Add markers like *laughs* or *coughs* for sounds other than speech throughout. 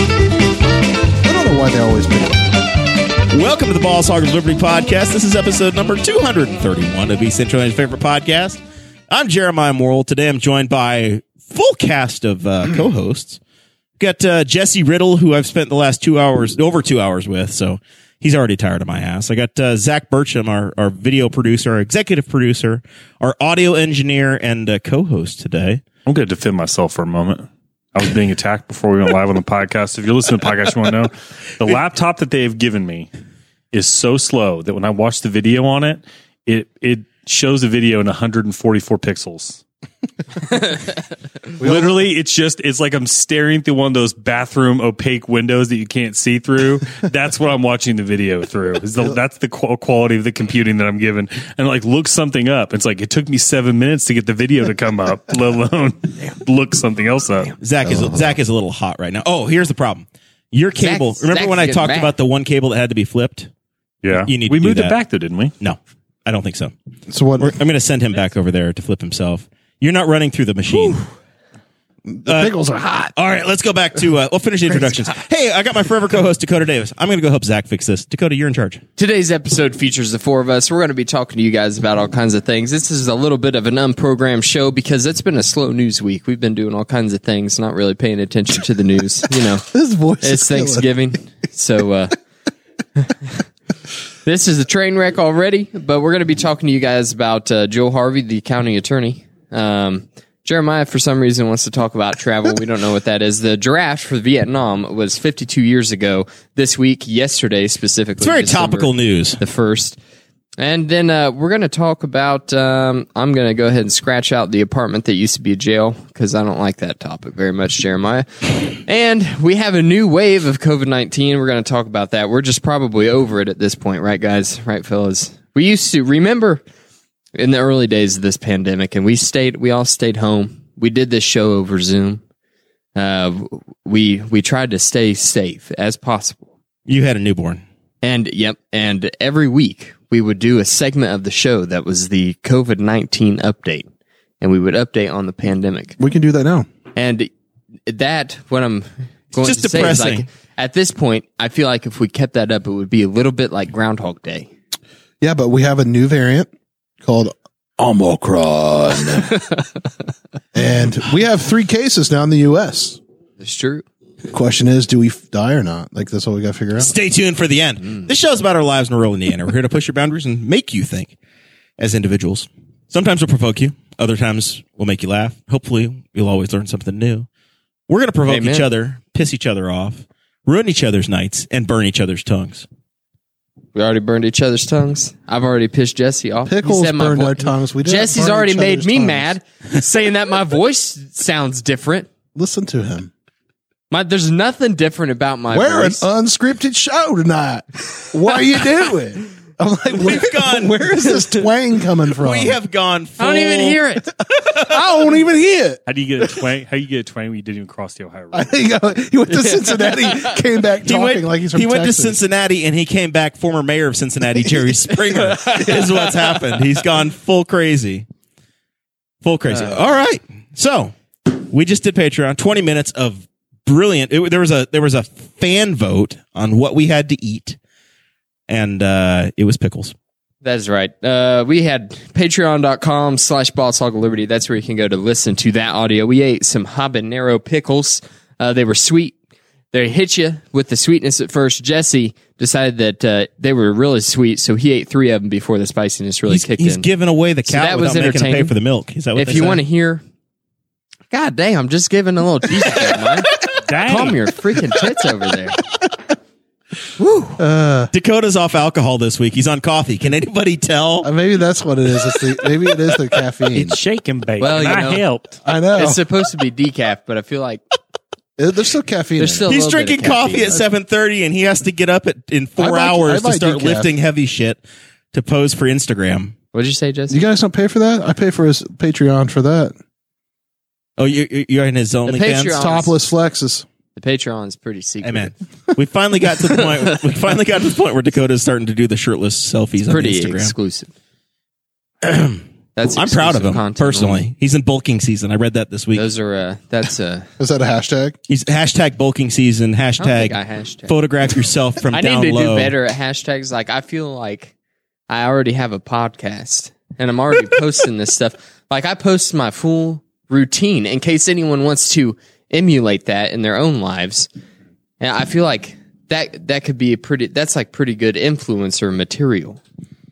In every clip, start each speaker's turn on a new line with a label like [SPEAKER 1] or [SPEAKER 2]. [SPEAKER 1] I don't know why they always pick.
[SPEAKER 2] Welcome to the Ball Hog of Liberty podcast. This is episode number 231 of East Central Indiana's favorite podcast. I'm Jeremiah Morrill. Today I'm joined by a full cast of uh,
[SPEAKER 3] Hmm.
[SPEAKER 2] co-hosts. Got uh, Jesse Riddle, who I've spent the last two hours, over two hours with, so he's already tired of my ass. I got uh, Zach Burcham, our, our video producer, our executive producer, our audio engineer, and uh, co-host today.
[SPEAKER 4] I'm going to defend myself for a moment. I was being attacked before we went live on the podcast. If you're listening to the podcast, you want to know the laptop that they have given me is so slow that when I watch the video on it, it it shows the video in 144 pixels. Literally, it's just it's like I'm staring through one of those bathroom opaque windows that you can't see through. That's what I'm watching the video through. Is the, that's the qu- quality of the computing that I'm given. And like look something up. It's like it took me seven minutes to get the video to come up, *laughs* let alone look something else up.
[SPEAKER 2] Zach is Zach is a little hot right now. Oh, here's the problem. Your cable. remember
[SPEAKER 3] Oh. Zach's
[SPEAKER 2] when I
[SPEAKER 3] getting
[SPEAKER 2] talked
[SPEAKER 3] mad.
[SPEAKER 2] about the one cable that had to be flipped?
[SPEAKER 4] Yeah,
[SPEAKER 2] You need
[SPEAKER 4] we
[SPEAKER 2] to do
[SPEAKER 4] moved
[SPEAKER 2] that.
[SPEAKER 4] it back though, didn't we?
[SPEAKER 2] No, I don't think so.
[SPEAKER 1] So what?
[SPEAKER 2] We're, I'm going to send him back over there to flip himself. You're not running through the machine.
[SPEAKER 1] the pickles are hot. *laughs*
[SPEAKER 2] All right, let's go back to. Uh, we'll finish the introductions. Hey, I got my forever co-host Dakota Davis. I'm going to go help Zach fix this. Dakota, you're in charge.
[SPEAKER 3] Today's episode features the four of us. We're going to be talking to you guys about all kinds of things. This is a little bit of an unprogrammed show because it's been a slow news week. We've been doing all kinds of things, not really paying attention to
[SPEAKER 1] *laughs*
[SPEAKER 3] the news. You know,
[SPEAKER 1] His voice is
[SPEAKER 3] it's
[SPEAKER 1] killing
[SPEAKER 3] Thanksgiving, so uh, *laughs* this is a train wreck already. But we're going to be talking to you guys about uh, Joe Harvey, the county attorney. Um, Jeremiah, for some reason, wants to talk about travel. We don't know what that is. The draft for Vietnam was 52 years ago. This week, yesterday specifically,
[SPEAKER 2] It's very
[SPEAKER 3] December
[SPEAKER 2] topical news.
[SPEAKER 3] the first. And then uh, we're going to talk about. Um, I'm going to go ahead and scratch out the apartment that used to be a jail because I don't like that topic very much, Jeremiah. and we have a new wave of COVID 19. We're going to talk about that. We're just probably over it at this point, right, guys? Right, fellas? We used to remember in the early days of this pandemic, and we stayed. We all stayed home. We did this show over Zoom. Uh, w- we we tried to stay safe as possible.
[SPEAKER 2] You had a newborn.
[SPEAKER 3] And yep, and every week we would do a segment of the show that was the COVID 19 update, and we would update on the pandemic.
[SPEAKER 1] We can do that now.
[SPEAKER 3] And that, what I'm going
[SPEAKER 2] just
[SPEAKER 3] to say is like,
[SPEAKER 2] depressing.
[SPEAKER 3] at this point, I feel like if we kept that up, it would be a little bit like Groundhog Day.
[SPEAKER 1] Yeah, but we have a new variant called
[SPEAKER 2] *laughs*
[SPEAKER 1] Omicron, and we have three cases now in the U.S.
[SPEAKER 3] It's true.
[SPEAKER 1] Question is, do we f- die or not? Like that's what we got to figure out.
[SPEAKER 2] Stay tuned for the end. This show's about our lives in rural Indiana. We're here to push your boundaries and make you think as individuals. Sometimes we'll provoke you. Other times we'll make you laugh. Hopefully you'll always learn something new. We're going to provoke
[SPEAKER 3] Amen.
[SPEAKER 2] each other, piss each other off, ruin each other's nights, and burn each other's tongues.
[SPEAKER 3] We already burned each other's tongues. I've already pissed Jesse off. He
[SPEAKER 1] Pickles
[SPEAKER 3] said my
[SPEAKER 1] burned
[SPEAKER 3] vo-
[SPEAKER 1] our tongues. We didn't
[SPEAKER 3] Jesse's
[SPEAKER 1] burn
[SPEAKER 3] already
[SPEAKER 1] each
[SPEAKER 3] made
[SPEAKER 1] other's
[SPEAKER 3] me
[SPEAKER 1] tongues.
[SPEAKER 3] mad, *laughs* saying that my voice sounds different.
[SPEAKER 1] Listen to him.
[SPEAKER 3] My, there's nothing different about my
[SPEAKER 1] We're an
[SPEAKER 3] voice.
[SPEAKER 1] unscripted show tonight. What are you
[SPEAKER 2] *laughs*
[SPEAKER 1] doing? I'm like, where,
[SPEAKER 2] gone-
[SPEAKER 1] where is
[SPEAKER 2] *laughs*
[SPEAKER 1] this twang coming from?
[SPEAKER 2] We have gone.
[SPEAKER 3] I don't even
[SPEAKER 2] full-
[SPEAKER 3] hear it.
[SPEAKER 1] I don't even hear it. *laughs*
[SPEAKER 4] How do you get a twang? How do you get a twang when you didn't even cross the Ohio
[SPEAKER 1] I *laughs*
[SPEAKER 4] River?
[SPEAKER 1] think uh, he went to
[SPEAKER 2] *laughs*
[SPEAKER 1] Cincinnati, came back
[SPEAKER 2] He
[SPEAKER 1] talking
[SPEAKER 2] went,
[SPEAKER 1] like he's from
[SPEAKER 2] he went to
[SPEAKER 1] Texas.
[SPEAKER 2] Cincinnati and he came back former mayor of Cincinnati,
[SPEAKER 1] *laughs*
[SPEAKER 2] Jerry Springer, is what's happened. He's gone full crazy. Full crazy.
[SPEAKER 3] Uh.
[SPEAKER 2] All right. So we just did Patreon, 20 minutes of brilliant. It, there was a, there was a fan vote on what we had to eat and, uh, it was pickles.
[SPEAKER 3] That's right. Uh, we had patreon.com slash boss hog of liberty. That's where you can go to listen to that audio. We ate some habanero pickles. Uh, they were sweet. They hit you with the sweetness at first. Jesse decided that uh, they were really sweet, so he ate three of them before the spiciness really
[SPEAKER 2] He's,
[SPEAKER 3] kicked
[SPEAKER 2] he's
[SPEAKER 3] in.
[SPEAKER 2] giving away the cow
[SPEAKER 3] that was
[SPEAKER 2] without making him pay
[SPEAKER 3] entertaining.
[SPEAKER 2] for the milk. Is that what
[SPEAKER 3] if you want to hear, God
[SPEAKER 2] *laughs*
[SPEAKER 3] damn, I'm just giving a little teaser, man.
[SPEAKER 4] Dang.
[SPEAKER 3] Calm your freaking tits over there.
[SPEAKER 2] Dakota's off alcohol this week. He's on coffee. Can anybody
[SPEAKER 1] Uh,
[SPEAKER 2] tell?
[SPEAKER 1] maybe that's what it is. It's the, maybe it is the caffeine.
[SPEAKER 4] It's shake and bake.
[SPEAKER 3] Well, you
[SPEAKER 4] I
[SPEAKER 3] know-
[SPEAKER 4] helped.
[SPEAKER 1] I know.
[SPEAKER 3] It's supposed to be decaf, but I feel like
[SPEAKER 1] It- there's still caffeine.
[SPEAKER 3] there's
[SPEAKER 1] in it.
[SPEAKER 3] still. a
[SPEAKER 2] He's
[SPEAKER 3] little bit of
[SPEAKER 2] drinking
[SPEAKER 3] caffeine.
[SPEAKER 2] coffee at seven thirty, and he has to get up at, in
[SPEAKER 1] I
[SPEAKER 2] four
[SPEAKER 1] like- I
[SPEAKER 2] hours to
[SPEAKER 1] like
[SPEAKER 2] start
[SPEAKER 1] decaf.
[SPEAKER 2] lifting heavy shit to pose for Instagram.
[SPEAKER 3] What did you say, Jesse?
[SPEAKER 1] You guys don't pay for that? I pay for his Patreon for that.
[SPEAKER 2] Oh, you- you- you're in his only
[SPEAKER 3] Patreon.
[SPEAKER 2] fans.
[SPEAKER 1] Topless flexes.
[SPEAKER 3] the Patreon's pretty secret.
[SPEAKER 2] Hey man, we finally got to the point. *laughs* We finally got to the point where Dakota's starting to do the shirtless selfies on
[SPEAKER 3] pretty
[SPEAKER 2] Instagram.
[SPEAKER 3] exclusive.
[SPEAKER 2] *clears throat*
[SPEAKER 3] That's
[SPEAKER 2] I'm proud of
[SPEAKER 3] exclusive
[SPEAKER 2] him
[SPEAKER 3] content
[SPEAKER 2] personally.
[SPEAKER 3] only.
[SPEAKER 2] He's in bulking season. I read that this week.
[SPEAKER 3] Those are uh, that's uh,
[SPEAKER 1] Is that a hashtag?
[SPEAKER 2] He's hashtag bulking season.
[SPEAKER 3] I don't think I
[SPEAKER 2] Hashtag
[SPEAKER 3] hashtag.
[SPEAKER 2] photograph yourself from
[SPEAKER 3] *laughs* I
[SPEAKER 2] down
[SPEAKER 3] need to
[SPEAKER 2] low.
[SPEAKER 3] do better at hashtags. Like I feel like I already have a podcast and
[SPEAKER 2] *laughs*
[SPEAKER 3] I'm already posting this stuff. Like I post my full routine in case anyone wants to emulate that in their own lives. And I feel like that that could be a pretty that's like pretty good influencer material.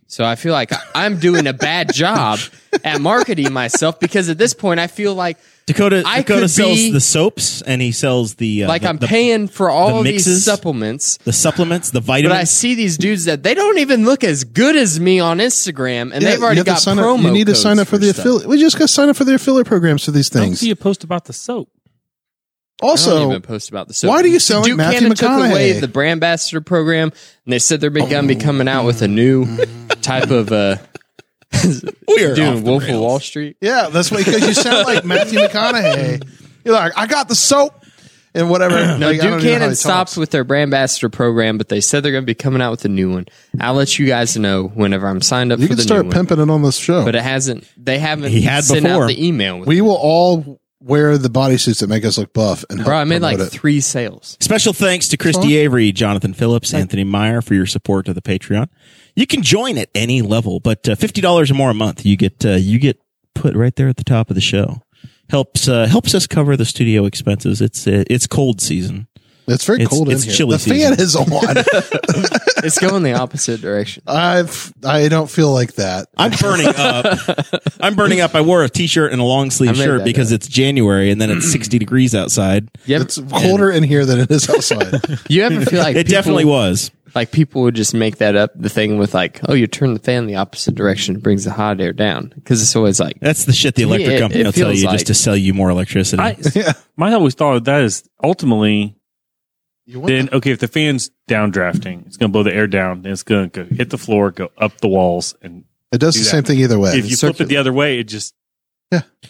[SPEAKER 3] So I feel like I- I'm doing
[SPEAKER 2] *laughs*
[SPEAKER 3] a bad job at marketing myself because at this point I feel like
[SPEAKER 2] Dakota
[SPEAKER 3] I
[SPEAKER 2] Dakota
[SPEAKER 3] could
[SPEAKER 2] sells
[SPEAKER 3] be-
[SPEAKER 2] the soaps and he sells the uh,
[SPEAKER 3] like
[SPEAKER 2] the,
[SPEAKER 3] I'm
[SPEAKER 2] the-
[SPEAKER 3] paying for all
[SPEAKER 2] the
[SPEAKER 3] these
[SPEAKER 2] mixes?
[SPEAKER 3] supplements
[SPEAKER 2] the supplements, the
[SPEAKER 3] But I
[SPEAKER 2] vitamins.
[SPEAKER 3] see these dudes that they don't even look as good as me on Instagram, and they've
[SPEAKER 1] Yeah,
[SPEAKER 3] already
[SPEAKER 1] have to
[SPEAKER 3] got
[SPEAKER 1] sign
[SPEAKER 3] promo.
[SPEAKER 1] Up. You need to
[SPEAKER 3] codes
[SPEAKER 1] sign up for the
[SPEAKER 3] stuff.
[SPEAKER 1] affiliate. We just got to sign up for the affiliate programs for these
[SPEAKER 4] Don't
[SPEAKER 1] things.
[SPEAKER 4] see a post about the soap.
[SPEAKER 3] I don't even
[SPEAKER 1] Also,
[SPEAKER 3] post about the
[SPEAKER 1] why do you sell
[SPEAKER 3] Duke
[SPEAKER 1] like Matthew
[SPEAKER 3] Cannon took away
[SPEAKER 1] McConaughey? Oh.
[SPEAKER 3] the brand ambassador program, and they said they're going to be coming out with a new type
[SPEAKER 1] *laughs*
[SPEAKER 3] of uh,
[SPEAKER 2] we are off
[SPEAKER 3] doing
[SPEAKER 2] the
[SPEAKER 3] Wolf of
[SPEAKER 2] rails.
[SPEAKER 3] Wall Street.
[SPEAKER 1] yeah, that's why because you sound like Matthew McConaughey. You're like, I got the soap and whatever.
[SPEAKER 3] *clears throat* No,
[SPEAKER 1] like, I don't
[SPEAKER 3] Duke
[SPEAKER 1] even know how
[SPEAKER 3] Cannon
[SPEAKER 1] he
[SPEAKER 3] stopped
[SPEAKER 1] talks.
[SPEAKER 3] with their brand ambassador program, but they said they're going to be coming out with a new one. I'll let you guys know whenever I'm signed up
[SPEAKER 1] You
[SPEAKER 3] for
[SPEAKER 1] can
[SPEAKER 3] the
[SPEAKER 1] start
[SPEAKER 3] new one.
[SPEAKER 1] pimping it on this show.
[SPEAKER 3] But it hasn't. They haven't.
[SPEAKER 2] He had
[SPEAKER 3] sent
[SPEAKER 2] before.
[SPEAKER 3] out the email. With it.
[SPEAKER 1] we will all wear the bodysuits that make us look buff. And help
[SPEAKER 3] Bro, I made like
[SPEAKER 1] promote it.
[SPEAKER 3] three sales.
[SPEAKER 2] Special thanks to Christy Avery, Jonathan Phillips, Anthony Meyer for your support of the Patreon. You can join at any level, but uh, fifty dollars or more a month, you get uh, you get put right there at the top of the show. Helps uh, helps us cover the studio expenses. It's uh, it's cold season.
[SPEAKER 1] It's very
[SPEAKER 2] It's-
[SPEAKER 1] cold
[SPEAKER 2] it's
[SPEAKER 1] in here.
[SPEAKER 2] chilly
[SPEAKER 1] the fan is on.
[SPEAKER 3] It's going the opposite direction.
[SPEAKER 1] I've I don't feel like that.
[SPEAKER 2] I'm burning
[SPEAKER 3] *laughs*
[SPEAKER 2] up. I'm burning up. I wore a t-shirt and a long sleeve
[SPEAKER 3] made
[SPEAKER 2] shirt
[SPEAKER 3] that
[SPEAKER 2] because it's January and then
[SPEAKER 3] *clears throat*
[SPEAKER 2] it's 60 degrees outside.
[SPEAKER 3] You ever,
[SPEAKER 1] It's colder in here than it is outside.
[SPEAKER 3] *laughs* you ever feel like
[SPEAKER 2] It
[SPEAKER 3] people,
[SPEAKER 2] definitely was.
[SPEAKER 3] like people would just make that up? The thing with like, oh, you turn the fan the opposite direction, it brings the hot air down because it's always like
[SPEAKER 2] That's the shit the
[SPEAKER 3] me,
[SPEAKER 2] electric
[SPEAKER 3] it-
[SPEAKER 2] company
[SPEAKER 3] it
[SPEAKER 2] will tell
[SPEAKER 3] feels
[SPEAKER 2] you
[SPEAKER 3] like-
[SPEAKER 2] just to sell you more electricity.
[SPEAKER 4] I,
[SPEAKER 1] yeah.
[SPEAKER 4] *laughs* my always thought that is ultimately
[SPEAKER 1] You want
[SPEAKER 4] then okay if the fan's downdrafting, it's going to blow the air down, then it's going to go hit the floor, go up the walls, and
[SPEAKER 1] It does
[SPEAKER 4] Do
[SPEAKER 1] the
[SPEAKER 4] that.
[SPEAKER 1] same thing either way.
[SPEAKER 4] if you flip it the other way, it just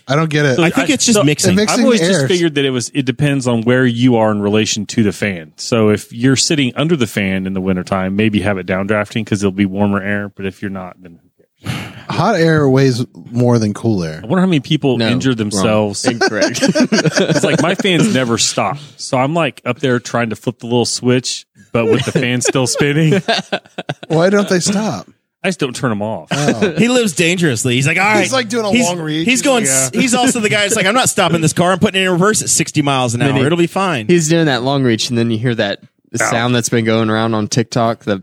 [SPEAKER 1] I don't get it.
[SPEAKER 2] I think
[SPEAKER 4] I-
[SPEAKER 2] it's just
[SPEAKER 4] so-
[SPEAKER 2] mixing.
[SPEAKER 1] It makes-
[SPEAKER 4] I've
[SPEAKER 1] Fixing
[SPEAKER 4] always
[SPEAKER 1] the
[SPEAKER 4] just
[SPEAKER 1] airs.
[SPEAKER 4] figured that it was it depends on where you are in relation to the fan. So if you're sitting under the fan in the wintertime, maybe have it downdrafting because it'll be warmer air. But if you're not, then who cares?
[SPEAKER 1] Hot air weighs more than cool air.
[SPEAKER 4] I wonder how many people
[SPEAKER 3] No,
[SPEAKER 4] injure
[SPEAKER 3] wrong.
[SPEAKER 4] themselves.
[SPEAKER 3] incorrect.
[SPEAKER 4] it's like my fans never stop. So I'm like up there trying to flip the little switch, but with the fan still spinning,
[SPEAKER 1] Why don't they stop?
[SPEAKER 4] I just don't turn them off.
[SPEAKER 2] He lives dangerously. He's like, all right.
[SPEAKER 1] He's like doing a
[SPEAKER 2] He's-
[SPEAKER 1] long reach.
[SPEAKER 2] He's
[SPEAKER 1] He's
[SPEAKER 2] going.
[SPEAKER 1] like,
[SPEAKER 2] s- He's also the guy that's like, I'm not stopping this car. I'm putting it in reverse at 60 miles an hour.
[SPEAKER 3] he-
[SPEAKER 2] It'll be fine.
[SPEAKER 3] *laughs* He's doing that long reach, and then you hear that sound that's been going around on TikTok. The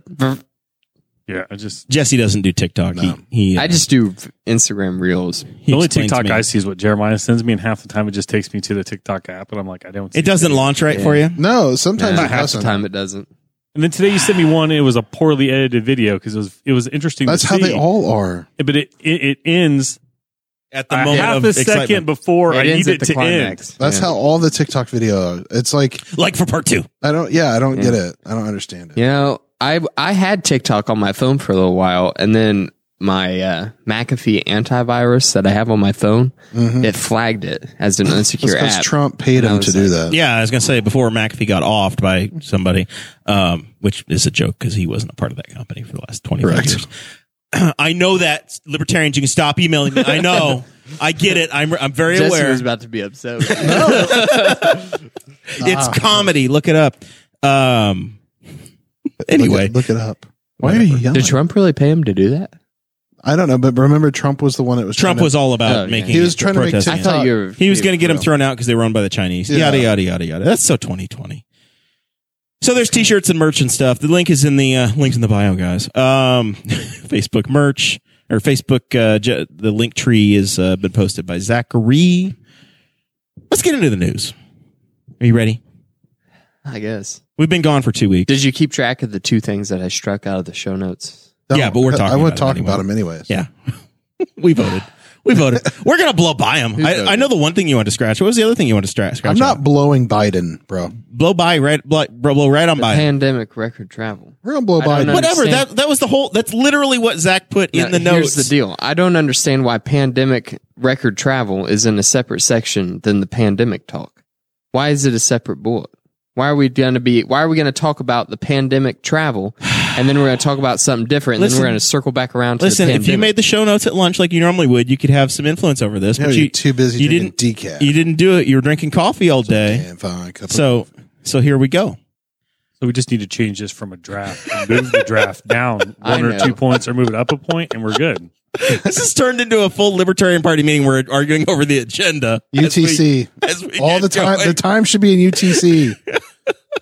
[SPEAKER 4] Yeah, I just
[SPEAKER 2] Jesse doesn't do TikTok. He, he,
[SPEAKER 3] I just do Instagram reels.
[SPEAKER 2] he
[SPEAKER 4] the only
[SPEAKER 2] explains
[SPEAKER 4] TikTok
[SPEAKER 2] me.
[SPEAKER 4] I see is what Jeremiah sends me, and half the time it just takes me to the TikTok app, and I'm like, I don't. See
[SPEAKER 2] It doesn't launch right for you.
[SPEAKER 1] No, sometimes
[SPEAKER 3] Yeah,
[SPEAKER 1] it
[SPEAKER 3] half the
[SPEAKER 1] doesn't.
[SPEAKER 3] time it doesn't.
[SPEAKER 4] And then today you sent me one. And it was a poorly edited video because it was it was interesting.
[SPEAKER 1] That's
[SPEAKER 4] to
[SPEAKER 1] how
[SPEAKER 4] see.
[SPEAKER 1] they all are.
[SPEAKER 4] But it it, it ends
[SPEAKER 2] At the
[SPEAKER 4] a
[SPEAKER 2] moment
[SPEAKER 4] half
[SPEAKER 2] of
[SPEAKER 4] a
[SPEAKER 2] excitement.
[SPEAKER 4] second before I
[SPEAKER 3] It ends
[SPEAKER 4] need
[SPEAKER 3] at
[SPEAKER 4] it
[SPEAKER 3] the
[SPEAKER 4] to
[SPEAKER 3] climax.
[SPEAKER 4] end.
[SPEAKER 1] That's
[SPEAKER 3] Yeah.
[SPEAKER 1] how all the TikTok video. Are. It's like
[SPEAKER 2] like for part two.
[SPEAKER 1] I don't. Yeah, I don't get it. I don't understand it.
[SPEAKER 3] You know, I I had TikTok on my phone for a little while, and then my uh, McAfee antivirus that I have on my phone,
[SPEAKER 4] Mm-hmm.
[SPEAKER 3] it flagged it as an insecure
[SPEAKER 1] because
[SPEAKER 3] app.
[SPEAKER 1] Trump paid him
[SPEAKER 3] was
[SPEAKER 1] to do that.
[SPEAKER 2] Yeah, I was gonna say before McAfee got offed by somebody, um, which is a joke because he wasn't a part of that company for the last twenty five
[SPEAKER 1] Correct.
[SPEAKER 2] years. *clears throat* I know that libertarians, you can stop emailing me.
[SPEAKER 1] *laughs*
[SPEAKER 2] I know, I get it. I'm I'm very
[SPEAKER 3] Jesse
[SPEAKER 2] aware.
[SPEAKER 3] was about to be upset. with me.
[SPEAKER 1] Uh-huh.
[SPEAKER 2] it's comedy. Look it up. Um, anyway,
[SPEAKER 1] look it, look it up. Why are you yelling?
[SPEAKER 3] Did Trump really pay him to do that?
[SPEAKER 1] I don't know, but remember Trump was the one that was
[SPEAKER 2] Trump
[SPEAKER 1] trying
[SPEAKER 2] was all about
[SPEAKER 3] Oh, yeah.
[SPEAKER 2] making.
[SPEAKER 1] To, he was trying to make
[SPEAKER 2] protesting.
[SPEAKER 1] TikTok.
[SPEAKER 3] I thought you were.
[SPEAKER 2] He was going to get them thrown out because they were owned by the Chinese.
[SPEAKER 1] Yeah.
[SPEAKER 2] Yada yada yada yada. That's so 2020. So there's t-shirts and merch and stuff. The link is in the uh, links in the bio, guys. Um, *laughs* Facebook merch or Facebook uh, j- the link tree is uh, been posted by Zachary. Let's get into the news. Are you ready?
[SPEAKER 3] I guess.
[SPEAKER 2] We've been gone for two weeks.
[SPEAKER 3] Did you keep track of the two things that I struck out of the show notes?
[SPEAKER 2] Yeah, but we're
[SPEAKER 1] I-
[SPEAKER 2] talking
[SPEAKER 1] I would
[SPEAKER 2] about it
[SPEAKER 1] talk
[SPEAKER 2] anyway.
[SPEAKER 1] about him anyways.
[SPEAKER 2] Yeah. we voted. We voted. We're going to blow by him.
[SPEAKER 1] voted?
[SPEAKER 2] I, I know the one thing you want to scratch. What was the other thing you want to stra- scratch?
[SPEAKER 1] I'm
[SPEAKER 2] out?
[SPEAKER 1] not blowing Biden, bro.
[SPEAKER 2] blow by right blow, blow right on by.
[SPEAKER 3] Pandemic record travel.
[SPEAKER 1] We're gonna blow
[SPEAKER 3] I don't
[SPEAKER 1] Biden.
[SPEAKER 3] know.
[SPEAKER 2] Whatever.
[SPEAKER 3] understand.
[SPEAKER 2] That that was the whole that's literally what Zach put in
[SPEAKER 3] Now,
[SPEAKER 2] the notes.
[SPEAKER 3] Here's the deal. I don't understand why pandemic record travel is in a separate section than the pandemic talk. Why is it a separate bullet? Why are we going to be? Why are we going to talk about the pandemic travel, and then we're going to talk about something different, and then
[SPEAKER 2] Listen-
[SPEAKER 3] we're going to circle back around to
[SPEAKER 2] Listen,
[SPEAKER 3] the
[SPEAKER 2] if
[SPEAKER 3] pandemic?
[SPEAKER 2] you made the show notes at lunch like you normally would, you could have some influence over this.
[SPEAKER 1] No,
[SPEAKER 2] but
[SPEAKER 1] you're
[SPEAKER 2] you
[SPEAKER 1] too busy
[SPEAKER 2] You
[SPEAKER 1] drinking
[SPEAKER 2] didn't
[SPEAKER 1] decaf.
[SPEAKER 2] you didn't do it. You were drinking coffee all day.
[SPEAKER 1] And fine, cup of-
[SPEAKER 2] So so here
[SPEAKER 1] *laughs*
[SPEAKER 2] we go.
[SPEAKER 4] So we just need to change this from a draft. and Move the draft down
[SPEAKER 3] I
[SPEAKER 4] one or
[SPEAKER 3] know.
[SPEAKER 4] two points or move it up a point and we're good.
[SPEAKER 2] This has turned into a full Libertarian Party meeting. We're arguing over the agenda. as we-
[SPEAKER 1] UTC
[SPEAKER 2] as we
[SPEAKER 1] all
[SPEAKER 2] get
[SPEAKER 1] the time.
[SPEAKER 2] going.
[SPEAKER 1] The time should be in
[SPEAKER 3] *laughs*
[SPEAKER 1] UTC.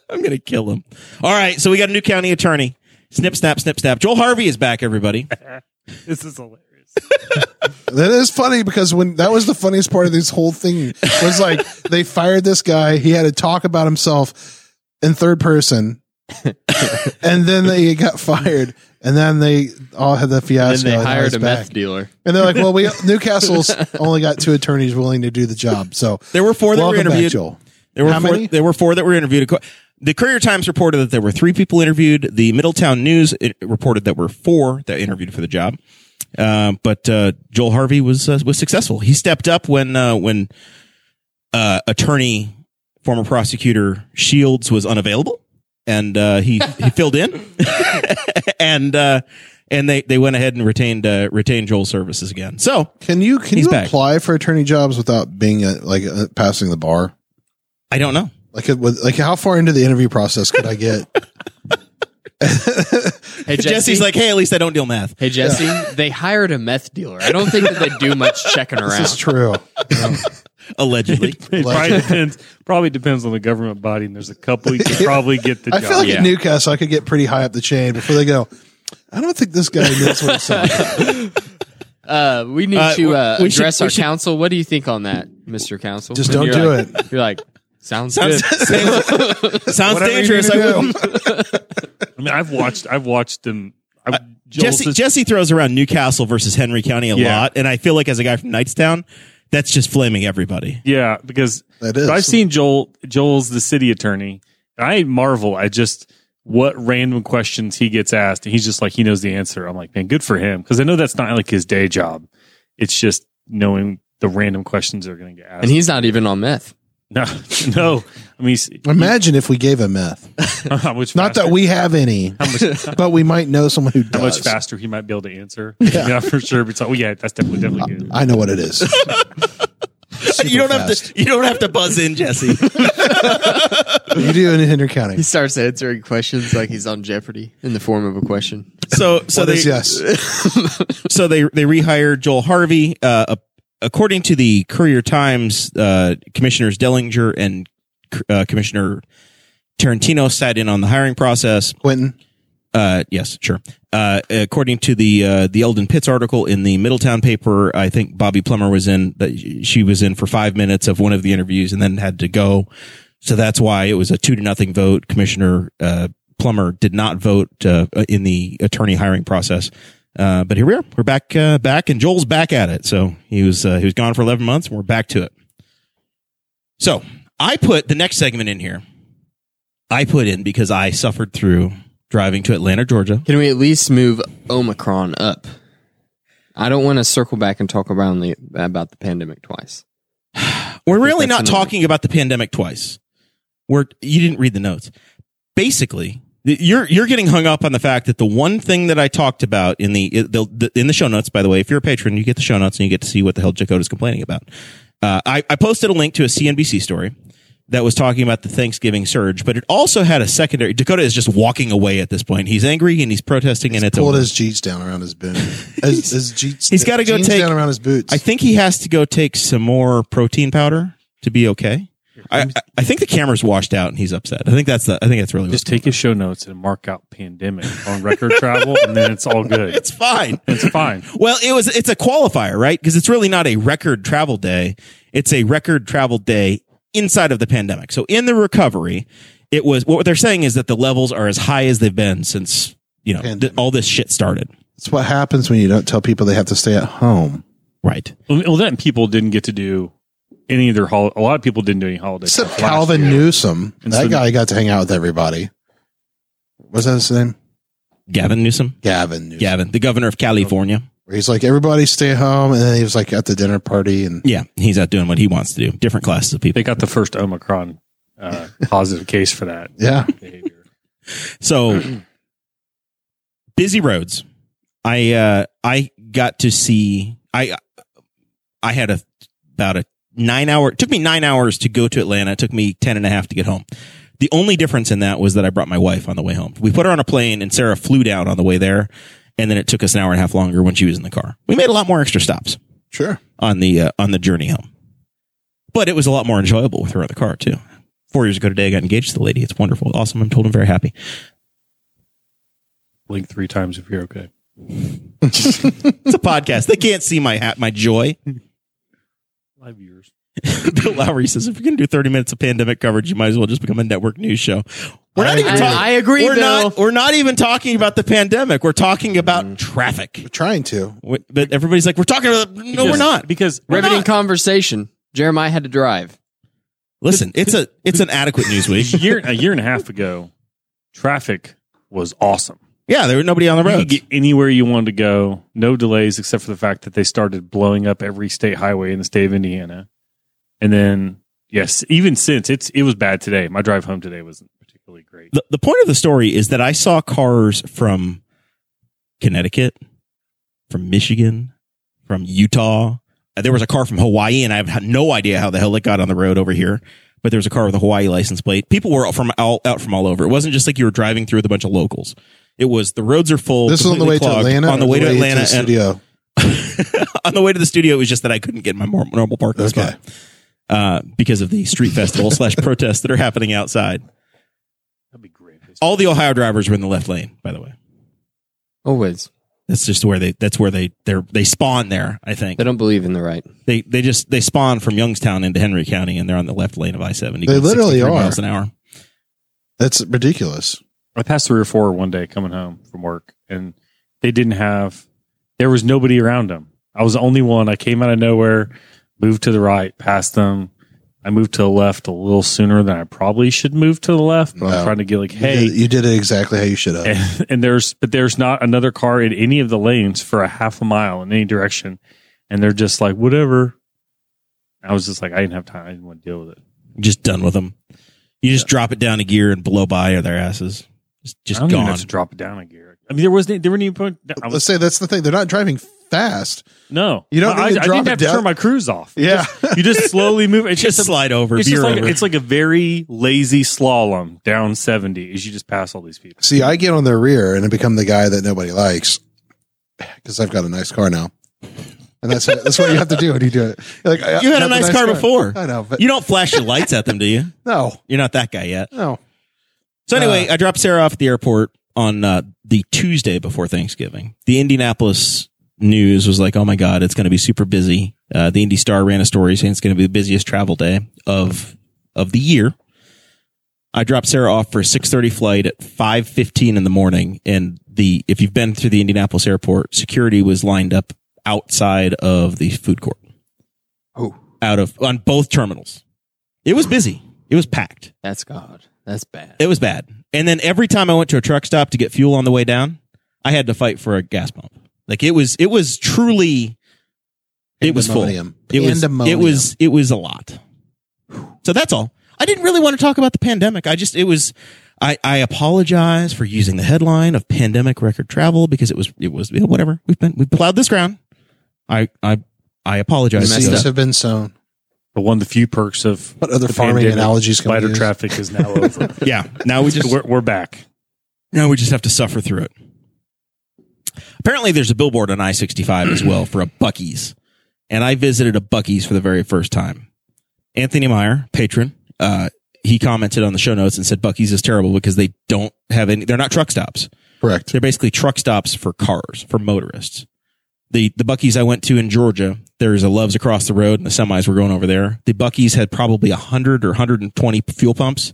[SPEAKER 2] I'm gonna kill him. All right, so we got a new county attorney. Snip, snap, snip, snap. Joel Harvey is back, everybody.
[SPEAKER 4] This is hilarious.
[SPEAKER 1] That is funny because when that was the funniest part of this whole thing was like they fired this guy. He had to talk about himself in third
[SPEAKER 3] *laughs*
[SPEAKER 1] person, and then they got fired, and then they all had the
[SPEAKER 3] and
[SPEAKER 1] fiasco.
[SPEAKER 3] they
[SPEAKER 1] now
[SPEAKER 3] hired
[SPEAKER 1] he's
[SPEAKER 3] a
[SPEAKER 1] back.
[SPEAKER 3] meth dealer.
[SPEAKER 2] *laughs*
[SPEAKER 1] and they're like, "Well,
[SPEAKER 3] *laughs*
[SPEAKER 1] we Newcastle's only got two attorneys willing to do the job." So
[SPEAKER 2] There were four that were
[SPEAKER 1] welcome back,
[SPEAKER 2] interviewed.
[SPEAKER 1] Joel.
[SPEAKER 2] There were
[SPEAKER 1] How
[SPEAKER 2] four,
[SPEAKER 1] many?
[SPEAKER 2] there were four that were interviewed. Acco- The Courier Times reported that there were three people interviewed. The Middletown News it reported that were four that interviewed for the job. Um, but uh, Joel Harvey was uh, was successful. He stepped up when uh, when uh, attorney former prosecutor Shields was unavailable, and uh, he
[SPEAKER 1] *laughs*
[SPEAKER 2] he filled in, *laughs* and uh, and they they went ahead and retained uh, retained Joel's services again. So
[SPEAKER 1] Can you can
[SPEAKER 2] He's
[SPEAKER 1] you
[SPEAKER 2] back.
[SPEAKER 1] apply for attorney jobs without being uh like uh, passing the bar?
[SPEAKER 2] I don't know.
[SPEAKER 1] Like, it was- like how far into the interview process could I get?
[SPEAKER 3] Hey Jesse,
[SPEAKER 2] Jesse's like, hey, at least I don't deal math.
[SPEAKER 3] hey Jesse, they hired a meth dealer. I don't think that they do much checking around.
[SPEAKER 1] It's *laughs* true. *laughs*
[SPEAKER 2] Allegedly,
[SPEAKER 4] *laughs* It probably depends, probably depends on the government body, and there's a couple you
[SPEAKER 1] *laughs*
[SPEAKER 4] can probably get the
[SPEAKER 1] I
[SPEAKER 4] job.
[SPEAKER 1] feel like
[SPEAKER 3] Yeah.
[SPEAKER 1] at Newcastle, I could get pretty high up the chain before they go. I don't think this guy knows what he's saying.
[SPEAKER 3] Uh, we need
[SPEAKER 2] Uh,
[SPEAKER 3] to uh,
[SPEAKER 2] we should-
[SPEAKER 3] address
[SPEAKER 2] we
[SPEAKER 3] our
[SPEAKER 2] should-
[SPEAKER 3] counsel. What do you think on that, Mister Counsel?
[SPEAKER 1] Just don't
[SPEAKER 3] You're
[SPEAKER 1] do
[SPEAKER 3] like-
[SPEAKER 1] it.
[SPEAKER 3] You're like, sounds,
[SPEAKER 2] sounds,
[SPEAKER 3] good. *laughs*
[SPEAKER 2] *laughs* sounds, sounds
[SPEAKER 1] Whatever you
[SPEAKER 2] dangerous.
[SPEAKER 1] need
[SPEAKER 2] I
[SPEAKER 1] to
[SPEAKER 2] wouldn't-
[SPEAKER 4] I mean, I've watched, I've watched them. I, Joel
[SPEAKER 2] Jesse
[SPEAKER 4] says-
[SPEAKER 2] Jesse throws around Newcastle versus Henry County a
[SPEAKER 4] Yeah.
[SPEAKER 2] lot, and I feel like as a guy from Knightstown, that's just flaming everybody.
[SPEAKER 4] Yeah, because
[SPEAKER 1] That is.
[SPEAKER 4] I've seen Joel. Joel's the city attorney. I marvel at just what random questions he gets asked, and he's just like he knows the answer. I'm like, man, good for him because I know that's not like his day job. It's just knowing the random questions they're going to get asked.
[SPEAKER 3] And he's not even on meth.
[SPEAKER 4] no, *laughs* no.
[SPEAKER 1] *laughs*
[SPEAKER 4] I mean, he's-
[SPEAKER 1] Imagine if we gave him meth.
[SPEAKER 4] how much
[SPEAKER 1] Not
[SPEAKER 4] faster,
[SPEAKER 1] that we have any, but we might know someone who
[SPEAKER 4] how much
[SPEAKER 1] does.
[SPEAKER 4] faster he might be able to answer. Yeah, for sure. But it's like, well, yeah, that's definitely definitely good.
[SPEAKER 1] I know what it is.
[SPEAKER 2] you don't have to. You don't have to buzz in, Jesse.
[SPEAKER 1] You do in Henry County.
[SPEAKER 3] He starts answering questions like he's on Jeopardy in the form of a question.
[SPEAKER 2] So so
[SPEAKER 1] What
[SPEAKER 2] they
[SPEAKER 1] is yes.
[SPEAKER 2] so they they rehired Joel Harvey. Uh, a- according to the Courier Times, uh, commissioners Dellinger and uh, Commissioner Tarantino sat in on the hiring process.
[SPEAKER 1] Quentin.
[SPEAKER 2] Uh, yes, sure. Uh, according to the uh, the Eldon Pitts article in the Middletown paper, I think Bobby Plummer was in. That she was in for five minutes of one of the interviews and then had to go. So that's why it was a two to nothing vote. Commissioner uh, Plummer did not vote uh, in the attorney hiring process. Uh, but here we are. We're back, uh, back, and Joel's back at it. So he was uh, he was gone for eleven months, and we're back to it. So I put the next segment in here. I put in because I suffered through driving to Atlanta, Georgia.
[SPEAKER 3] Can we at least move Omicron up? I don't want to circle back and talk around the, about the pandemic twice.
[SPEAKER 2] We're really
[SPEAKER 3] that's
[SPEAKER 2] not
[SPEAKER 3] another-
[SPEAKER 2] talking about the pandemic twice. We're you didn't read the notes. Basically, th- you're you're getting hung up on the fact that the one thing that I talked about in the, the, the in the show notes. By the way, if you're a patron, you get the show notes and you get to see what the hell Jacob is complaining about. Uh, I, I posted a link to a CNBC story that was talking about the Thanksgiving surge, but it also had a secondary. Dakota is just walking away at this point. He's angry and he's protesting, and it's
[SPEAKER 1] Pulled
[SPEAKER 2] over.
[SPEAKER 1] his jeets down around his boot. His,
[SPEAKER 2] *laughs*
[SPEAKER 1] his jeets.
[SPEAKER 2] he's gotta go
[SPEAKER 1] jeans
[SPEAKER 2] take-
[SPEAKER 1] down around his boots.
[SPEAKER 2] I think he has to go take some more protein powder to be okay. I, I- I think the camera's washed out and he's upset. I think that's the. I think that's really
[SPEAKER 4] Just take his show notes and mark out pandemic on record travel, and then it's all good.
[SPEAKER 2] *laughs* it's fine.
[SPEAKER 4] It's fine.
[SPEAKER 2] Well, it was. It's a qualifier, right? Because it's really not a record travel day. It's a record travel day inside of the pandemic. So in the recovery, it was what they're saying is that the levels are as high as they've been since you know th-
[SPEAKER 1] Pandemic.
[SPEAKER 2] all this shit started.
[SPEAKER 1] It's what happens when you don't tell people they have to stay at home.
[SPEAKER 2] Right.
[SPEAKER 4] Well, then people didn't get to do any of their hol- A lot of people didn't do any holidays.
[SPEAKER 1] Except Calvin Newsom.
[SPEAKER 4] And
[SPEAKER 1] that
[SPEAKER 4] so-
[SPEAKER 1] guy got to hang out with everybody. What's that his name?
[SPEAKER 2] Gavin Newsom.
[SPEAKER 1] Gavin Newsom.
[SPEAKER 2] Gavin, the governor of California.
[SPEAKER 1] Where he's like, everybody stay home. And then he was like at the dinner party
[SPEAKER 2] *laughs*
[SPEAKER 1] and
[SPEAKER 2] Yeah, he's out doing what he wants to do. Different classes of people.
[SPEAKER 4] They got the first Omicron uh, positive case for that
[SPEAKER 1] yeah.
[SPEAKER 4] behavior.
[SPEAKER 2] So busy roads. I uh I got to see I I had a about a 9 hour it took me 9 hours to go to Atlanta. It took me 10 and a half to get home. The only difference in that was that I brought my wife on the way home. We put her on a plane and Sarah flew down on the way there and then it took us an hour and a half longer when she was in the car. We made a lot more extra stops
[SPEAKER 1] Sure.
[SPEAKER 2] on the uh, on the journey home. But it was a lot more enjoyable with her in the car too. Four years ago today, I got engaged to the lady. It's wonderful, awesome. I'm told I'm very happy.
[SPEAKER 4] Blink three times if you're okay.
[SPEAKER 2] It's a podcast. They can't see my hat, my joy. *laughs*
[SPEAKER 4] Five years.
[SPEAKER 2] Bill Lowry says, if you're going to do 30 minutes of pandemic coverage, you might as well just become a network news show. We're not
[SPEAKER 1] I
[SPEAKER 2] even
[SPEAKER 3] agree.
[SPEAKER 2] talking.
[SPEAKER 3] I agree,
[SPEAKER 2] We're
[SPEAKER 3] Bill. Mm.
[SPEAKER 2] not. We're not even talking about the pandemic. We're talking about traffic.
[SPEAKER 1] Trying to.
[SPEAKER 2] Wh- But everybody's like, we're talking about. No, we're not.
[SPEAKER 4] Because
[SPEAKER 3] Riveting conversation. Jeremiah had to drive.
[SPEAKER 2] Listen, it's a it's an adequate news
[SPEAKER 3] *laughs*
[SPEAKER 2] week.
[SPEAKER 4] a year a year and a half ago, traffic was awesome.
[SPEAKER 2] Yeah, there was nobody on the
[SPEAKER 4] You
[SPEAKER 2] road.
[SPEAKER 4] could get anywhere you wanted to go, no delays except for the fact that they started blowing up every state highway in the state of Indiana. And then, yes, even since it's it was bad today. My drive home today wasn't particularly great.
[SPEAKER 2] the, the point of the story is that I saw cars from Connecticut, from Michigan, from Utah. Uh, There was a car from Hawaii, and I have had no idea how the hell it got on the road over here. But there was a car with a Hawaii license plate. People were out from all, out from all over. It wasn't just like you were driving through with a bunch of locals. It was the roads are full.
[SPEAKER 1] This was on the way
[SPEAKER 2] completely
[SPEAKER 1] to
[SPEAKER 2] clogged.
[SPEAKER 1] Atlanta.
[SPEAKER 2] On the
[SPEAKER 1] or
[SPEAKER 2] way to Atlanta,
[SPEAKER 1] the
[SPEAKER 2] and-
[SPEAKER 1] studio.
[SPEAKER 2] *laughs* on the way to the studio, it was just that I couldn't get in my mor- normal parking
[SPEAKER 1] Okay.
[SPEAKER 2] spot uh, because of the
[SPEAKER 1] *laughs*
[SPEAKER 2] street festival slash protests that are happening outside.
[SPEAKER 4] That'd be great.
[SPEAKER 2] All the Ohio drivers were in the left lane, by the way.
[SPEAKER 3] Always.
[SPEAKER 2] That's just where they. That's where they. They're they spawn there. I think
[SPEAKER 3] They don't believe in the right.
[SPEAKER 2] they they just they spawn from Youngstown into Henry County, and they're on the left lane of I seventy.
[SPEAKER 1] They literally are.
[SPEAKER 2] miles an hour.
[SPEAKER 1] That's ridiculous.
[SPEAKER 4] I passed three or four one day coming home from work, and they didn't have. There was nobody around them. I was the only one. I came out of nowhere, moved to the right, passed them. I moved to the left a little sooner than I probably should move to the left. But
[SPEAKER 1] No.
[SPEAKER 4] I'm trying to get like,
[SPEAKER 1] You
[SPEAKER 4] hey,
[SPEAKER 1] did, you did it exactly how you should have.
[SPEAKER 4] and, *laughs* and there's but there's not another car in any of the lanes for a half a mile in any direction, and they're just like whatever. I was just like, I didn't have time. I didn't want to deal with it.
[SPEAKER 2] Just done with them. You just drop it down a gear and blow by their asses. Just,
[SPEAKER 4] I
[SPEAKER 2] just
[SPEAKER 4] don't even
[SPEAKER 2] gone.
[SPEAKER 4] have to drop it down a gear. I mean, there wasn't there weren't any point. I was
[SPEAKER 1] Let's say that's the thing. They're not driving fast.
[SPEAKER 4] No,
[SPEAKER 1] You don't
[SPEAKER 4] I,
[SPEAKER 1] need to
[SPEAKER 4] I
[SPEAKER 1] drop
[SPEAKER 4] didn't
[SPEAKER 1] it
[SPEAKER 4] have to
[SPEAKER 1] down.
[SPEAKER 4] turn my cruise off.
[SPEAKER 1] Yeah.
[SPEAKER 4] you just slowly move.
[SPEAKER 2] *laughs*
[SPEAKER 4] It's
[SPEAKER 2] Just
[SPEAKER 4] just, a,
[SPEAKER 2] slide over.
[SPEAKER 4] it's
[SPEAKER 2] veer
[SPEAKER 4] just like
[SPEAKER 2] over.
[SPEAKER 4] it's like a very lazy slalom down seventy. Is you just pass all these people.
[SPEAKER 1] See, I get on their rear and I become the guy that nobody likes because I've got a nice car now. And that's that's what you have to do when you do it. You're like, I-
[SPEAKER 2] You had
[SPEAKER 1] I
[SPEAKER 2] a
[SPEAKER 1] got the
[SPEAKER 2] nice car before.
[SPEAKER 1] I know, but
[SPEAKER 2] you don't flash your lights at them, do you?
[SPEAKER 1] no,
[SPEAKER 2] You're not that guy yet.
[SPEAKER 1] no.
[SPEAKER 2] So anyway, I dropped Sarah off at the airport on uh, the Tuesday before Thanksgiving. The Indianapolis news was like, "Oh my God, it's going to be super busy." Uh, the Indy Star ran a story saying it's going to be the busiest travel day of of the year. I dropped Sarah off for a six thirty flight at five fifteen in the morning, and the if you've been through the Indianapolis airport, security was lined up outside of the food court.
[SPEAKER 1] Oh.
[SPEAKER 2] out of on both terminals, it was busy. It was packed.
[SPEAKER 3] That's God. That's bad.
[SPEAKER 2] It was bad. And then every time I went to a truck stop to get fuel on the way down, I had to fight for a gas pump. Like it was, it was truly, it was full. It
[SPEAKER 1] Pandemonium.
[SPEAKER 2] was, it
[SPEAKER 1] Pandemonium.
[SPEAKER 2] was, it was a lot. So that's all. I didn't really want to talk about the pandemic. I just, it was, I, I apologize for using the headline of pandemic record travel because it was, it was, yeah, whatever. We've been, we plowed this ground. I, I, I
[SPEAKER 1] The
[SPEAKER 2] apologize. for
[SPEAKER 1] seeds
[SPEAKER 2] that.
[SPEAKER 1] have been sown.
[SPEAKER 4] But one of the few perks of
[SPEAKER 1] What other
[SPEAKER 4] the
[SPEAKER 1] farming
[SPEAKER 4] pandemic,
[SPEAKER 1] analogies can we
[SPEAKER 4] Spider
[SPEAKER 1] use?
[SPEAKER 4] traffic is now
[SPEAKER 1] *laughs*
[SPEAKER 4] over.
[SPEAKER 2] Yeah. Now we just,
[SPEAKER 4] we're, we're back.
[SPEAKER 2] No, we just have to suffer through it. Apparently, there's a billboard on I 65 as well for a Bucky's. And I visited a Bucky's for the very first time. Anthony Meyer, patron, uh, he commented on the show notes and said Bucky's is terrible because they don't have any, they're not truck stops.
[SPEAKER 1] Correct.
[SPEAKER 2] They're basically truck stops for cars, for motorists. The the Bucky's I went to in Georgia, there's a Love's across the road and the semis were going over there. The Bucky's had probably 100 or 120 fuel pumps.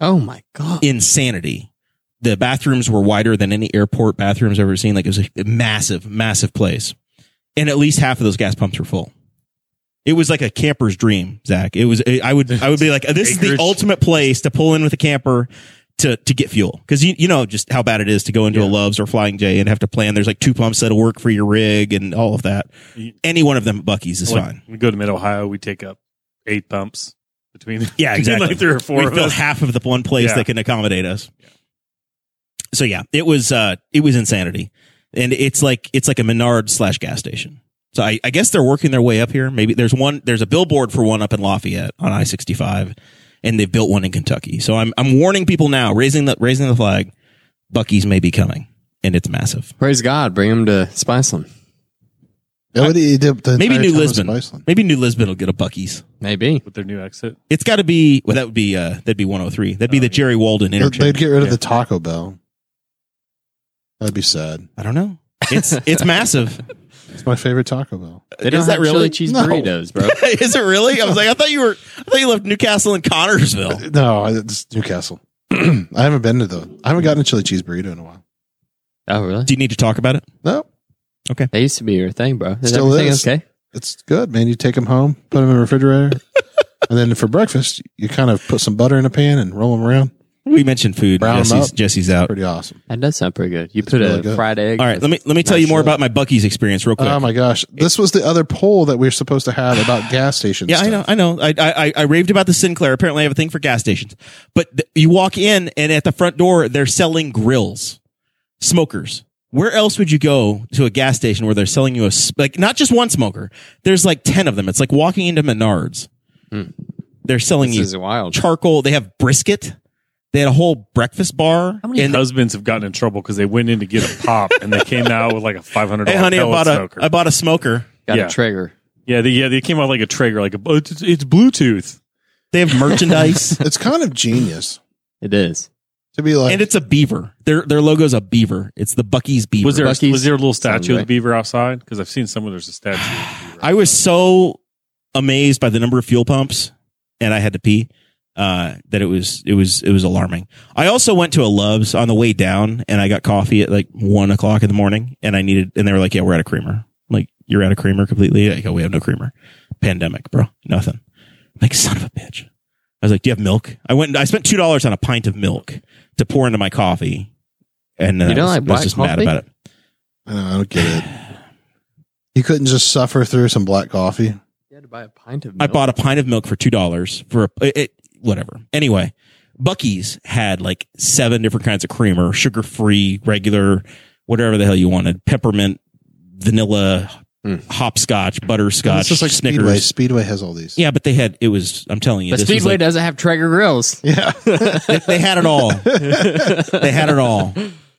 [SPEAKER 3] Oh my
[SPEAKER 2] *gasps*
[SPEAKER 3] god.
[SPEAKER 2] insanity. The bathrooms were wider than any airport bathrooms I've ever seen. Like it was a massive, massive place. And at least half of those gas pumps were full. It was like a camper's dream, Zach. It was, I would, I would be like, this is the
[SPEAKER 4] Acres.
[SPEAKER 2] ultimate place to pull in with a camper to, to get fuel. Cause you, you know, just how bad it is to go into a Loves or Flying J and have to plan. There's like two pumps that'll work for your rig and all of that. Any one of them at Bucky's is
[SPEAKER 4] Like,
[SPEAKER 2] fine.
[SPEAKER 4] We go to Mid Ohio. We take up eight pumps between *laughs*
[SPEAKER 2] Yeah,
[SPEAKER 4] between,
[SPEAKER 2] exactly.
[SPEAKER 4] like three or four
[SPEAKER 2] we
[SPEAKER 4] of
[SPEAKER 2] fill
[SPEAKER 4] us.
[SPEAKER 2] half of the one place
[SPEAKER 4] Yeah.
[SPEAKER 2] that can accommodate us. So yeah, it was uh, it was insanity, and it's like it's like a Menard slash gas station. So I, I guess they're working their way up here. Maybe there's one there's a billboard for one up in Lafayette on I sixty five, and they've built one in Kentucky. So I'm I'm warning people now, raising the raising the flag. Bucky's may be coming, and it's massive.
[SPEAKER 3] Praise God. Bring him to Spiceland.
[SPEAKER 1] That would eat up the
[SPEAKER 2] Maybe
[SPEAKER 1] entire
[SPEAKER 2] New
[SPEAKER 1] town of
[SPEAKER 2] Lisbon.
[SPEAKER 1] Spiceland.
[SPEAKER 2] Maybe New Lisbon will get a Bucky's.
[SPEAKER 3] Maybe.
[SPEAKER 4] with their new exit.
[SPEAKER 2] It's got to be well. That would be uh, that'd be one hundred three. That'd be the Jerry Walden
[SPEAKER 1] Uh, They'd-
[SPEAKER 2] interchange.
[SPEAKER 1] They'd get rid of
[SPEAKER 4] Yeah.
[SPEAKER 1] the Taco Bell. That'd be sad.
[SPEAKER 2] I don't know. It's it's massive.
[SPEAKER 1] It's my favorite Taco Bell.
[SPEAKER 3] They
[SPEAKER 2] Is
[SPEAKER 3] don't
[SPEAKER 2] that
[SPEAKER 3] have
[SPEAKER 2] really-
[SPEAKER 3] chili cheese
[SPEAKER 1] No.
[SPEAKER 3] burritos,
[SPEAKER 2] *laughs*
[SPEAKER 3] bro.
[SPEAKER 2] Is it really? I was like, I thought you were. I thought you left Newcastle and Connorsville.
[SPEAKER 1] No, it's Newcastle. *clears throat* I haven't been to the. I haven't gotten a chili cheese burrito in a while.
[SPEAKER 3] oh really?
[SPEAKER 2] Do you need to talk about it?
[SPEAKER 1] No,
[SPEAKER 3] That used to be your thing, bro. Is
[SPEAKER 1] Still
[SPEAKER 3] everything
[SPEAKER 1] is.
[SPEAKER 3] okay?
[SPEAKER 1] it's good, man. You take them home, put them in the
[SPEAKER 2] *laughs*
[SPEAKER 1] refrigerator, and then for breakfast, you kind of put some butter in a pan and roll them around.
[SPEAKER 2] We mentioned food.
[SPEAKER 1] Brown 'em
[SPEAKER 2] Jesse's,
[SPEAKER 1] up.
[SPEAKER 2] Jesse's out.
[SPEAKER 1] Pretty awesome.
[SPEAKER 3] That does sound pretty good. You put
[SPEAKER 1] really
[SPEAKER 3] a
[SPEAKER 1] good.
[SPEAKER 3] fried egg.
[SPEAKER 2] All right, let me let me tell you more about my Bucky's experience real quick.
[SPEAKER 1] Oh my gosh, this was the other poll that we were supposed to have
[SPEAKER 2] *laughs*
[SPEAKER 1] about gas stations.
[SPEAKER 2] yeah, I know, I know. I, I I- I raved about the Sinclair. Apparently, I have a thing for gas stations. But th- you walk in, and at the front door, they're selling grills, smokers. Where else would you go to a gas station where they're selling you a s- like not just one smoker? There's like ten of them. It's like walking into Menards.
[SPEAKER 1] Hmm.
[SPEAKER 2] They're selling
[SPEAKER 3] This
[SPEAKER 2] you
[SPEAKER 3] is wild.
[SPEAKER 2] charcoal. They have brisket. They had a whole breakfast bar.
[SPEAKER 4] How many
[SPEAKER 2] and
[SPEAKER 4] husbands have gotten in trouble because they went in to get a pop and they came out with like a five hundred
[SPEAKER 2] hey,
[SPEAKER 4] dollar
[SPEAKER 2] honey, I bought a
[SPEAKER 4] smoker?
[SPEAKER 2] I bought a smoker.
[SPEAKER 3] Got
[SPEAKER 4] Yeah.
[SPEAKER 3] a trigger.
[SPEAKER 4] yeah, they, yeah, they came out like a Traeger, like a, "Oh, it's, it's Bluetooth.
[SPEAKER 2] They have *laughs* merchandise,
[SPEAKER 1] *laughs* It's kind of genius
[SPEAKER 3] It is.
[SPEAKER 1] to be like.
[SPEAKER 2] and it's a beaver. Their their logo's a beaver. It's the Bucky's beaver.
[SPEAKER 4] Was there
[SPEAKER 3] Buc-ee's
[SPEAKER 4] was there a little
[SPEAKER 3] sounds
[SPEAKER 4] statue of the
[SPEAKER 3] right.
[SPEAKER 4] beaver outside? Because I've seen somewhere there's a statue. Of
[SPEAKER 3] *sighs*
[SPEAKER 4] the beaver
[SPEAKER 2] *sighs* I was so amazed by the number of fuel pumps, and I had to pee. Uh, that it was it was it was alarming. I also went to a Love's on the way down, and I got coffee at like one o'clock in the morning, and I needed, and they were like, "Yeah, we're out of creamer." I'm like, "You're out of creamer completely." Like, "Oh, we have no creamer. Pandemic, bro. Nothing." I'm like, son of a bitch. I was like, "Do you have milk?" I went. and I spent two dollars on a pint of milk to pour into my coffee, and uh,
[SPEAKER 3] You don't
[SPEAKER 2] I was,
[SPEAKER 3] like
[SPEAKER 2] I was
[SPEAKER 3] black
[SPEAKER 2] just mad
[SPEAKER 3] coffee?
[SPEAKER 2] about it.
[SPEAKER 1] I, know, I don't get it. You couldn't just suffer through some black coffee.
[SPEAKER 3] You had to buy a pint of.
[SPEAKER 2] I bought a pint of milk for two dollars for a, it, it- whatever. Anyway, Bucky's had like seven different kinds of creamer, sugar free, regular, whatever the hell you wanted, peppermint, vanilla,
[SPEAKER 3] Hmm.
[SPEAKER 2] hopscotch, butterscotch,
[SPEAKER 1] It's Mm. just like
[SPEAKER 2] Snickers.
[SPEAKER 1] Speedway. Speedway has all these.
[SPEAKER 2] Yeah, but they had it was. I'm telling you,
[SPEAKER 3] But
[SPEAKER 2] this was
[SPEAKER 3] Speedway
[SPEAKER 2] like-
[SPEAKER 3] doesn't have Traeger grills.
[SPEAKER 1] yeah.
[SPEAKER 2] they, they had it all. they had it all.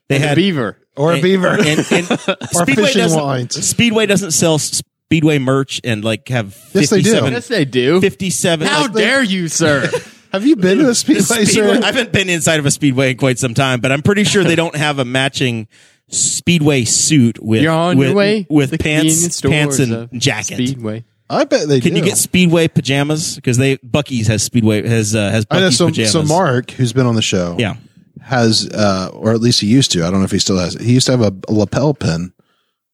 [SPEAKER 2] They
[SPEAKER 3] And a
[SPEAKER 2] had
[SPEAKER 3] beaver.
[SPEAKER 1] or a
[SPEAKER 2] and-
[SPEAKER 1] beaver, *laughs*
[SPEAKER 2] and, and
[SPEAKER 1] or
[SPEAKER 2] Speedway
[SPEAKER 1] fishing
[SPEAKER 2] doesn't.
[SPEAKER 1] lines.
[SPEAKER 2] Speedway doesn't sell Speedway merch and like have
[SPEAKER 1] Yes, they do.
[SPEAKER 2] 57
[SPEAKER 3] Yes, they do.
[SPEAKER 2] 57
[SPEAKER 3] How
[SPEAKER 2] like,
[SPEAKER 3] dare
[SPEAKER 2] *laughs*
[SPEAKER 3] you, sir?
[SPEAKER 1] Have you been to a
[SPEAKER 2] Speedway-
[SPEAKER 1] Speedway? sir?
[SPEAKER 2] I haven't been inside of a speedway in quite some time, but I'm pretty sure they don't have a matching speedway suit with
[SPEAKER 3] You're on
[SPEAKER 2] with,
[SPEAKER 3] your way
[SPEAKER 2] with
[SPEAKER 3] to convenience
[SPEAKER 2] pants,
[SPEAKER 3] stores
[SPEAKER 2] pants and
[SPEAKER 3] of
[SPEAKER 2] jacket.
[SPEAKER 3] Speedway.
[SPEAKER 1] I bet they
[SPEAKER 2] Can
[SPEAKER 1] do.
[SPEAKER 2] you get speedway pajamas? Because they Bucky's has speedway has uh, has
[SPEAKER 1] I
[SPEAKER 2] Bucky's
[SPEAKER 1] know. So,
[SPEAKER 2] pajamas.
[SPEAKER 1] so Mark, who's been on the show,
[SPEAKER 2] yeah,
[SPEAKER 1] has, uh, or at least he used to. I don't know if he still has it. He used to have a, a lapel pin,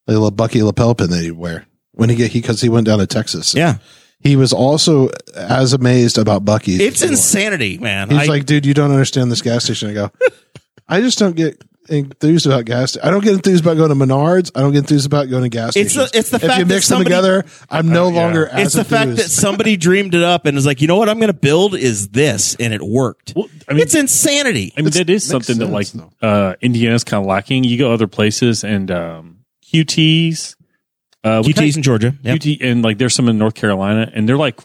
[SPEAKER 1] a little Bucky lapel pin that he'd wear when he get he because he went down to Texas.
[SPEAKER 2] yeah,
[SPEAKER 1] He was also as amazed about Bucky's.
[SPEAKER 2] it's
[SPEAKER 1] as before.
[SPEAKER 2] insanity, man.
[SPEAKER 1] He's
[SPEAKER 2] I-
[SPEAKER 1] like, dude, you don't understand this gas station. I go, I just don't get enthused about gas. sta- I don't get enthused about going to Menards. I don't get enthused about going to gas
[SPEAKER 2] It's
[SPEAKER 1] stations.
[SPEAKER 2] the- it's the
[SPEAKER 1] if
[SPEAKER 2] fact
[SPEAKER 1] you
[SPEAKER 2] that
[SPEAKER 1] mix
[SPEAKER 2] somebody- Uh,
[SPEAKER 1] them together, I'm no longer. As
[SPEAKER 2] it's the fact that
[SPEAKER 1] enthused.
[SPEAKER 2] somebody dreamed it up and is like, you know what, I'm going to build is this, and it worked.
[SPEAKER 4] Well, I mean-
[SPEAKER 2] it's insanity.
[SPEAKER 4] I mean,
[SPEAKER 1] It's-
[SPEAKER 4] that is
[SPEAKER 1] makes
[SPEAKER 4] something that like
[SPEAKER 1] sense,
[SPEAKER 4] uh, Indiana's kind of lacking. You go other places and um, QTs, uh, we
[SPEAKER 2] QT's in Georgia. Yep.
[SPEAKER 4] UT and like there's some in North Carolina, and they're like,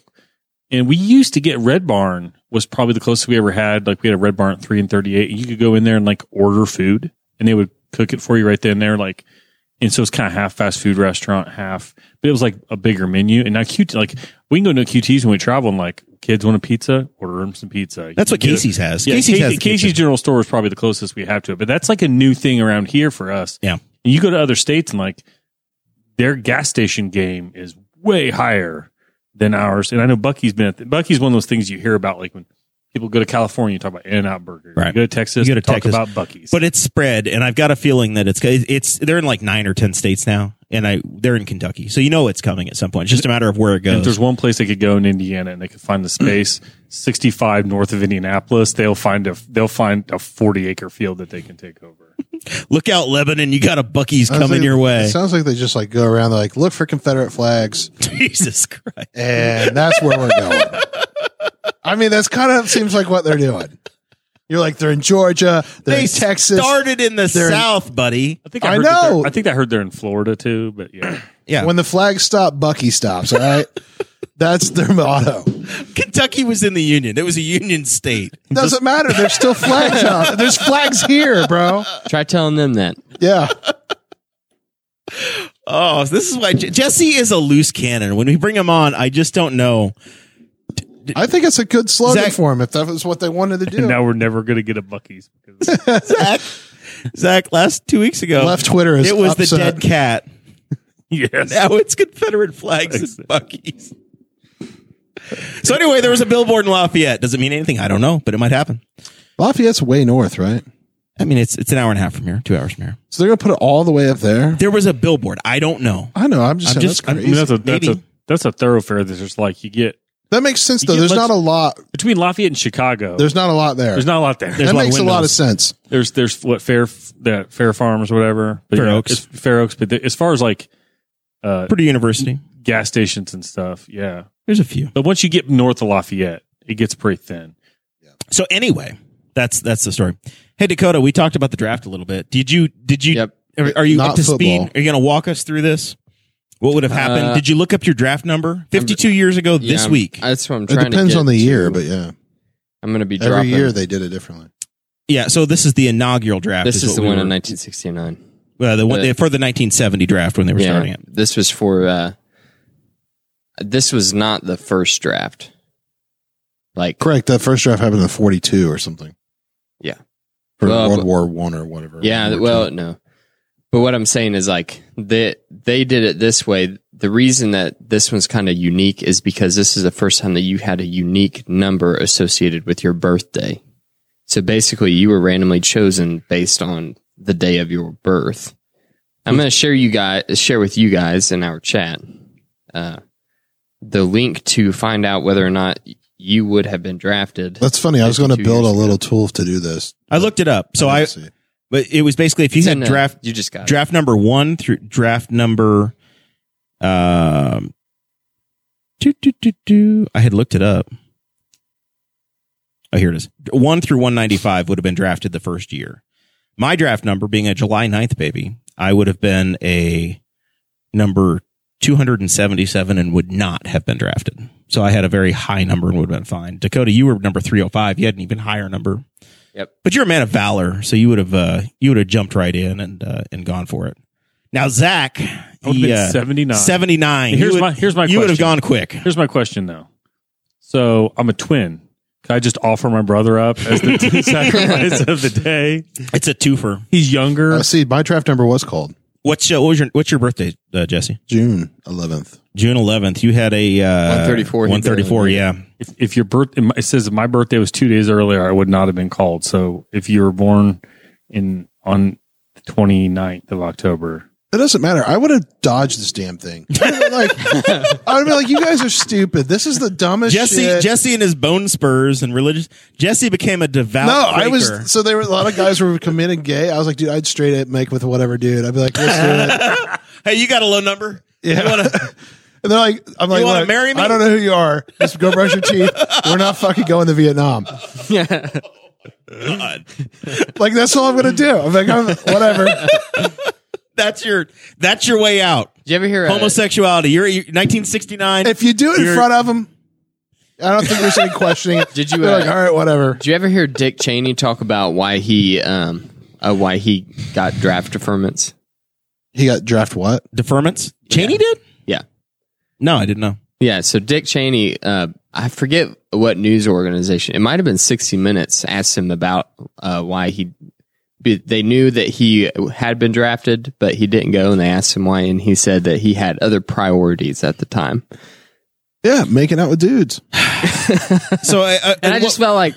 [SPEAKER 4] and we used to get Red Barn was probably the closest we ever had. Like we had a Red Barn at three and thirty eight. You could go in there and like order food, and they would cook it for you right then and there. Like, and so it's kind of half fast food restaurant, half, but it was like a bigger menu. And now QT, like we can go to QTs when we travel, and like kids want a pizza, order them some pizza. You
[SPEAKER 2] That's
[SPEAKER 4] can
[SPEAKER 2] what
[SPEAKER 4] get a-
[SPEAKER 2] Casey's has.
[SPEAKER 4] yeah,
[SPEAKER 2] Casey's
[SPEAKER 4] Casey's,
[SPEAKER 2] has the
[SPEAKER 4] Casey's
[SPEAKER 2] kitchen.
[SPEAKER 4] General Store is probably the closest we have to it, but that's like a new thing around here for us.
[SPEAKER 2] Yeah.
[SPEAKER 4] And you go to other states and like their gas station game is way higher than ours. And I know Bucky's been at the, Bucky's one of those things you hear about like when People go to California, you talk about In-N-Out Burger.
[SPEAKER 2] Right.
[SPEAKER 4] You go to Texas,
[SPEAKER 2] You go to
[SPEAKER 4] talk
[SPEAKER 2] Texas.
[SPEAKER 4] about Bucky's.
[SPEAKER 2] But it's spread, and I've got a feeling that it's it's they're in like nine or ten states now, and I they're in Kentucky, so you know it's coming at some point. It's just a matter of where it
[SPEAKER 4] if there's
[SPEAKER 2] goes.
[SPEAKER 4] one place they could go in Indiana and they could find
[SPEAKER 2] *clears throat*
[SPEAKER 4] the space, 65 north of Indianapolis, they'll find a they'll find a 40 acre field that they can take over.
[SPEAKER 2] Look out, Lebanon! You got a Bucky's
[SPEAKER 1] Sounds
[SPEAKER 2] coming
[SPEAKER 1] like-
[SPEAKER 2] your way.
[SPEAKER 1] It sounds like they just like go around, they're like, look for Confederate flags,
[SPEAKER 2] *laughs* Jesus Christ!
[SPEAKER 1] and that's where we're going. I mean, that's kind of seems like what they're doing. You're like, they're in Georgia, they're
[SPEAKER 2] They
[SPEAKER 1] in Texas.
[SPEAKER 2] started in the
[SPEAKER 1] They're in-
[SPEAKER 2] South, buddy.
[SPEAKER 4] I think
[SPEAKER 1] I
[SPEAKER 4] heard that they're-
[SPEAKER 1] know.
[SPEAKER 4] I think I heard they're in Florida too, but yeah.
[SPEAKER 2] Yeah,
[SPEAKER 1] When the flag stops, Bucky stops, all right? that's their motto.
[SPEAKER 2] Kentucky was in the Union. It was a Union state.
[SPEAKER 1] Doesn't matter. There's still flags out. There's flags here, bro.
[SPEAKER 3] Try telling them that.
[SPEAKER 1] Yeah.
[SPEAKER 2] Oh, this is why Je- Jesse is a loose cannon. When we bring him on, I just don't
[SPEAKER 1] *laughs*
[SPEAKER 2] know.
[SPEAKER 1] I think it's a good slogan
[SPEAKER 2] Zach-
[SPEAKER 1] for them if that was what they wanted to
[SPEAKER 4] And
[SPEAKER 1] do.
[SPEAKER 4] now we're never going to get a Bucky's because *laughs*
[SPEAKER 2] Zach, Zach, last two weeks ago,
[SPEAKER 1] Left Twitter is
[SPEAKER 2] it was the
[SPEAKER 1] upset.
[SPEAKER 2] dead cat.
[SPEAKER 4] yes.
[SPEAKER 2] *laughs* Now it's Confederate flags and Bucky's. So anyway, there was a billboard in Lafayette. Does it mean anything? I don't know, but it might happen.
[SPEAKER 1] Lafayette's way north, right?
[SPEAKER 2] I mean, it's it's an hour and a half from here, two hours from here.
[SPEAKER 1] So they're gonna put it all the way up there.
[SPEAKER 2] There was a billboard. I don't know.
[SPEAKER 1] I know. I'm just
[SPEAKER 2] I'm
[SPEAKER 1] saying
[SPEAKER 2] just-
[SPEAKER 1] that's
[SPEAKER 2] I'm-
[SPEAKER 4] I
[SPEAKER 1] crazy.
[SPEAKER 4] mean, that's a that's
[SPEAKER 2] Maybe.
[SPEAKER 4] a that's a thoroughfare that's just like you get
[SPEAKER 1] that makes sense though.
[SPEAKER 4] Yeah,
[SPEAKER 1] There's
[SPEAKER 4] let's-
[SPEAKER 1] not a lot.
[SPEAKER 4] between Lafayette and Chicago.
[SPEAKER 1] There's not a lot there.
[SPEAKER 4] there's not a lot there.
[SPEAKER 1] that
[SPEAKER 4] There's,
[SPEAKER 1] makes a lot of sense.
[SPEAKER 4] there's there's what Fair that Fair Farms or whatever. But
[SPEAKER 2] Fair
[SPEAKER 4] yeah,
[SPEAKER 2] Oaks.
[SPEAKER 4] it's Fair Oaks, but the, as far as like uh,
[SPEAKER 2] Purdue University.
[SPEAKER 4] gas stations and stuff, yeah.
[SPEAKER 2] There's a few.
[SPEAKER 4] But once you get north of Lafayette, it gets pretty thin.
[SPEAKER 2] So anyway, that's that's the story. Hey Dakota, we talked about the draft a little bit. Did you did you
[SPEAKER 3] Yep.
[SPEAKER 2] are, are you
[SPEAKER 1] Not
[SPEAKER 2] up to
[SPEAKER 1] football.
[SPEAKER 2] speed? Are you going to walk us through this? What would have happened?
[SPEAKER 3] Uh,
[SPEAKER 2] did you look up your draft number? 52 years ago
[SPEAKER 3] Yeah,
[SPEAKER 2] this
[SPEAKER 3] I'm-
[SPEAKER 2] week.
[SPEAKER 3] That's what I'm
[SPEAKER 1] It
[SPEAKER 3] trying to
[SPEAKER 1] depends
[SPEAKER 3] get
[SPEAKER 1] on the
[SPEAKER 3] to.
[SPEAKER 1] year, but yeah,
[SPEAKER 3] I'm going to be
[SPEAKER 1] every
[SPEAKER 3] dropping.
[SPEAKER 1] year they did it differently.
[SPEAKER 2] yeah, so this is the inaugural draft.
[SPEAKER 3] this is
[SPEAKER 2] what
[SPEAKER 3] the
[SPEAKER 2] we
[SPEAKER 3] one
[SPEAKER 2] were-
[SPEAKER 3] in 1969.
[SPEAKER 2] Well, the one
[SPEAKER 3] Uh,
[SPEAKER 2] for the 1970 draft when they were starting it.
[SPEAKER 3] This was for uh this was not the first draft. Like
[SPEAKER 1] Correct. That first draft happened in '42 or something.
[SPEAKER 3] Yeah.
[SPEAKER 1] Or
[SPEAKER 3] Well,
[SPEAKER 1] World
[SPEAKER 3] but-
[SPEAKER 1] War One or whatever.
[SPEAKER 3] yeah,
[SPEAKER 1] World War
[SPEAKER 3] well,
[SPEAKER 1] Two.
[SPEAKER 3] no. But what I'm saying is like they they did it this way. The reason that this one's kind of unique is because this is the first time that you had a unique number associated with your birthday. So basically you were randomly chosen based on the day of your birth. I'm going to share you guys share with you guys in our chat uh, the link to find out whether or not you would have been drafted.
[SPEAKER 1] that's funny. I was going to
[SPEAKER 3] 52
[SPEAKER 1] build a
[SPEAKER 3] years
[SPEAKER 1] little tool to do this.
[SPEAKER 2] I looked it up. So I,
[SPEAKER 1] Let's see.
[SPEAKER 2] but it was basically if you
[SPEAKER 3] It's
[SPEAKER 2] had
[SPEAKER 3] in the-
[SPEAKER 2] draft
[SPEAKER 3] you just got it.
[SPEAKER 2] draft number one through draft number, um, doo, doo, doo, doo. I had looked it up. Oh, here it is. One through 195 would have been drafted the first year. My draft number being a July 9th baby, I would have been a number 277 and would not have been drafted. So I had a very high number and would have been fine. Dakota, you were number 305. You had an even higher number.
[SPEAKER 3] Yep.
[SPEAKER 2] But you're a man of valor, so you would have uh, you would have jumped right in and uh, and gone for it. Now Zach,
[SPEAKER 4] I
[SPEAKER 1] Oh,
[SPEAKER 4] would have
[SPEAKER 2] he,
[SPEAKER 4] been
[SPEAKER 2] uh,
[SPEAKER 4] 79.
[SPEAKER 2] 79.
[SPEAKER 4] Here's
[SPEAKER 2] You would-
[SPEAKER 4] my- here's my
[SPEAKER 2] You would have
[SPEAKER 4] question.
[SPEAKER 2] gone quick.
[SPEAKER 4] Here's my question though. So I'm a twin. Can I just offer my brother up as the
[SPEAKER 1] *laughs*
[SPEAKER 4] *laughs* twin sacrifice of the day?
[SPEAKER 2] It's a twofer.
[SPEAKER 4] He's younger.
[SPEAKER 1] Uh, see, my draft number was called
[SPEAKER 2] What's your, what was your what's your birthday, uh, Jesse?
[SPEAKER 1] June 11th.
[SPEAKER 2] June 11th. You had a uh,
[SPEAKER 3] 134.
[SPEAKER 2] 134. Yeah.
[SPEAKER 4] if, if your birth, it says if my birthday was two days earlier, I would not have been called. So if you were born in on the 29th of October,
[SPEAKER 1] It doesn't matter. I would have dodged this damn thing. I would have been
[SPEAKER 3] *laughs*
[SPEAKER 1] like, I would have been like, you guys are stupid. This is the dumbest
[SPEAKER 2] Jesse
[SPEAKER 1] shit.
[SPEAKER 2] Jesse and his bone spurs and religious. Jesse became a devout.
[SPEAKER 1] no, I
[SPEAKER 2] Quaker.
[SPEAKER 1] was so there were a lot of guys who were committing gay. I was like, dude, I'd straight up make with whatever dude. I'd be like, let's do it.
[SPEAKER 2] Hey, you got a low number.
[SPEAKER 1] Yeah.
[SPEAKER 2] *laughs* You wanna-
[SPEAKER 1] And they're like, I'm like,
[SPEAKER 2] wanna
[SPEAKER 1] "Look,
[SPEAKER 2] marry me?"
[SPEAKER 1] I don't know who you are. Just go brush your teeth. We're not fucking going to Vietnam.
[SPEAKER 3] *laughs*
[SPEAKER 2] God.
[SPEAKER 1] Like that's all I'm gonna do. I'm like, I'm, whatever.
[SPEAKER 2] that's your that's your way out.
[SPEAKER 3] Did you ever hear uh,
[SPEAKER 2] Homosexuality. You're, you're 1969.
[SPEAKER 1] If you do it in front of them, I don't think there's any questioning it.
[SPEAKER 3] Did you,
[SPEAKER 1] They're
[SPEAKER 3] uh,
[SPEAKER 1] like, all right, whatever.
[SPEAKER 3] Did you ever hear Dick Cheney talk about why he um uh, why he got draft deferments?
[SPEAKER 1] He got draft what?
[SPEAKER 2] Deferments. Cheney did.
[SPEAKER 3] Yeah,
[SPEAKER 2] No, I didn't know.
[SPEAKER 3] yeah. So Dick Cheney, uh, I forget what news organization. It might have been 60 Minutes. Asked him about uh, why he. be- They knew that he had been drafted, but he didn't go, and they asked him why, and he said that he had other priorities at the time.
[SPEAKER 1] Yeah, making out with dudes.
[SPEAKER 2] So uh, I, I,
[SPEAKER 3] And I just felt like,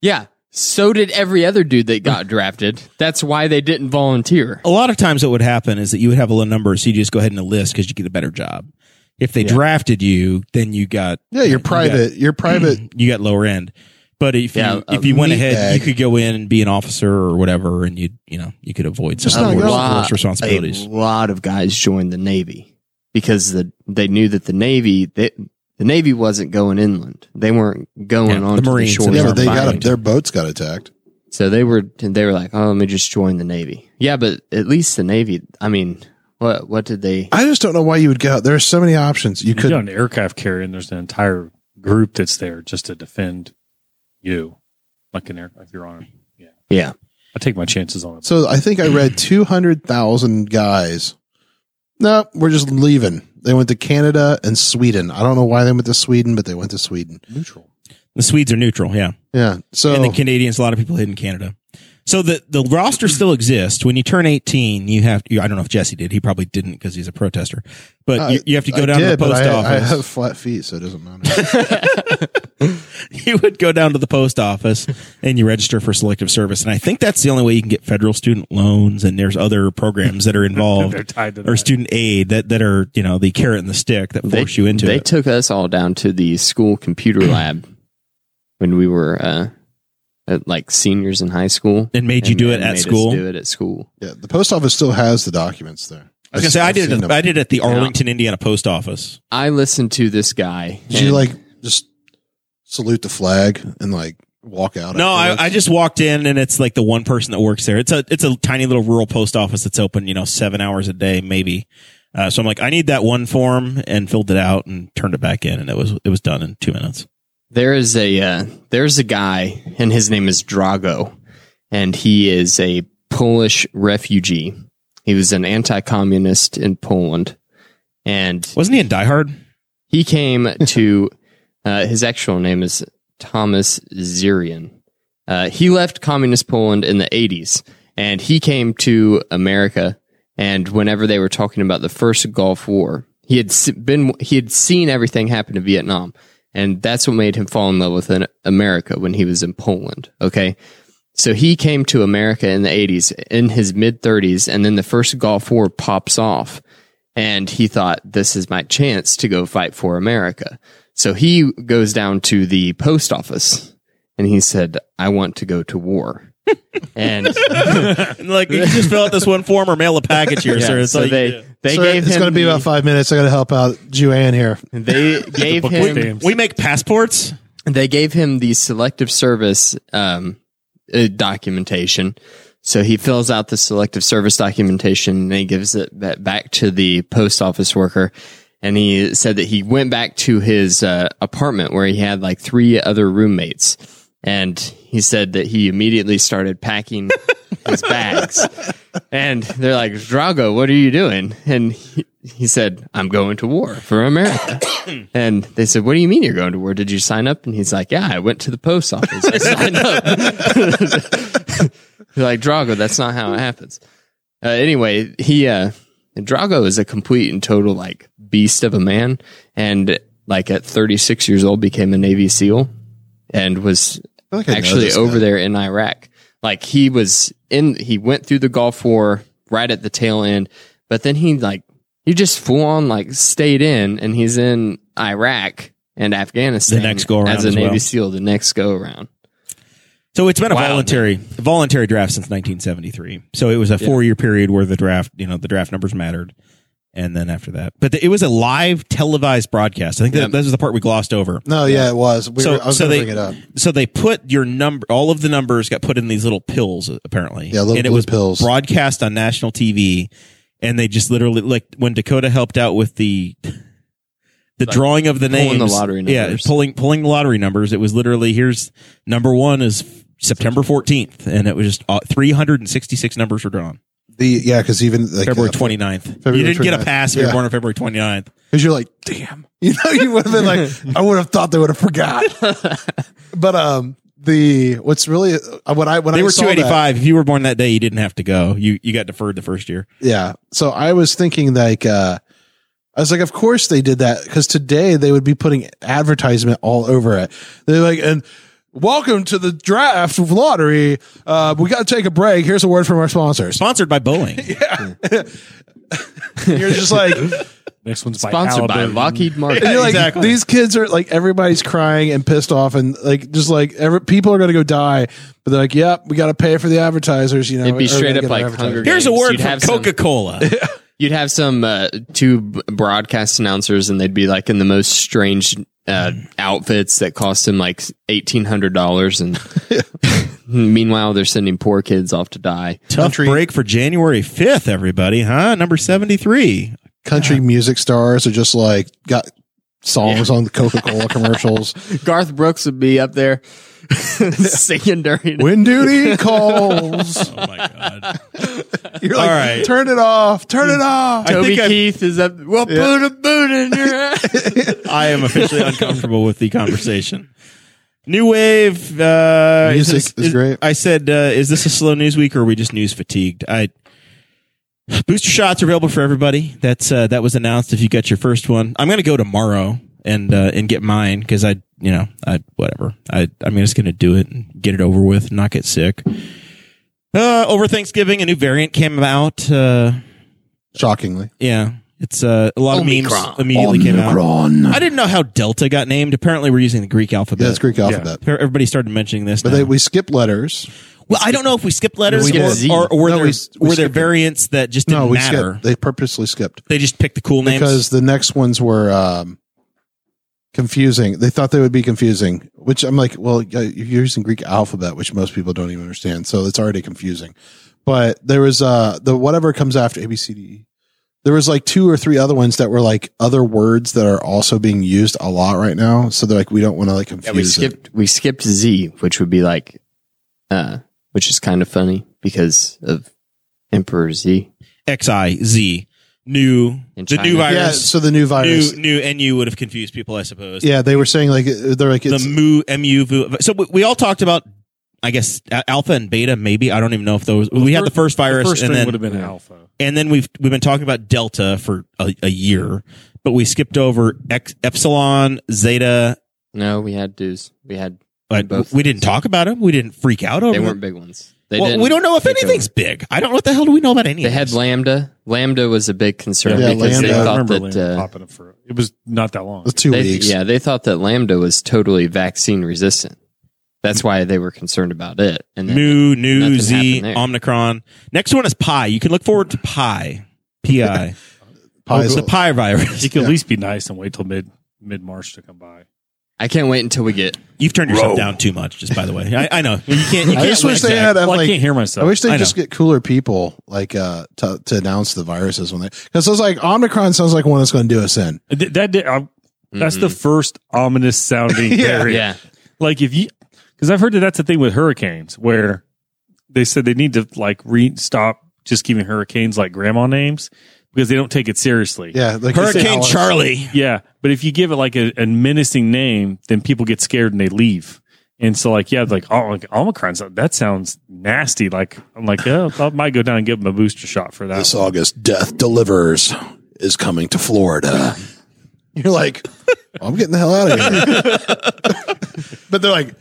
[SPEAKER 3] yeah, so did every other dude that got drafted. That's why they didn't volunteer.
[SPEAKER 2] a lot of times what would happen is that you would have a low number, so you just go ahead and enlist because you get a better job. If they drafted you, then you got
[SPEAKER 1] Yeah, you're private. You're *clears throat* private.
[SPEAKER 2] you got lower end. But if
[SPEAKER 3] Yeah,
[SPEAKER 2] you
[SPEAKER 3] a
[SPEAKER 2] if you went
[SPEAKER 1] meat
[SPEAKER 2] ahead,
[SPEAKER 1] bag.
[SPEAKER 2] you could go in and be an officer or whatever, and you you know you could avoid
[SPEAKER 1] Just
[SPEAKER 2] some
[SPEAKER 1] not
[SPEAKER 2] of the
[SPEAKER 1] go.
[SPEAKER 2] worst, worst
[SPEAKER 3] Oh, a
[SPEAKER 2] responsibilities.
[SPEAKER 3] lot of guys joined the Navy because the they knew that the Navy they, the Navy wasn't going inland. They weren't
[SPEAKER 2] Yeah,
[SPEAKER 3] going
[SPEAKER 2] the
[SPEAKER 3] on onto the,
[SPEAKER 2] Marines
[SPEAKER 3] shore.
[SPEAKER 2] and
[SPEAKER 1] Yeah, but they
[SPEAKER 2] They're
[SPEAKER 1] got
[SPEAKER 2] fine.
[SPEAKER 1] their boats got attacked.
[SPEAKER 3] So they were they were like, oh, let me just join the Navy. Yeah, but at least the Navy. I mean, what what did they?
[SPEAKER 1] I just don't know why you would go. There are so many options. You
[SPEAKER 4] You
[SPEAKER 1] could
[SPEAKER 4] got an aircraft carrier, and there's an entire group that's there just to defend you, like an air if you're on. Yeah,
[SPEAKER 3] Yeah,
[SPEAKER 4] I take my chances on it.
[SPEAKER 1] So I think I read 200,000 guys. No, we're just leaving. They went to Canada and Sweden. I don't know why they went to Sweden, but they went to Sweden.
[SPEAKER 4] neutral.
[SPEAKER 2] The Swedes are neutral, yeah,
[SPEAKER 1] Yeah. So
[SPEAKER 2] and the Canadians. A lot of people hid in Canada. So the the roster still exists. When you turn eighteen, you have to. I don't know if Jesse did. He probably didn't because he's a protester. But
[SPEAKER 1] I-
[SPEAKER 2] you, you have to go
[SPEAKER 1] Uh, I
[SPEAKER 2] down
[SPEAKER 1] did,
[SPEAKER 2] to the
[SPEAKER 1] but
[SPEAKER 2] post
[SPEAKER 1] I,
[SPEAKER 2] office.
[SPEAKER 1] I have flat feet, so it doesn't matter. *laughs*
[SPEAKER 2] *laughs* you would go down to the
[SPEAKER 1] *laughs*
[SPEAKER 2] post office and you register for selective service. And I think that's the only way you can get federal student loans. And there's other programs
[SPEAKER 4] *laughs*
[SPEAKER 2] that are involved
[SPEAKER 4] They're tied to
[SPEAKER 2] or
[SPEAKER 4] that.
[SPEAKER 2] student aid that, that are, you know, the carrot and the stick that
[SPEAKER 3] they
[SPEAKER 2] force you into
[SPEAKER 3] They
[SPEAKER 2] it.
[SPEAKER 3] took us all down to the
[SPEAKER 2] *clears throat*
[SPEAKER 3] school computer lab when we were uh, at, like seniors in high school.
[SPEAKER 2] and made you do it
[SPEAKER 3] and
[SPEAKER 2] at
[SPEAKER 3] made us
[SPEAKER 2] school.
[SPEAKER 3] Do it at school.
[SPEAKER 1] yeah, the post office still has the documents there.
[SPEAKER 2] I was going to say, I
[SPEAKER 1] I've
[SPEAKER 2] did,
[SPEAKER 1] seen
[SPEAKER 2] it,
[SPEAKER 1] them.
[SPEAKER 2] I did it at the Arlington, Indiana post office.
[SPEAKER 3] I listened to this guy.
[SPEAKER 1] Did you
[SPEAKER 3] and-
[SPEAKER 1] like just salute the flag and like walk out?
[SPEAKER 2] No,
[SPEAKER 1] afterwards?
[SPEAKER 2] I, I just walked in and it's like the one person that works there. It's a, it's a tiny little rural post office that's open, you know, seven hours a day, maybe. Uh, so I'm like, I need that one form and filled it out and turned it back in and it was, it was done in two minutes.
[SPEAKER 3] There is a uh, there's a guy, and his name is Drago, and he is a Polish refugee. He was an anti-communist in Poland, and
[SPEAKER 2] Wasn't he in Die Hard?
[SPEAKER 3] he came to. uh, his actual name is Thomas Zirian. Uh, he left communist Poland in the 80s, and he came to America. And whenever they were talking about the first Gulf War, he had s- been he had seen everything happen to Vietnam, and that's what made him fall in love with an, America when he was in Poland. Okay. So he came to America in the 80s, in his mid 30s, and then the first Gulf War pops off. And he thought, this is my chance to go fight for America. So he goes down to the post office and he said, I want to go to war. and
[SPEAKER 2] And, *laughs* like you just fill out this one form or mail a package *laughs* here,
[SPEAKER 3] yeah,
[SPEAKER 2] sir. That's all
[SPEAKER 3] so
[SPEAKER 2] you
[SPEAKER 3] they,
[SPEAKER 2] can do.
[SPEAKER 3] they
[SPEAKER 1] So
[SPEAKER 3] gave
[SPEAKER 1] it's
[SPEAKER 3] him.
[SPEAKER 1] going to be
[SPEAKER 3] the-
[SPEAKER 1] about five minutes. I got to help out Joanne here. *laughs*
[SPEAKER 3] They gave
[SPEAKER 4] book
[SPEAKER 3] him.
[SPEAKER 4] stamp.
[SPEAKER 2] we make passports.
[SPEAKER 3] they gave him the selective service um, uh, documentation. So he fills out the selective service documentation and he gives it ba- back to the post office worker. And he said that he went back to his uh, apartment where he had like three other roommates. And he said that he immediately started packing his bags. And they're like, Drago, what are you doing? And he, he said, I'm going to war for America. and they said, What do you mean you're going to war? Did you sign up? And he's like, Yeah, I went to the post office. I signed up. *laughs* They're like, Drago, that's not how it happens. Uh, anyway, he, uh, Drago is a complete and total like beast of a man. And like at 36 years old, became a Navy SEAL and was
[SPEAKER 1] feel like I know
[SPEAKER 3] actually
[SPEAKER 1] this
[SPEAKER 3] over
[SPEAKER 1] guy.
[SPEAKER 3] there in Iraq. Like he was in, he went through the Gulf War right at the tail end, but then he like, he just full on like stayed in and he's in Iraq and Afghanistan
[SPEAKER 2] The next go-around
[SPEAKER 3] as a
[SPEAKER 2] as
[SPEAKER 3] Navy
[SPEAKER 2] well.
[SPEAKER 3] SEAL the next go around.
[SPEAKER 2] So it's been a voluntary voluntary draft since 1973. So it was a four year period where the draft, you know, the draft numbers mattered, and then after that, but the, it was a live televised broadcast. I think that this is the part we glossed over.
[SPEAKER 1] No, yeah, it was. We were, I was going
[SPEAKER 2] they
[SPEAKER 1] to bring it up.
[SPEAKER 2] so they put your number, all of the numbers got put in these little pills, apparently.
[SPEAKER 1] Yeah, little
[SPEAKER 2] and it
[SPEAKER 1] blue
[SPEAKER 2] was
[SPEAKER 1] pills.
[SPEAKER 2] broadcast on national TV, and they just literally like when Dakota helped out with the the drawing of the
[SPEAKER 3] pulling
[SPEAKER 2] names,
[SPEAKER 3] the lottery
[SPEAKER 2] yeah,
[SPEAKER 3] numbers.
[SPEAKER 2] pulling pulling the lottery numbers. It was literally here's number one is September fourteenth, and it was just uh, three hundred and sixty six numbers were drawn.
[SPEAKER 1] The yeah, because even like,
[SPEAKER 2] February
[SPEAKER 1] uh,
[SPEAKER 2] 29th.
[SPEAKER 1] February
[SPEAKER 2] you didn't get a
[SPEAKER 1] 29th.
[SPEAKER 2] pass if you were
[SPEAKER 1] Yeah.
[SPEAKER 2] born on February 29th.
[SPEAKER 1] Because you're like, damn. *laughs* You know, you would have been
[SPEAKER 2] *laughs*
[SPEAKER 1] like, I would have thought they would have forgot. but um, the what's really uh, what I when
[SPEAKER 2] They
[SPEAKER 1] I
[SPEAKER 2] were
[SPEAKER 1] saw
[SPEAKER 2] two
[SPEAKER 1] that-
[SPEAKER 2] eighty five. If you were born that day, you didn't have to go. You you got deferred the first year.
[SPEAKER 1] yeah. So I was thinking like, uh, I was like, of course they did that because today they would be putting advertisement all over it. They're like, and welcome to the draft lottery. Uh, we got to take a break. Here's a word from our
[SPEAKER 2] *laughs*
[SPEAKER 1] sponsors.
[SPEAKER 2] Sponsored
[SPEAKER 1] *laughs*
[SPEAKER 2] by Boeing.
[SPEAKER 1] And you're just like, and
[SPEAKER 4] Next one's
[SPEAKER 3] Sponsored by
[SPEAKER 2] *laughs*
[SPEAKER 4] Halliburton.
[SPEAKER 3] Lockheed Martin.
[SPEAKER 1] you're like,
[SPEAKER 2] Exactly.
[SPEAKER 1] these kids are like, everybody's crying and pissed off, and like, just like, every, people are going to go die. But they're like, yep, we got to pay for the advertisers. You know,
[SPEAKER 3] It'd
[SPEAKER 1] or
[SPEAKER 3] be
[SPEAKER 1] we're
[SPEAKER 3] straight
[SPEAKER 1] gonna
[SPEAKER 3] up
[SPEAKER 1] get
[SPEAKER 3] like
[SPEAKER 1] our advertisers.
[SPEAKER 3] Hunger
[SPEAKER 2] Here's a
[SPEAKER 3] Games,
[SPEAKER 2] word
[SPEAKER 3] you'd
[SPEAKER 2] from
[SPEAKER 3] have some-
[SPEAKER 2] Coca *laughs* Cola.
[SPEAKER 3] You'd have some uh, two b- broadcast announcers, and they'd be like in the most strange uh, outfits that cost them like eighteen hundred dollars, and *laughs* meanwhile they're sending poor kids off to die.
[SPEAKER 2] Tough break for January 5th, everybody, huh? Number 73.
[SPEAKER 1] Country music stars are just like, got songs on the Coca
[SPEAKER 3] *laughs*
[SPEAKER 1] Cola commercials.
[SPEAKER 3] Garth Brooks would be up there *laughs* singing during.
[SPEAKER 1] When
[SPEAKER 3] *laughs*
[SPEAKER 1] duty calls.
[SPEAKER 2] Oh, my God.
[SPEAKER 1] You're
[SPEAKER 2] All
[SPEAKER 1] like,
[SPEAKER 2] right.
[SPEAKER 1] turn it off, turn it off.
[SPEAKER 2] I
[SPEAKER 3] Toby
[SPEAKER 2] think I,
[SPEAKER 3] Keith is up. Well, put a boot in *laughs* your ass.
[SPEAKER 2] I am officially uncomfortable with the conversation. New wave. Uh,
[SPEAKER 1] Music
[SPEAKER 2] this-
[SPEAKER 1] is great.
[SPEAKER 2] I said, uh, is this a slow news week or are we just news fatigued? I. Booster shots are available for everybody. That's uh, that was announced. If you got your first one, I'm going to go tomorrow and uh, and get mine because I, you know, I whatever. I I'm just going to do it, and get it over with, not get sick. Uh, over Thanksgiving, a new variant came out. Uh,
[SPEAKER 1] Shockingly.
[SPEAKER 2] yeah, it's uh, a lot of memes
[SPEAKER 3] Omicron.
[SPEAKER 2] immediately came out. I didn't know how Delta got named. Apparently, we're using the Greek alphabet.
[SPEAKER 1] Yeah, it's Greek alphabet.
[SPEAKER 2] Everybody started mentioning this.
[SPEAKER 1] But
[SPEAKER 2] now.
[SPEAKER 1] they, we skip letters.
[SPEAKER 2] well, I don't know if we skipped letters
[SPEAKER 3] We
[SPEAKER 2] or,
[SPEAKER 3] skipped Z.
[SPEAKER 2] or, or were
[SPEAKER 1] No,
[SPEAKER 2] there,
[SPEAKER 1] we- we
[SPEAKER 2] were there
[SPEAKER 1] skipped it.
[SPEAKER 2] variants that just didn't
[SPEAKER 1] No, we
[SPEAKER 2] matter.
[SPEAKER 1] skipped. They purposely skipped
[SPEAKER 2] They just picked the cool names.
[SPEAKER 1] because the next ones were um, confusing. They thought they would be confusing, which I'm like, well, yeah, you're using Greek alphabet, which most people don't even understand, so it's already confusing. But there was uh the whatever comes after A B C D E. There was like two or three other ones that were like other words that are also being used a lot right now. So they're like, we don't want to like confuse.
[SPEAKER 3] Yeah, we
[SPEAKER 1] it.
[SPEAKER 3] skipped we skipped Z, which would be like, uh, which is kind of funny because of Emperor Z.
[SPEAKER 2] X I Z new
[SPEAKER 3] In
[SPEAKER 2] the new
[SPEAKER 3] China.
[SPEAKER 1] Yeah,
[SPEAKER 2] virus.
[SPEAKER 1] so the new virus.
[SPEAKER 2] New new NU would have confused people, I suppose.
[SPEAKER 1] yeah, they were saying like they're like
[SPEAKER 2] the
[SPEAKER 1] it's,
[SPEAKER 2] mu mu. vu- So we, we all talked about. I guess uh, alpha and beta, maybe. I don't even know if those. we had the first virus,
[SPEAKER 4] First
[SPEAKER 2] and
[SPEAKER 4] string
[SPEAKER 2] then
[SPEAKER 4] would have been alpha.
[SPEAKER 2] and then we've we've been talking about delta for a, a year, but we skipped over X, epsilon, zeta.
[SPEAKER 3] No, we had dudes. We had
[SPEAKER 2] But
[SPEAKER 3] Both.
[SPEAKER 2] we didn't talk about them. We didn't freak out over
[SPEAKER 3] they
[SPEAKER 2] them.
[SPEAKER 3] weren't big ones. They
[SPEAKER 2] Well,
[SPEAKER 3] didn't
[SPEAKER 2] we don't know if
[SPEAKER 3] take
[SPEAKER 2] anything's
[SPEAKER 3] over.
[SPEAKER 2] big. I don't know what the hell do we know about any.
[SPEAKER 3] They
[SPEAKER 2] of
[SPEAKER 3] had
[SPEAKER 2] this?
[SPEAKER 3] lambda. Lambda was a big concern
[SPEAKER 1] Yeah,
[SPEAKER 3] because
[SPEAKER 1] Lambda.
[SPEAKER 3] they
[SPEAKER 1] I
[SPEAKER 3] thought
[SPEAKER 4] remember
[SPEAKER 3] that
[SPEAKER 4] Lambda
[SPEAKER 3] uh,
[SPEAKER 4] popping up for it was not that long.
[SPEAKER 1] the two
[SPEAKER 3] they,
[SPEAKER 1] weeks.
[SPEAKER 3] yeah they thought that lambda was totally vaccine resistant. That's why they were concerned about it. And then
[SPEAKER 2] mu, nu,
[SPEAKER 3] Nothing
[SPEAKER 2] z,
[SPEAKER 3] happened there.
[SPEAKER 2] omicron. Next one is pi. You can look forward to pi.
[SPEAKER 1] *laughs*
[SPEAKER 2] Pi.
[SPEAKER 1] Pies-
[SPEAKER 2] the pi
[SPEAKER 1] *laughs*
[SPEAKER 2] virus.
[SPEAKER 4] You could at least be nice and wait till mid mid March to come by.
[SPEAKER 3] I can't wait until we get
[SPEAKER 2] You've turned yourself down too much. Just by the way, I, I know you can't. You can't
[SPEAKER 1] I just wish they
[SPEAKER 2] exactly.
[SPEAKER 1] had. uh,
[SPEAKER 4] Well, I
[SPEAKER 1] like,
[SPEAKER 4] can't hear
[SPEAKER 1] I
[SPEAKER 4] myself.
[SPEAKER 1] wish
[SPEAKER 2] I
[SPEAKER 1] they just get cooler people like uh to, to announce the viruses when they because it's like Omicron sounds like one that's going to do us in.
[SPEAKER 4] Th- that did, I, that's the first ominous sounding
[SPEAKER 1] Mm-hmm. *laughs* Yeah.
[SPEAKER 4] variant.
[SPEAKER 3] Mm-hmm. yeah
[SPEAKER 4] Like if you, because I've heard that that's the thing with hurricanes where they said they need to like re stop just giving hurricanes like grandma names because they don't take it seriously.
[SPEAKER 1] Yeah, like
[SPEAKER 2] Hurricane
[SPEAKER 1] Alice.
[SPEAKER 2] Charlie.
[SPEAKER 4] Yeah, but if you give it like a, a menacing name, then people get scared and they leave. And so, like, yeah, like, oh, like Omicron, so- that sounds nasty. Like, I'm like, oh, I might go down and give them a booster shot for that.
[SPEAKER 1] This August, death delivers is coming to Florida. *laughs* You're like, I'm getting the hell out of here. *laughs* but they're like,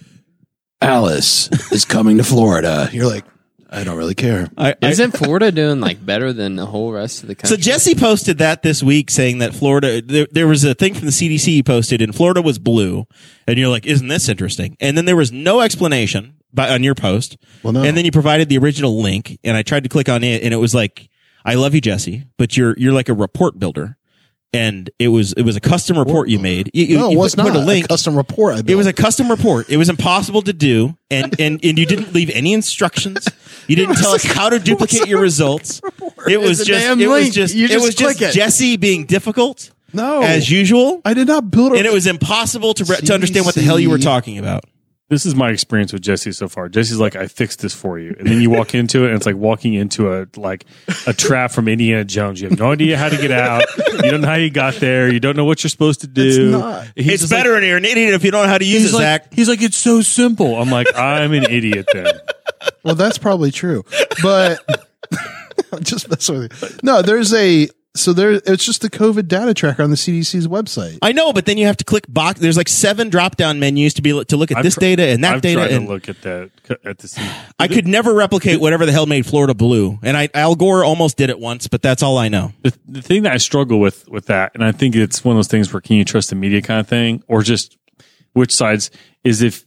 [SPEAKER 1] Alice is coming to Florida. *laughs* You're like, I don't really care.
[SPEAKER 2] I, I-
[SPEAKER 3] isn't *laughs* Florida doing like better than the whole rest of the
[SPEAKER 2] So
[SPEAKER 3] country?
[SPEAKER 2] Jesse posted that this week saying that Florida, there, there was a thing from the CDC he posted and Florida was blue. And you're like, isn't this interesting? And then there was no explanation by, on your post.
[SPEAKER 1] Well, no.
[SPEAKER 2] And then you provided the original link and I tried to click on it and it was like, I love you, Jesse, but you're, you're like a report builder. And it was, it was a custom report you made. You, you-
[SPEAKER 1] no,
[SPEAKER 2] you
[SPEAKER 1] it was
[SPEAKER 2] put-
[SPEAKER 1] not
[SPEAKER 2] put a link.
[SPEAKER 1] custom report. I
[SPEAKER 2] It was
[SPEAKER 1] built.
[SPEAKER 2] a custom report. It was impossible to do, and and, and you didn't leave any instructions. You didn't tell us how to duplicate your results. It was
[SPEAKER 3] It's a
[SPEAKER 2] just
[SPEAKER 3] damn
[SPEAKER 2] it was
[SPEAKER 3] link.
[SPEAKER 2] just
[SPEAKER 3] You
[SPEAKER 2] it
[SPEAKER 3] just
[SPEAKER 2] was just
[SPEAKER 3] click it.
[SPEAKER 2] Jesse being difficult
[SPEAKER 1] no.
[SPEAKER 2] as usual,
[SPEAKER 1] I did not build a
[SPEAKER 2] and it was impossible to re- to understand what the hell you were talking about.
[SPEAKER 4] This is my experience with Jesse so far. Jesse's like, I fixed this for you. And then you walk into it and it's like walking into a, like a trap from Indiana Jones. You have no idea how to get out. You don't know how you got there. You don't know what you're supposed to do.
[SPEAKER 1] not.
[SPEAKER 4] He's
[SPEAKER 2] it's
[SPEAKER 4] just like-
[SPEAKER 2] better and you're an idiot if you don't know how to use
[SPEAKER 4] he's
[SPEAKER 2] it,
[SPEAKER 4] like,
[SPEAKER 2] Zach.
[SPEAKER 4] he's like, it's so simple. I'm like, I'm an idiot then.
[SPEAKER 1] *laughs* Well, that's probably true, but I'm just messing with you. No, there's a So there, it's just the COVID data tracker on the CDC's website.
[SPEAKER 2] I know, but then you have to click box. There's like seven drop down menus to be to look at
[SPEAKER 4] I've
[SPEAKER 2] this
[SPEAKER 4] tr-
[SPEAKER 2] data and that
[SPEAKER 4] I've
[SPEAKER 2] data.
[SPEAKER 4] tried
[SPEAKER 2] And
[SPEAKER 4] to look at that at the scene.
[SPEAKER 2] I could never replicate whatever the hell made Florida blue. And I Al Gore almost did it once, but that's all I know.
[SPEAKER 4] the, the thing that I struggle with with that, and I think it's one of those things where can you trust the media kind of thing, or just which sides is if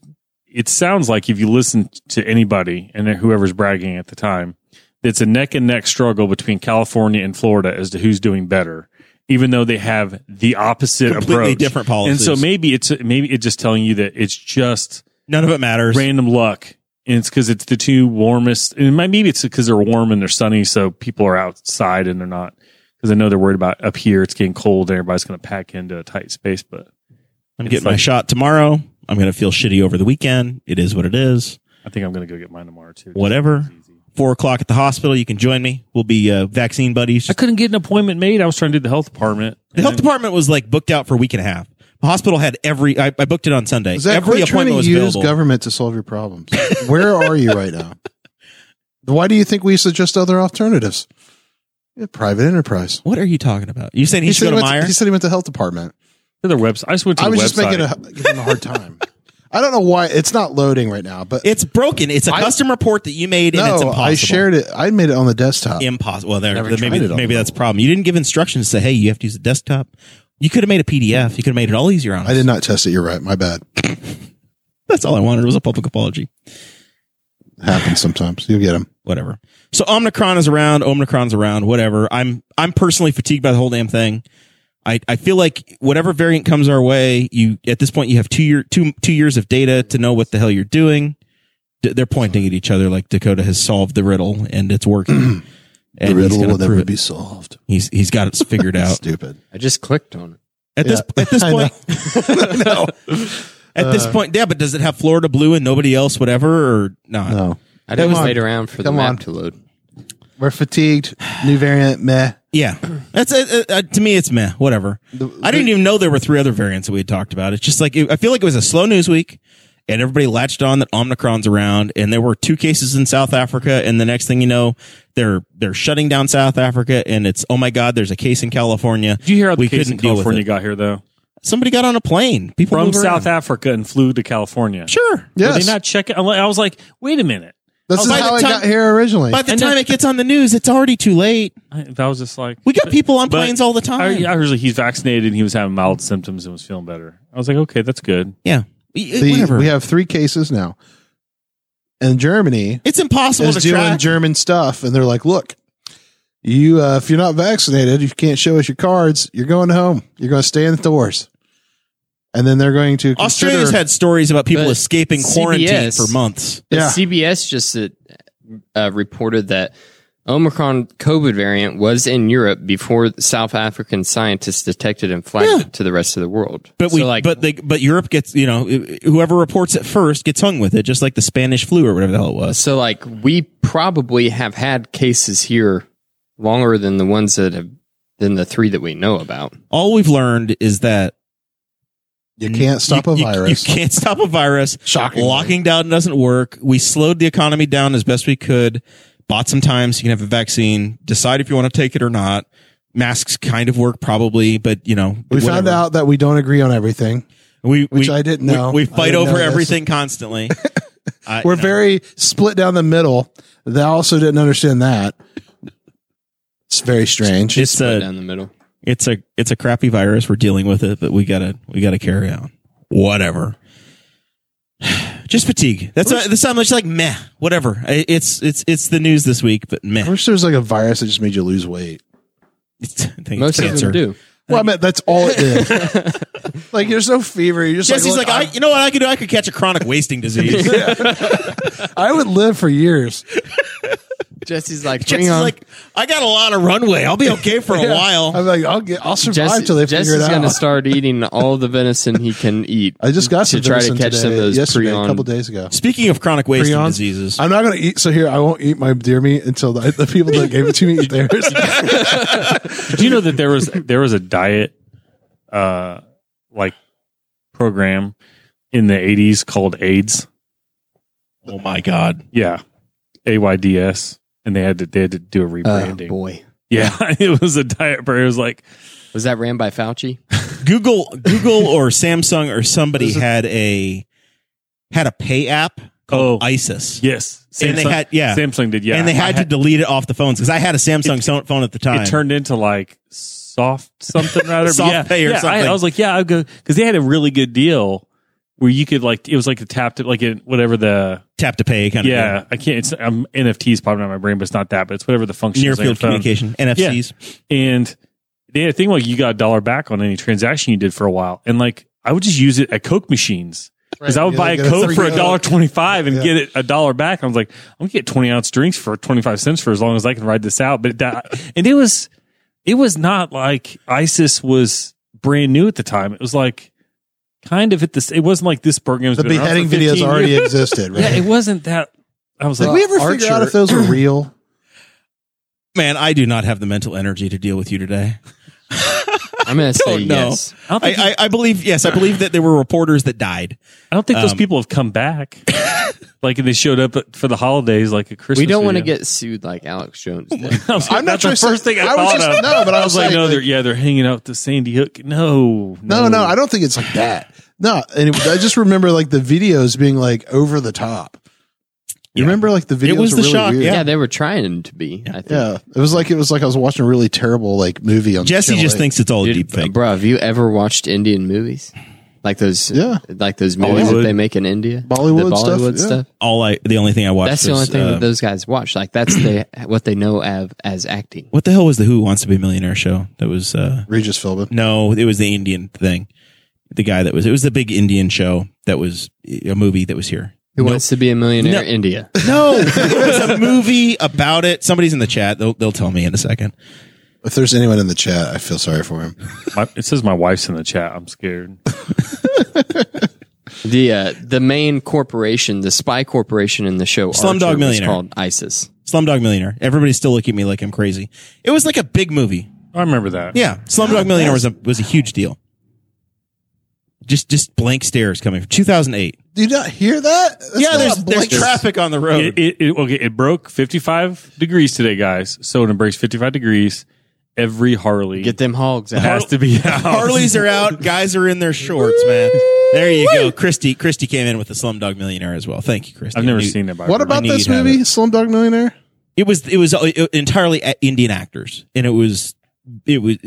[SPEAKER 4] it sounds like if you listen to anybody and whoever's bragging at the time, it's a neck and neck struggle between California and Florida as to who's doing better, even though they have the opposite
[SPEAKER 2] Completely
[SPEAKER 4] approach,
[SPEAKER 2] different policies.
[SPEAKER 4] And so maybe it's maybe it's just telling you that it's just
[SPEAKER 2] None of it matters.
[SPEAKER 4] random luck. And it's because it's the two warmest. And it might- maybe it's because they're warm and they're sunny, so people are outside and they're not. Because I know they're worried about up here, it's getting cold and everybody's going to pack into a tight space. But
[SPEAKER 2] I'm
[SPEAKER 4] It's
[SPEAKER 2] getting my
[SPEAKER 4] like-
[SPEAKER 2] shot tomorrow. I'm going to feel shitty over the weekend. It is what it is.
[SPEAKER 4] I think I'm going to go get mine tomorrow too.
[SPEAKER 2] Whatever. Four o'clock at the hospital. You can join me. We'll be uh, vaccine buddies.
[SPEAKER 4] I couldn't get an appointment made. I was trying to do the health department.
[SPEAKER 2] The health department was like booked out for a week and a half. The hospital had every. I, I booked it on Sunday.
[SPEAKER 1] Zach,
[SPEAKER 2] every
[SPEAKER 1] quit trying
[SPEAKER 2] appointment
[SPEAKER 1] to
[SPEAKER 2] was
[SPEAKER 1] use
[SPEAKER 2] available.
[SPEAKER 1] government to solve your problems. Where are you right now? Why do you think we suggest other alternatives? Yeah, private enterprise.
[SPEAKER 2] what are you talking about? You saying he, should
[SPEAKER 1] said
[SPEAKER 2] go to
[SPEAKER 1] went
[SPEAKER 2] Meyer?
[SPEAKER 1] he said he went to health department.
[SPEAKER 4] To their website. I just went to
[SPEAKER 1] I
[SPEAKER 4] the
[SPEAKER 1] was just
[SPEAKER 4] website.
[SPEAKER 1] making a, *laughs* giving him a hard time. I don't know why it's not loading right now, but
[SPEAKER 2] it's broken. It's a
[SPEAKER 1] I-
[SPEAKER 2] custom report that you made, and it's
[SPEAKER 1] no,
[SPEAKER 2] impossible.
[SPEAKER 1] I shared it. I made it on the desktop.
[SPEAKER 2] impossible. Well, there,
[SPEAKER 1] Never
[SPEAKER 2] there- maybe
[SPEAKER 1] tried it on
[SPEAKER 2] maybe
[SPEAKER 1] the
[SPEAKER 2] that's a problem. You didn't give instructions to say, hey, you have to use the desktop. You could have made a PDF. You could have made it all easier on us.
[SPEAKER 1] I did not test it. You're right. My bad.
[SPEAKER 2] That's all I wanted was a public apology.
[SPEAKER 1] Happens sometimes. You get them.
[SPEAKER 2] Whatever. So Omnicron is around. Omnicron's around. Whatever. I'm I'm personally fatigued by the whole damn thing. I, I feel like whatever variant comes our way, you at this point you have two year two two years of data to know what the hell you're doing. D- they're pointing at each other like Dakota has solved the riddle and it's working. and
[SPEAKER 1] *clears throat* The riddle
[SPEAKER 2] he's
[SPEAKER 1] will
[SPEAKER 2] gonna prove
[SPEAKER 1] never
[SPEAKER 2] it.
[SPEAKER 1] be solved.
[SPEAKER 2] He's he's got it
[SPEAKER 1] *laughs*
[SPEAKER 2] figured out.
[SPEAKER 1] Stupid.
[SPEAKER 3] I just clicked on it.
[SPEAKER 2] At this
[SPEAKER 1] Yeah.
[SPEAKER 2] at this
[SPEAKER 1] I *laughs*
[SPEAKER 2] point, no. *laughs* At this
[SPEAKER 1] Uh,
[SPEAKER 2] point, yeah. But does it have Florida blue and nobody else, whatever, or not?
[SPEAKER 1] No,
[SPEAKER 3] I just
[SPEAKER 1] on.
[SPEAKER 3] wait around for the
[SPEAKER 1] Come
[SPEAKER 3] map
[SPEAKER 1] on.
[SPEAKER 3] to load.
[SPEAKER 1] Oh. we're fatigued. New variant. Meh.
[SPEAKER 2] Yeah, that's uh, uh, uh, to me. It's meh. Whatever. I didn't even know there were three other variants that we had talked about. It's just like it, I feel like it was a slow news week, and everybody latched on that Omicron's around, and there were two cases in South Africa, and the next thing you know, they're they're shutting down South Africa, and it's oh my god, there's a case in California.
[SPEAKER 4] Did you hear how the
[SPEAKER 2] We
[SPEAKER 4] case in
[SPEAKER 2] couldn't deal with
[SPEAKER 4] California
[SPEAKER 2] it.
[SPEAKER 4] got here though?
[SPEAKER 2] Somebody got on a plane. People
[SPEAKER 4] From
[SPEAKER 2] move around.
[SPEAKER 4] South Africa and flew to California.
[SPEAKER 2] Sure.
[SPEAKER 4] Did
[SPEAKER 1] Yes.
[SPEAKER 4] they not check it? I was like, wait a minute.
[SPEAKER 1] this is
[SPEAKER 2] Oh, By the
[SPEAKER 1] how I
[SPEAKER 2] time-
[SPEAKER 1] got here originally.
[SPEAKER 2] By the
[SPEAKER 4] And
[SPEAKER 2] time
[SPEAKER 4] that-
[SPEAKER 2] it gets on the news, it's already too late.
[SPEAKER 4] I, that was just like
[SPEAKER 2] We got people on
[SPEAKER 4] But
[SPEAKER 2] planes all the time.
[SPEAKER 4] I, I heard like he's vaccinated and he was having mild symptoms and was feeling better. I was like, okay, that's good.
[SPEAKER 2] Yeah. Y-
[SPEAKER 1] The-
[SPEAKER 2] Whatever.
[SPEAKER 1] we have three cases now. And Germany
[SPEAKER 2] it's impossible
[SPEAKER 1] is
[SPEAKER 2] to
[SPEAKER 1] doing
[SPEAKER 2] track.
[SPEAKER 1] German stuff, and they're like, "Look, you uh, if you're not vaccinated, you can't show us your cards. You're going home. You're going to stay indoors." And then they're going to consider-
[SPEAKER 2] Australia's had stories about people
[SPEAKER 3] But
[SPEAKER 2] escaping quarantine
[SPEAKER 3] CBS
[SPEAKER 2] for months.
[SPEAKER 3] But
[SPEAKER 1] Yeah.
[SPEAKER 3] CBS just uh, uh, reported that Omicron COVID variant was in Europe before South African scientists detected and flagged it to the rest of the world.
[SPEAKER 2] But we,
[SPEAKER 3] So, like,
[SPEAKER 2] but they, but Europe gets, you know, whoever reports it first gets hung with it, just like the Spanish flu or whatever the hell it was.
[SPEAKER 3] so like we probably have had cases here longer than the ones that have than the three that we know about.
[SPEAKER 2] All we've learned is that
[SPEAKER 1] you can't stop
[SPEAKER 2] you-
[SPEAKER 1] a
[SPEAKER 2] you-
[SPEAKER 1] virus.
[SPEAKER 2] You, *laughs* can't stop a virus.
[SPEAKER 1] Shockingly.
[SPEAKER 2] Locking down doesn't work. We slowed the economy down as best we could. Bought some time so you can have a vaccine. Decide if you want to take it or not. Masks kind of work probably, but you know
[SPEAKER 1] we found
[SPEAKER 2] whatever.
[SPEAKER 1] out that we don't agree on everything.
[SPEAKER 2] we
[SPEAKER 1] which
[SPEAKER 2] we,
[SPEAKER 1] I didn't
[SPEAKER 2] we-
[SPEAKER 1] know.
[SPEAKER 2] We,
[SPEAKER 1] I
[SPEAKER 2] fight
[SPEAKER 1] didn't know
[SPEAKER 2] over
[SPEAKER 1] this. *laughs*
[SPEAKER 2] everything constantly. I-
[SPEAKER 1] We're
[SPEAKER 2] no.
[SPEAKER 1] very split down the middle. They also didn't understand that. It's very strange.
[SPEAKER 2] It's
[SPEAKER 3] Right
[SPEAKER 2] a
[SPEAKER 3] down the middle.
[SPEAKER 2] it's a it's a crappy virus. We're dealing with it, but we gotta we gotta carry on. Whatever. *sighs* Just fatigue. That's not, that's not much like meh. Whatever. I- It's it's it's the news this week, but
[SPEAKER 1] I
[SPEAKER 2] meh. *laughs*
[SPEAKER 1] wish there was like a virus that just made you lose weight.
[SPEAKER 2] It's, I think it's
[SPEAKER 3] Most of them
[SPEAKER 2] cancer.
[SPEAKER 3] do.
[SPEAKER 1] Well, I meant that's all it
[SPEAKER 2] *laughs*
[SPEAKER 1] did. like there's no fever. You're just
[SPEAKER 2] Jesse's
[SPEAKER 1] like,
[SPEAKER 2] like,
[SPEAKER 1] "Look,
[SPEAKER 2] I, you know what I could do? I could catch a chronic wasting disease.
[SPEAKER 1] I, I would live for years.
[SPEAKER 3] Jesse's like, bring
[SPEAKER 2] Jesse's
[SPEAKER 3] on.
[SPEAKER 2] like, I got a lot of runway. I'll be okay for *laughs* a while.
[SPEAKER 1] I'm like, I'll get, I'll survive
[SPEAKER 3] Jesse,
[SPEAKER 1] till they
[SPEAKER 3] Jesse's
[SPEAKER 1] figure it out.
[SPEAKER 3] gonna start eating all the venison
[SPEAKER 1] *laughs*
[SPEAKER 3] he can eat.
[SPEAKER 1] I just got
[SPEAKER 3] to
[SPEAKER 1] some
[SPEAKER 3] try to
[SPEAKER 1] venison
[SPEAKER 3] catch
[SPEAKER 1] today,
[SPEAKER 3] some of those
[SPEAKER 1] yesterday,
[SPEAKER 3] prion-
[SPEAKER 1] a couple days ago.
[SPEAKER 2] Speaking of chronic wasting
[SPEAKER 1] Prions?
[SPEAKER 2] diseases,
[SPEAKER 1] I'm not gonna eat. So here, I won't eat my deer meat until the, the people that gave it to me eat
[SPEAKER 2] *laughs*
[SPEAKER 1] theirs.
[SPEAKER 4] Did you know that there was *laughs* there was a diet uh like program in the eighties called AIDS?
[SPEAKER 2] oh my god,
[SPEAKER 4] Yeah. A Y D S. And they had to they had to do a
[SPEAKER 3] Oh
[SPEAKER 4] rebranding.
[SPEAKER 3] boy,
[SPEAKER 4] Yeah, *laughs* it was a diet prayer. It was like,
[SPEAKER 3] Was that ran
[SPEAKER 1] *laughs*
[SPEAKER 3] by Fauci?
[SPEAKER 2] Google Google or Samsung or somebody had a had a pay app called
[SPEAKER 4] Oh.
[SPEAKER 2] ISIS.
[SPEAKER 4] yes, Samsung,
[SPEAKER 2] And they had- yeah.
[SPEAKER 4] Samsung did yeah,
[SPEAKER 2] and they
[SPEAKER 4] I
[SPEAKER 2] had, to delete it off the phones because I had a Samsung so- phone at the time.
[SPEAKER 4] it turned into like soft something rather
[SPEAKER 2] *laughs* Soft
[SPEAKER 4] yeah,
[SPEAKER 2] pay or
[SPEAKER 4] yeah, I- I,
[SPEAKER 2] something.
[SPEAKER 4] was like, yeah, I'll go because they had a really good deal where you could like it was like the tapped like in whatever the
[SPEAKER 2] tap to pay kind of
[SPEAKER 4] yeah I can't it's um, NFTs popping out of my brain, but it's not that, but it's whatever the function
[SPEAKER 2] thing. near
[SPEAKER 4] is on your
[SPEAKER 2] field
[SPEAKER 4] phone.
[SPEAKER 2] communication NFCs.
[SPEAKER 4] and they had a thing like you got a dollar back on any transaction you did for a while, and like I would just use it at Coke machines. Because I would
[SPEAKER 1] Yeah,
[SPEAKER 4] buy a
[SPEAKER 1] they get a
[SPEAKER 4] Coke
[SPEAKER 1] free
[SPEAKER 4] for a
[SPEAKER 1] Coke.
[SPEAKER 4] dollar twenty-five and
[SPEAKER 1] Yeah.
[SPEAKER 4] get it a dollar back. I was like, I'm gonna get twenty ounce drinks for twenty-five cents for as long as I can ride this out. But that, *laughs* and it was, it was not like ISIS was brand new at the time. It was like kind of at this. It wasn't like this program.
[SPEAKER 1] The beheading videos already existed, right?
[SPEAKER 4] Yeah, it wasn't that. I was
[SPEAKER 1] Did
[SPEAKER 4] like,
[SPEAKER 1] we ever figure out if those *clears throat* were real?
[SPEAKER 2] Man, I do not have the mental energy to deal with you today.
[SPEAKER 3] I'm gonna say
[SPEAKER 2] Don't know.
[SPEAKER 3] yes.
[SPEAKER 4] I don't think,
[SPEAKER 2] I, I, I believe yes, I believe that there were reporters that died.
[SPEAKER 4] I don't think those
[SPEAKER 2] um,
[SPEAKER 4] people have come
[SPEAKER 3] *laughs*
[SPEAKER 4] back. like they showed up at- for the holidays, like a Christmas.
[SPEAKER 3] We don't want to
[SPEAKER 4] video.
[SPEAKER 3] get sued like Alex Jones
[SPEAKER 1] *laughs*
[SPEAKER 3] did.
[SPEAKER 4] *laughs* I was like,
[SPEAKER 1] I'm not
[SPEAKER 4] that's the
[SPEAKER 1] sure-
[SPEAKER 4] first thing I,
[SPEAKER 1] I was
[SPEAKER 4] thought
[SPEAKER 1] just-
[SPEAKER 4] of.
[SPEAKER 1] no, but I was
[SPEAKER 4] like,
[SPEAKER 1] like-
[SPEAKER 4] no, they're yeah, they're hanging out at the Sandy Hook. No,
[SPEAKER 1] No, no, I don't think it's like that. No, and it, I just remember like the videos being like over the top. You
[SPEAKER 2] Yeah.
[SPEAKER 1] remember like the videos?
[SPEAKER 2] was
[SPEAKER 1] were
[SPEAKER 2] the
[SPEAKER 1] really
[SPEAKER 2] shock,
[SPEAKER 1] weird.
[SPEAKER 3] Yeah,
[SPEAKER 2] yeah.
[SPEAKER 3] they were trying to be. I think.
[SPEAKER 1] Yeah, it was like it was like I was watching a really terrible like movie on
[SPEAKER 2] Jesse
[SPEAKER 1] Channel
[SPEAKER 2] just
[SPEAKER 1] eight.
[SPEAKER 2] thinks it's all a
[SPEAKER 3] Dude,
[SPEAKER 2] deep fake.
[SPEAKER 3] bro, have you ever watched Indian movies? Like those,
[SPEAKER 1] Yeah.
[SPEAKER 3] Like those movies
[SPEAKER 4] Bollywood.
[SPEAKER 3] that they make in India,
[SPEAKER 1] Bollywood
[SPEAKER 3] the
[SPEAKER 1] stuff,
[SPEAKER 3] Bollywood
[SPEAKER 1] yeah.
[SPEAKER 3] stuff.
[SPEAKER 2] All I the only thing I watched.
[SPEAKER 3] That's the only
[SPEAKER 2] was,
[SPEAKER 3] thing
[SPEAKER 2] uh,
[SPEAKER 3] that those guys watch.
[SPEAKER 2] *clears throat*
[SPEAKER 3] Like that's the what they know of as acting.
[SPEAKER 2] what the hell was the Who Wants to Be a Millionaire show? That was uh
[SPEAKER 1] Regis Philbin.
[SPEAKER 2] no, it was the Indian thing. The guy that was it was the big Indian show that was a movie that was here.
[SPEAKER 3] Who wants to be a millionaire?
[SPEAKER 2] No.
[SPEAKER 3] India.
[SPEAKER 2] No, *laughs* there's a movie about it. Somebody's in the chat. They'll, they'll tell me in a second.
[SPEAKER 1] If there's anyone in the chat, I feel sorry for him.
[SPEAKER 4] My, it says my wife's in the chat. I'm scared.
[SPEAKER 3] The uh, the main corporation, the spy corporation in the show,
[SPEAKER 2] Slumdog
[SPEAKER 3] Archer, was
[SPEAKER 2] Millionaire.
[SPEAKER 3] called ISIS.
[SPEAKER 2] Slumdog Millionaire. Everybody's still looking at me like I'm crazy. It was like a big movie.
[SPEAKER 4] I remember that.
[SPEAKER 2] Yeah,
[SPEAKER 1] Oh,
[SPEAKER 2] Slumdog Millionaire was a was a huge deal. Just just blank stares coming from 2008.
[SPEAKER 1] Do you not hear that? That's
[SPEAKER 2] yeah,
[SPEAKER 1] not
[SPEAKER 2] there's
[SPEAKER 1] a
[SPEAKER 2] there's
[SPEAKER 1] blank-
[SPEAKER 2] traffic on the road.
[SPEAKER 1] *laughs*
[SPEAKER 4] It, it, it, okay, it broke 55 degrees today, guys. So it breaks 55 degrees. Every Harley
[SPEAKER 3] Get them hogs out.
[SPEAKER 4] has
[SPEAKER 1] *laughs*
[SPEAKER 4] to be out.
[SPEAKER 2] Harleys are out. Guys are in their shorts, man. There you go. Christy Christy came in with the Slumdog Millionaire as well. Thank you, Christy.
[SPEAKER 4] I've never
[SPEAKER 2] I knew-
[SPEAKER 4] seen it. But I
[SPEAKER 1] What
[SPEAKER 4] remember.
[SPEAKER 1] about
[SPEAKER 2] knew
[SPEAKER 1] this
[SPEAKER 2] you'd have
[SPEAKER 1] movie,
[SPEAKER 2] it.
[SPEAKER 1] Slumdog Millionaire?
[SPEAKER 2] It was it was uh, entirely uh, Indian actors, and it was it was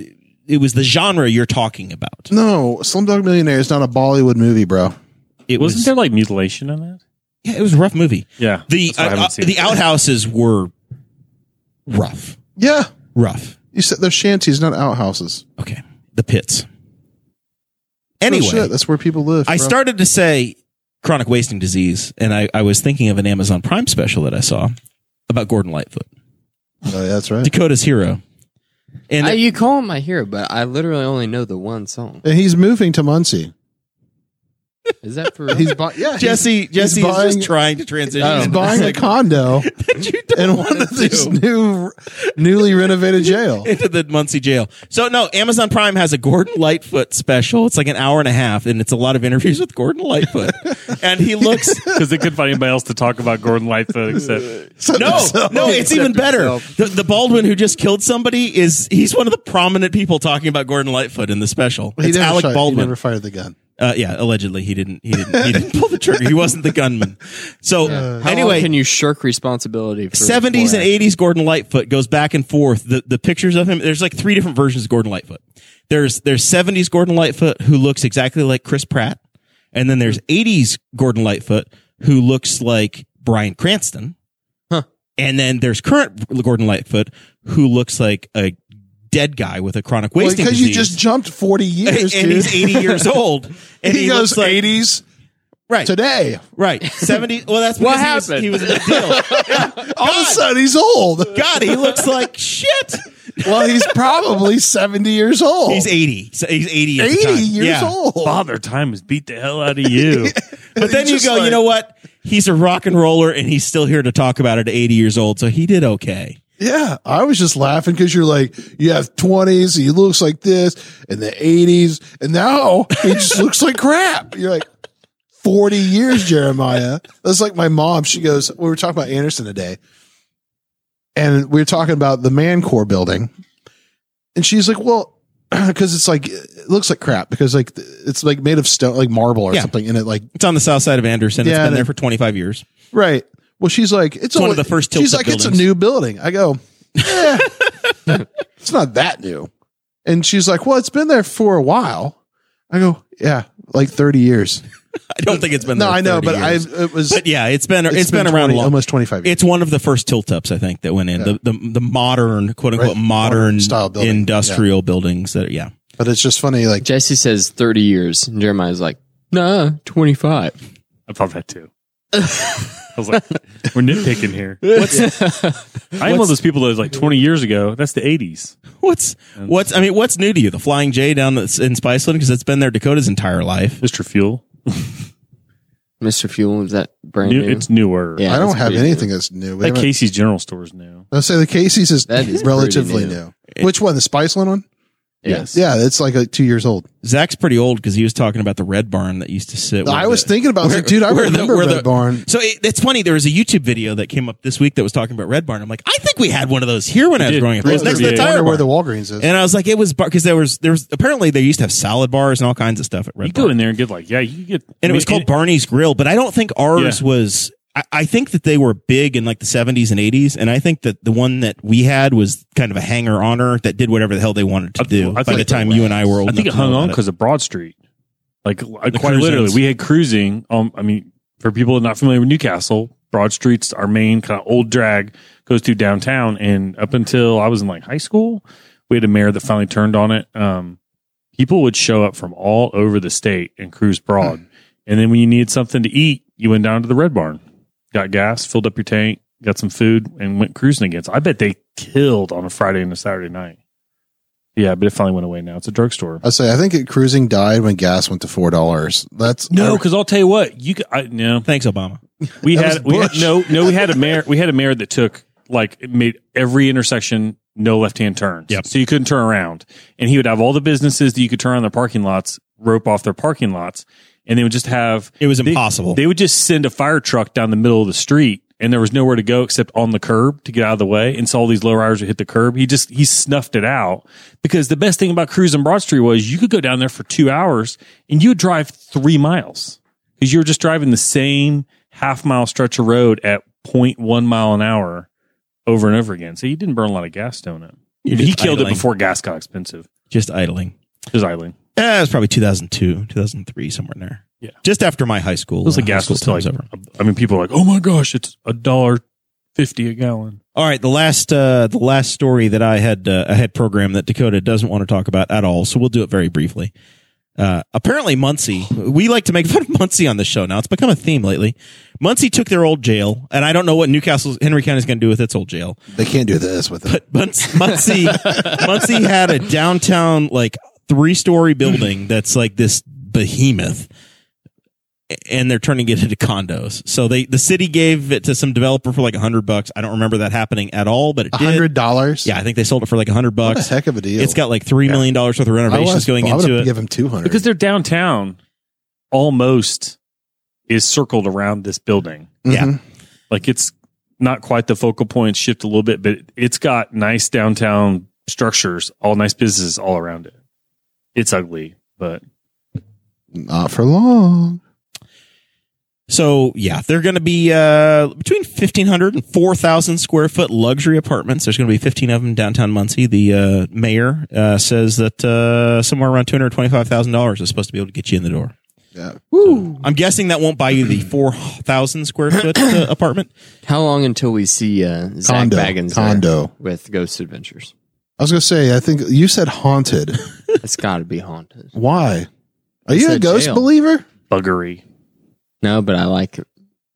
[SPEAKER 2] it was the genre you're talking about.
[SPEAKER 1] No, Slumdog Millionaire is not a Bollywood movie, bro.
[SPEAKER 2] It
[SPEAKER 4] Wasn't
[SPEAKER 2] was
[SPEAKER 4] there like mutilation in that?
[SPEAKER 2] yeah, it was a rough movie.
[SPEAKER 4] Yeah.
[SPEAKER 2] The
[SPEAKER 4] that's why I
[SPEAKER 2] uh,
[SPEAKER 4] haven't
[SPEAKER 2] uh,
[SPEAKER 4] seen
[SPEAKER 2] the
[SPEAKER 4] *laughs* it.
[SPEAKER 2] outhouses were rough,
[SPEAKER 1] Yeah,
[SPEAKER 2] rough.
[SPEAKER 1] you said they're shanties, not outhouses. Oh,
[SPEAKER 2] Okay, the pits.
[SPEAKER 1] No
[SPEAKER 2] Anyway,
[SPEAKER 1] Oh, shit, that's where people live.
[SPEAKER 2] I
[SPEAKER 1] bro.
[SPEAKER 2] started to say chronic wasting disease, and I, I was thinking of an Amazon Prime special that I saw about Gordon Lightfoot,
[SPEAKER 1] Oh, yeah, that's right.
[SPEAKER 2] Dakota's hero. And
[SPEAKER 3] I, you call him my hero, but I literally only know the one song.
[SPEAKER 1] And he's moving to Muncie.
[SPEAKER 3] Is
[SPEAKER 1] *laughs*
[SPEAKER 3] that for real?
[SPEAKER 1] He's bought. Yeah, he's-
[SPEAKER 2] Jesse Jesse is
[SPEAKER 1] buying- Oh.
[SPEAKER 2] just trying to
[SPEAKER 1] *laughs*
[SPEAKER 2] transition.
[SPEAKER 1] He's buying
[SPEAKER 2] *laughs*
[SPEAKER 1] a condo in one of these new, newly renovated
[SPEAKER 2] *laughs*
[SPEAKER 1] jail.
[SPEAKER 2] into the Muncie jail. So no, Amazon Prime has a Gordon Lightfoot special. It's like an hour and a half, and it's a lot of interviews with
[SPEAKER 1] *laughs*
[SPEAKER 2] Gordon Lightfoot. and he looks
[SPEAKER 4] Because they couldn't find anybody else to talk about Gordon
[SPEAKER 1] *laughs*
[SPEAKER 4] Lightfoot except
[SPEAKER 2] no, no, it's even better.
[SPEAKER 3] himself.
[SPEAKER 2] The, the Baldwin who just killed somebody is he's one of the prominent people talking about Gordon Lightfoot in the special.
[SPEAKER 1] He
[SPEAKER 2] It's
[SPEAKER 1] never
[SPEAKER 2] Alec
[SPEAKER 1] shot- He
[SPEAKER 2] Baldwin.
[SPEAKER 1] never fired the gun.
[SPEAKER 2] Uh, yeah, allegedly he didn't. He didn't. He didn't pull the trigger. He wasn't the gunman. So
[SPEAKER 3] How long
[SPEAKER 2] anyway,
[SPEAKER 3] can you shirk responsibility for
[SPEAKER 2] seventies and
[SPEAKER 3] for-
[SPEAKER 2] eighties Gordon Lightfoot goes back and forth. The the pictures of him. There's like three different versions of Gordon Lightfoot. There's there's seventies Gordon Lightfoot who looks exactly like Chris Pratt, and then there's eighties Gordon Lightfoot who looks like Brian Cranston. And then there's current Gordon Lightfoot who looks like a dead guy with a chronic
[SPEAKER 1] Well,
[SPEAKER 2] wasting
[SPEAKER 1] because you
[SPEAKER 2] disease.
[SPEAKER 1] just jumped 40 years,
[SPEAKER 2] *laughs* and
[SPEAKER 1] dude.
[SPEAKER 2] he's 80
[SPEAKER 1] *laughs*
[SPEAKER 2] years old. And
[SPEAKER 1] he, goes
[SPEAKER 2] looks like,
[SPEAKER 1] 80s
[SPEAKER 2] right.
[SPEAKER 1] today.
[SPEAKER 2] Right. 70. Well, that's
[SPEAKER 3] What
[SPEAKER 2] because
[SPEAKER 3] happened?
[SPEAKER 2] He was, he was a big deal.
[SPEAKER 1] All of a sudden, he's old.
[SPEAKER 2] *laughs* God, he looks like shit.
[SPEAKER 1] Well, he's probably 70 years old.
[SPEAKER 2] He's 80. So he's 80. at the
[SPEAKER 1] 80
[SPEAKER 2] time.
[SPEAKER 1] Oh. years
[SPEAKER 2] Yeah.
[SPEAKER 1] old. *laughs*
[SPEAKER 4] Father Time has beat the hell out of you.
[SPEAKER 2] But then
[SPEAKER 1] He's
[SPEAKER 2] you
[SPEAKER 1] just
[SPEAKER 2] go, you
[SPEAKER 1] like-
[SPEAKER 2] know what? He's a rock and roller and he's still here to talk about it at 80 years old. So he did okay.
[SPEAKER 1] Yeah, I was just laughing because you're like, you have 20s, he looks like this, in the 80s, and now he just looks like crap. You're like, 40 years, Jeremiah. That's like my mom. She goes, we were talking about Anderson today. and we were talking about the Mancore building, and she's like, "Well, *clears throat* because it's like it looks like crap because like it's like made of stone, like marble or
[SPEAKER 2] Yeah.
[SPEAKER 1] something, and it like
[SPEAKER 2] It's on the south side of Anderson.
[SPEAKER 1] Yeah,
[SPEAKER 2] it's been
[SPEAKER 1] and
[SPEAKER 2] there
[SPEAKER 1] it-
[SPEAKER 2] for 25 years.
[SPEAKER 1] right." Well, she's like, "It's,
[SPEAKER 2] one of
[SPEAKER 1] only-
[SPEAKER 2] the first
[SPEAKER 1] She's
[SPEAKER 2] tilt-up
[SPEAKER 1] like, "It's
[SPEAKER 2] buildings.
[SPEAKER 1] a new building." I go,
[SPEAKER 2] *laughs*
[SPEAKER 1] "Yeah, it's not that new," and she's like, "Well, it's been there for a while." I go, "Yeah, like thirty years."
[SPEAKER 2] I don't think it's been
[SPEAKER 1] No,
[SPEAKER 2] there
[SPEAKER 1] I know,
[SPEAKER 2] 30
[SPEAKER 1] but
[SPEAKER 2] years.
[SPEAKER 1] I it was
[SPEAKER 2] But yeah, it's been it's been, around
[SPEAKER 1] 20
[SPEAKER 2] long.
[SPEAKER 1] almost twenty five years.
[SPEAKER 2] It's one of the first tilt ups, I think, that went in the, the the modern quote unquote
[SPEAKER 1] Right.
[SPEAKER 2] modern
[SPEAKER 1] Modern style building.
[SPEAKER 2] industrial buildings. That yeah,
[SPEAKER 1] but it's just funny, like
[SPEAKER 3] Jesse says 30 years, and Jeremiah's like, nah, 25.
[SPEAKER 1] *laughs*
[SPEAKER 4] I thought that too. I was like, *laughs* we're nitpicking here.
[SPEAKER 3] *laughs*
[SPEAKER 4] I am one of those people that was like 20 years ago. That's the 80s.
[SPEAKER 2] what's what's I mean, what's new to you? The Flying J down in Spiceland because it's been there Dakota's entire life.
[SPEAKER 4] Mr. Fuel.
[SPEAKER 3] Mr. Fuel, is that brand
[SPEAKER 4] New,
[SPEAKER 3] new?
[SPEAKER 4] it's newer.
[SPEAKER 3] Yeah,
[SPEAKER 1] I don't
[SPEAKER 3] that's
[SPEAKER 1] have
[SPEAKER 3] pretty
[SPEAKER 1] anything that's new. We
[SPEAKER 4] That
[SPEAKER 1] haven't-
[SPEAKER 4] Casey's General Store's new.
[SPEAKER 1] I'll say the Casey's is,
[SPEAKER 3] That is
[SPEAKER 1] relatively
[SPEAKER 3] pretty
[SPEAKER 1] new. Which one? The Spiceland one?
[SPEAKER 3] Yes.
[SPEAKER 1] Yeah, it's like, like two years old.
[SPEAKER 2] Zach's pretty old because he was talking about the Red Barn that used to sit. where
[SPEAKER 1] I was
[SPEAKER 2] the-
[SPEAKER 1] thinking about, I was like, dude, I
[SPEAKER 2] where the-
[SPEAKER 1] remember
[SPEAKER 2] where the-
[SPEAKER 1] Red Barn.
[SPEAKER 2] So it, it's funny. There was a YouTube video that came up this week that was talking about Red Barn. I'm like, I think we had one of those here when I was
[SPEAKER 4] did.
[SPEAKER 2] growing up. It
[SPEAKER 4] Red
[SPEAKER 2] was next to the
[SPEAKER 4] Barn.
[SPEAKER 1] I
[SPEAKER 2] tire
[SPEAKER 1] wonder
[SPEAKER 2] barn.
[SPEAKER 1] where the Walgreens is.
[SPEAKER 2] and I was like, it was because there was there was apparently they used to have salad bars and all kinds of stuff at Red
[SPEAKER 4] You
[SPEAKER 2] Barn.
[SPEAKER 4] go in there and get like, yeah, you get.
[SPEAKER 2] and it was called Barney's Grill, but I don't think ours
[SPEAKER 4] Yeah.
[SPEAKER 2] was. I, I think that they were big in like the 70s and 80s, and I think that the one that we had was kind of a hanger oner that did whatever the hell they wanted to
[SPEAKER 4] I-
[SPEAKER 2] do.
[SPEAKER 4] I
[SPEAKER 2] by
[SPEAKER 4] think
[SPEAKER 2] the
[SPEAKER 4] it
[SPEAKER 2] time you and I were old,
[SPEAKER 4] I think it
[SPEAKER 2] enough to
[SPEAKER 4] hung
[SPEAKER 2] know
[SPEAKER 4] on
[SPEAKER 2] about
[SPEAKER 4] because of Broad Street. Like, like quite
[SPEAKER 2] cruisins.
[SPEAKER 4] literally, we had cruising. Um, I mean, for people not familiar with Newcastle, Broad Street's our main kind of old drag goes through downtown. And up until I was in like high school, we had a mayor that finally turned on it. Um, people would show up from all over the state and cruise Broad. And then when you needed something to eat, you went down to the Red Barn, got gas, filled up your tank, got some food, and went cruising again. So I bet they killed on a Friday and a Saturday night. Yeah, but it finally went away now. It's a drugstore.
[SPEAKER 1] I say, I think it, cruising died when gas went to four dollars. That's
[SPEAKER 4] No, because I'll tell you what you could, I, no
[SPEAKER 2] Thanks, Obama.
[SPEAKER 4] we
[SPEAKER 1] That
[SPEAKER 4] had
[SPEAKER 1] was
[SPEAKER 4] we had
[SPEAKER 1] Bush.
[SPEAKER 4] no no we had a mayor we had a mayor that took like it made every intersection no left hand turns
[SPEAKER 2] Yep.
[SPEAKER 4] so you couldn't turn around and he would have all the businesses that you could turn on their parking lots rope off their parking lots and they would just have
[SPEAKER 2] It was
[SPEAKER 4] they-
[SPEAKER 2] impossible.
[SPEAKER 4] they would just send a fire truck down the middle of the street and there was nowhere to go except on the curb to get out of the way. And so all these low riders would hit the curb. He just, he snuffed it out because the best thing about cruising Broad Street was you could go down there for two hours and you would drive three miles because you were just driving the same half mile stretch of road at 0.1 mile an hour over and over again. So you didn't burn a lot of gas doing it.
[SPEAKER 2] You're
[SPEAKER 4] he
[SPEAKER 2] just
[SPEAKER 4] killed
[SPEAKER 2] idling.
[SPEAKER 4] it before gas got expensive.
[SPEAKER 2] Just idling.
[SPEAKER 4] Just idling.
[SPEAKER 2] Eh, it was probably 2002, 2003, somewhere in there.
[SPEAKER 4] Yeah.
[SPEAKER 2] just after my high school.
[SPEAKER 4] It was
[SPEAKER 2] uh,
[SPEAKER 4] like
[SPEAKER 2] high
[SPEAKER 4] gas
[SPEAKER 2] school
[SPEAKER 4] was still
[SPEAKER 2] time's
[SPEAKER 4] like, I mean, people are like, oh my gosh, it's a dollar fifty a gallon.
[SPEAKER 2] All right, the last uh, the last story that I had uh, I had programmed that Dakota doesn't want to talk about at all, so we'll do it very briefly. Uh, apparently, Muncie. We like to make *laughs* fun of Muncie on the show now. It's become a theme lately. Muncie took their old jail, and I don't know what Newcastle's Henry County's going to do with its old jail.
[SPEAKER 1] they can't do this with it.
[SPEAKER 2] But Muncie, Muncie, Muncie had a downtown like three story
[SPEAKER 1] Hmm.
[SPEAKER 2] building that's like this behemoth, and they're turning it into condos. So they the city gave it to some developer for like a hundred bucks. I don't remember that happening at all, but it
[SPEAKER 1] A
[SPEAKER 2] did.
[SPEAKER 1] hundred dollars.
[SPEAKER 2] Yeah, I think they sold it for like a hundred
[SPEAKER 1] what a
[SPEAKER 2] bucks.
[SPEAKER 1] heck of a deal.
[SPEAKER 2] It's got like three million dollars worth of
[SPEAKER 1] I
[SPEAKER 2] renovations
[SPEAKER 1] was
[SPEAKER 2] going
[SPEAKER 1] I
[SPEAKER 2] into it.
[SPEAKER 1] Give him two hundred
[SPEAKER 4] because their downtown almost is circled around this building.
[SPEAKER 2] yeah.
[SPEAKER 1] Mm-hmm.
[SPEAKER 4] Like it's not quite the focal point shift a little bit, but it's got nice downtown structures, all nice businesses all around it. It's ugly, but
[SPEAKER 1] not for long.
[SPEAKER 2] So yeah, they're going to be uh, between 1,500 and 4,000 square foot luxury apartments. There's going to be 15 of them downtown Muncie. The uh, mayor uh, says that uh, somewhere around $225,000 is supposed to be able to get you in the door.
[SPEAKER 1] Yeah.
[SPEAKER 2] I'm guessing that won't buy you the 4,000 square foot
[SPEAKER 3] *coughs*
[SPEAKER 2] uh, apartment.
[SPEAKER 3] How long until we see uh, Zach
[SPEAKER 1] Condo.
[SPEAKER 3] Baggins there
[SPEAKER 1] Condo.
[SPEAKER 3] with Ghost Adventures?
[SPEAKER 1] I was gonna say, I think you said haunted.
[SPEAKER 3] It's got to be haunted.
[SPEAKER 1] Why? Are you a
[SPEAKER 3] said
[SPEAKER 1] ghost
[SPEAKER 3] jail.
[SPEAKER 1] believer?
[SPEAKER 4] buggery.
[SPEAKER 3] No, but I like it.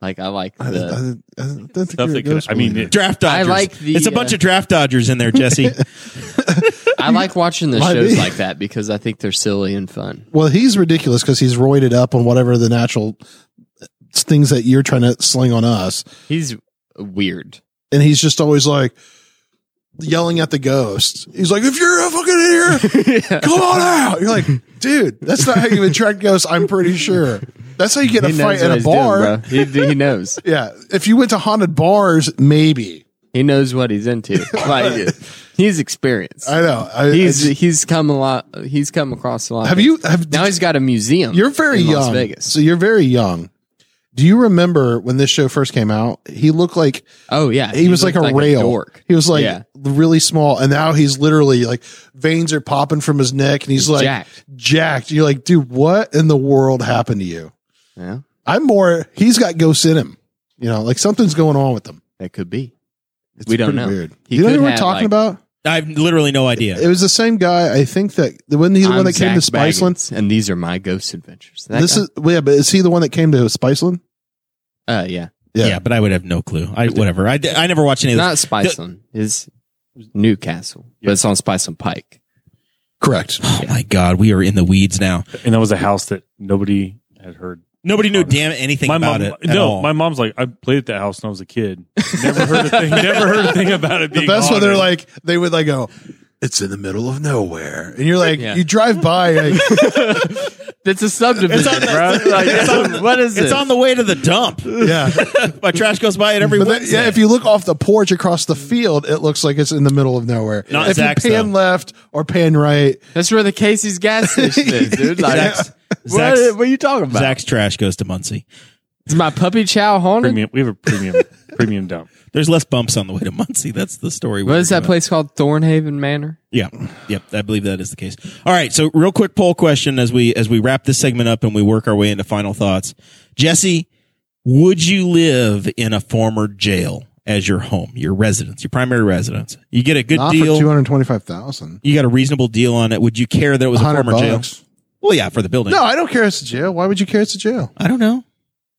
[SPEAKER 3] Like I like
[SPEAKER 1] I, I,
[SPEAKER 3] the.
[SPEAKER 1] I don't think
[SPEAKER 4] Stuff
[SPEAKER 1] you're a
[SPEAKER 4] that could-
[SPEAKER 1] ghost
[SPEAKER 4] I mean,
[SPEAKER 1] believer.
[SPEAKER 4] it-
[SPEAKER 2] Draft dodgers.
[SPEAKER 3] I like the,
[SPEAKER 2] it's a
[SPEAKER 3] uh,
[SPEAKER 2] bunch of draft dodgers in there,
[SPEAKER 3] *laughs*
[SPEAKER 2] Jesse.
[SPEAKER 3] *laughs* I like watching the
[SPEAKER 1] Might
[SPEAKER 3] shows
[SPEAKER 1] be.
[SPEAKER 3] like that because I think they're silly and fun.
[SPEAKER 1] Well, he's ridiculous because he's roided up on whatever the natural things that you're trying to sling on us,
[SPEAKER 3] He's weird.
[SPEAKER 1] and he's just always like yelling at the ghost. He's like, "If you're a fucking in
[SPEAKER 3] *laughs*
[SPEAKER 1] here, come on out." You're like, "Dude, that's not how you attract ghosts." I'm pretty sure that's how you get in a fight
[SPEAKER 3] what
[SPEAKER 1] at a
[SPEAKER 3] he's doing,
[SPEAKER 1] bar.
[SPEAKER 3] bro. He, he knows.
[SPEAKER 1] yeah, if you went to haunted bars, maybe.
[SPEAKER 3] He knows what he's
[SPEAKER 1] *laughs*
[SPEAKER 3] into. Like he's experienced.
[SPEAKER 1] I know. I,
[SPEAKER 3] he's
[SPEAKER 1] I just-
[SPEAKER 3] he's come a lot. He's come across a lot. of
[SPEAKER 1] have
[SPEAKER 3] things.
[SPEAKER 1] you have
[SPEAKER 3] Now he's got a museum.
[SPEAKER 1] You're very
[SPEAKER 3] in
[SPEAKER 1] young.
[SPEAKER 3] Las Vegas.
[SPEAKER 1] So you're very young. Do you remember when this show first came out? He looked like
[SPEAKER 3] oh yeah,
[SPEAKER 1] he, was like
[SPEAKER 3] looked
[SPEAKER 1] a rail.
[SPEAKER 3] dork.
[SPEAKER 1] He was like
[SPEAKER 3] Yeah.
[SPEAKER 1] really small, and now he's literally like veins are popping from his neck, and he's, like
[SPEAKER 3] jacked.
[SPEAKER 1] jacked. You're like, dude, what in the world happened to you?
[SPEAKER 3] Yeah,
[SPEAKER 1] I'm more. He's got ghosts in him. You know, like something's going on with him.
[SPEAKER 3] that could be.
[SPEAKER 1] It's
[SPEAKER 3] We don't
[SPEAKER 1] pretty
[SPEAKER 3] know.
[SPEAKER 1] Weird.
[SPEAKER 3] He
[SPEAKER 1] you know
[SPEAKER 3] could
[SPEAKER 1] who we're
[SPEAKER 3] have,
[SPEAKER 1] talking
[SPEAKER 3] like-
[SPEAKER 1] about?
[SPEAKER 2] I have literally no idea.
[SPEAKER 1] It was the same guy. I think that wasn't he the
[SPEAKER 3] I'm
[SPEAKER 1] one that came to
[SPEAKER 3] Zach
[SPEAKER 1] Spiceland?
[SPEAKER 3] Baggins, and these are my ghost adventures. That
[SPEAKER 1] This
[SPEAKER 3] guy?
[SPEAKER 1] is yeah, but is he the one that came to Spiceland?
[SPEAKER 3] uh, yeah,
[SPEAKER 2] yeah. but I would have no clue. I whatever. I, I never watched any of
[SPEAKER 3] not
[SPEAKER 2] this.
[SPEAKER 3] Spiceland. Is Newcastle, but it's on Spiceland Pike.
[SPEAKER 1] Correct.
[SPEAKER 2] Oh my god, we are in the weeds now.
[SPEAKER 4] and that was a house that nobody had heard.
[SPEAKER 2] Nobody knew damn anything
[SPEAKER 4] my
[SPEAKER 2] about
[SPEAKER 4] mom,
[SPEAKER 2] it. at
[SPEAKER 4] no,
[SPEAKER 2] all.
[SPEAKER 4] my mom's like, I played at that house when I was a kid. Never heard a thing. never heard a thing about it.
[SPEAKER 1] the
[SPEAKER 4] being
[SPEAKER 1] best when they're
[SPEAKER 4] haunted.
[SPEAKER 1] like they would like go it's in the middle of nowhere and you're like
[SPEAKER 3] Yeah.
[SPEAKER 1] you drive by
[SPEAKER 3] *laughs*
[SPEAKER 1] like,
[SPEAKER 3] That's a
[SPEAKER 4] *laughs*
[SPEAKER 3] subdivision,
[SPEAKER 2] on the-
[SPEAKER 3] bro. Like, what is
[SPEAKER 2] it's
[SPEAKER 3] this?
[SPEAKER 2] on the way to the dump.
[SPEAKER 1] yeah
[SPEAKER 2] my trash goes by it every
[SPEAKER 1] but then-
[SPEAKER 2] Wednesday.
[SPEAKER 1] yeah if you look off the porch across the field it looks like it's in the middle of nowhere
[SPEAKER 2] Not
[SPEAKER 1] if
[SPEAKER 2] Zach's,
[SPEAKER 1] you pan
[SPEAKER 2] though.
[SPEAKER 1] left or pan right
[SPEAKER 3] That's where the Casey's
[SPEAKER 2] *laughs*
[SPEAKER 3] gas station is, dude. Like,
[SPEAKER 2] Zach's,
[SPEAKER 1] *laughs*
[SPEAKER 3] what,
[SPEAKER 2] Zach's,
[SPEAKER 3] what are you talking about?
[SPEAKER 2] Zach's trash goes to Muncie.
[SPEAKER 3] Is my puppy chow haunted?
[SPEAKER 4] premium. We have a premium premium dump.
[SPEAKER 2] There's less bumps on the way to Muncie. That's the story. we
[SPEAKER 3] What
[SPEAKER 2] were
[SPEAKER 3] is that
[SPEAKER 2] doing.
[SPEAKER 3] place called? Thornhaven Manor.
[SPEAKER 2] Yeah, yep. I believe that is the case. All right. So, real quick poll question as we as we wrap this segment up and we work our way into final thoughts. Jesse, would you live in a former jail as your home, your residence, your primary residence? You get a good
[SPEAKER 1] not for
[SPEAKER 2] deal.
[SPEAKER 1] 225000
[SPEAKER 2] You got a reasonable deal on it. Would you care that it was a
[SPEAKER 1] 100
[SPEAKER 2] former jail?
[SPEAKER 1] bucks
[SPEAKER 2] Well, yeah, for the building.
[SPEAKER 1] no i don't care it's a jail why would you care it's a jail
[SPEAKER 2] I don't know.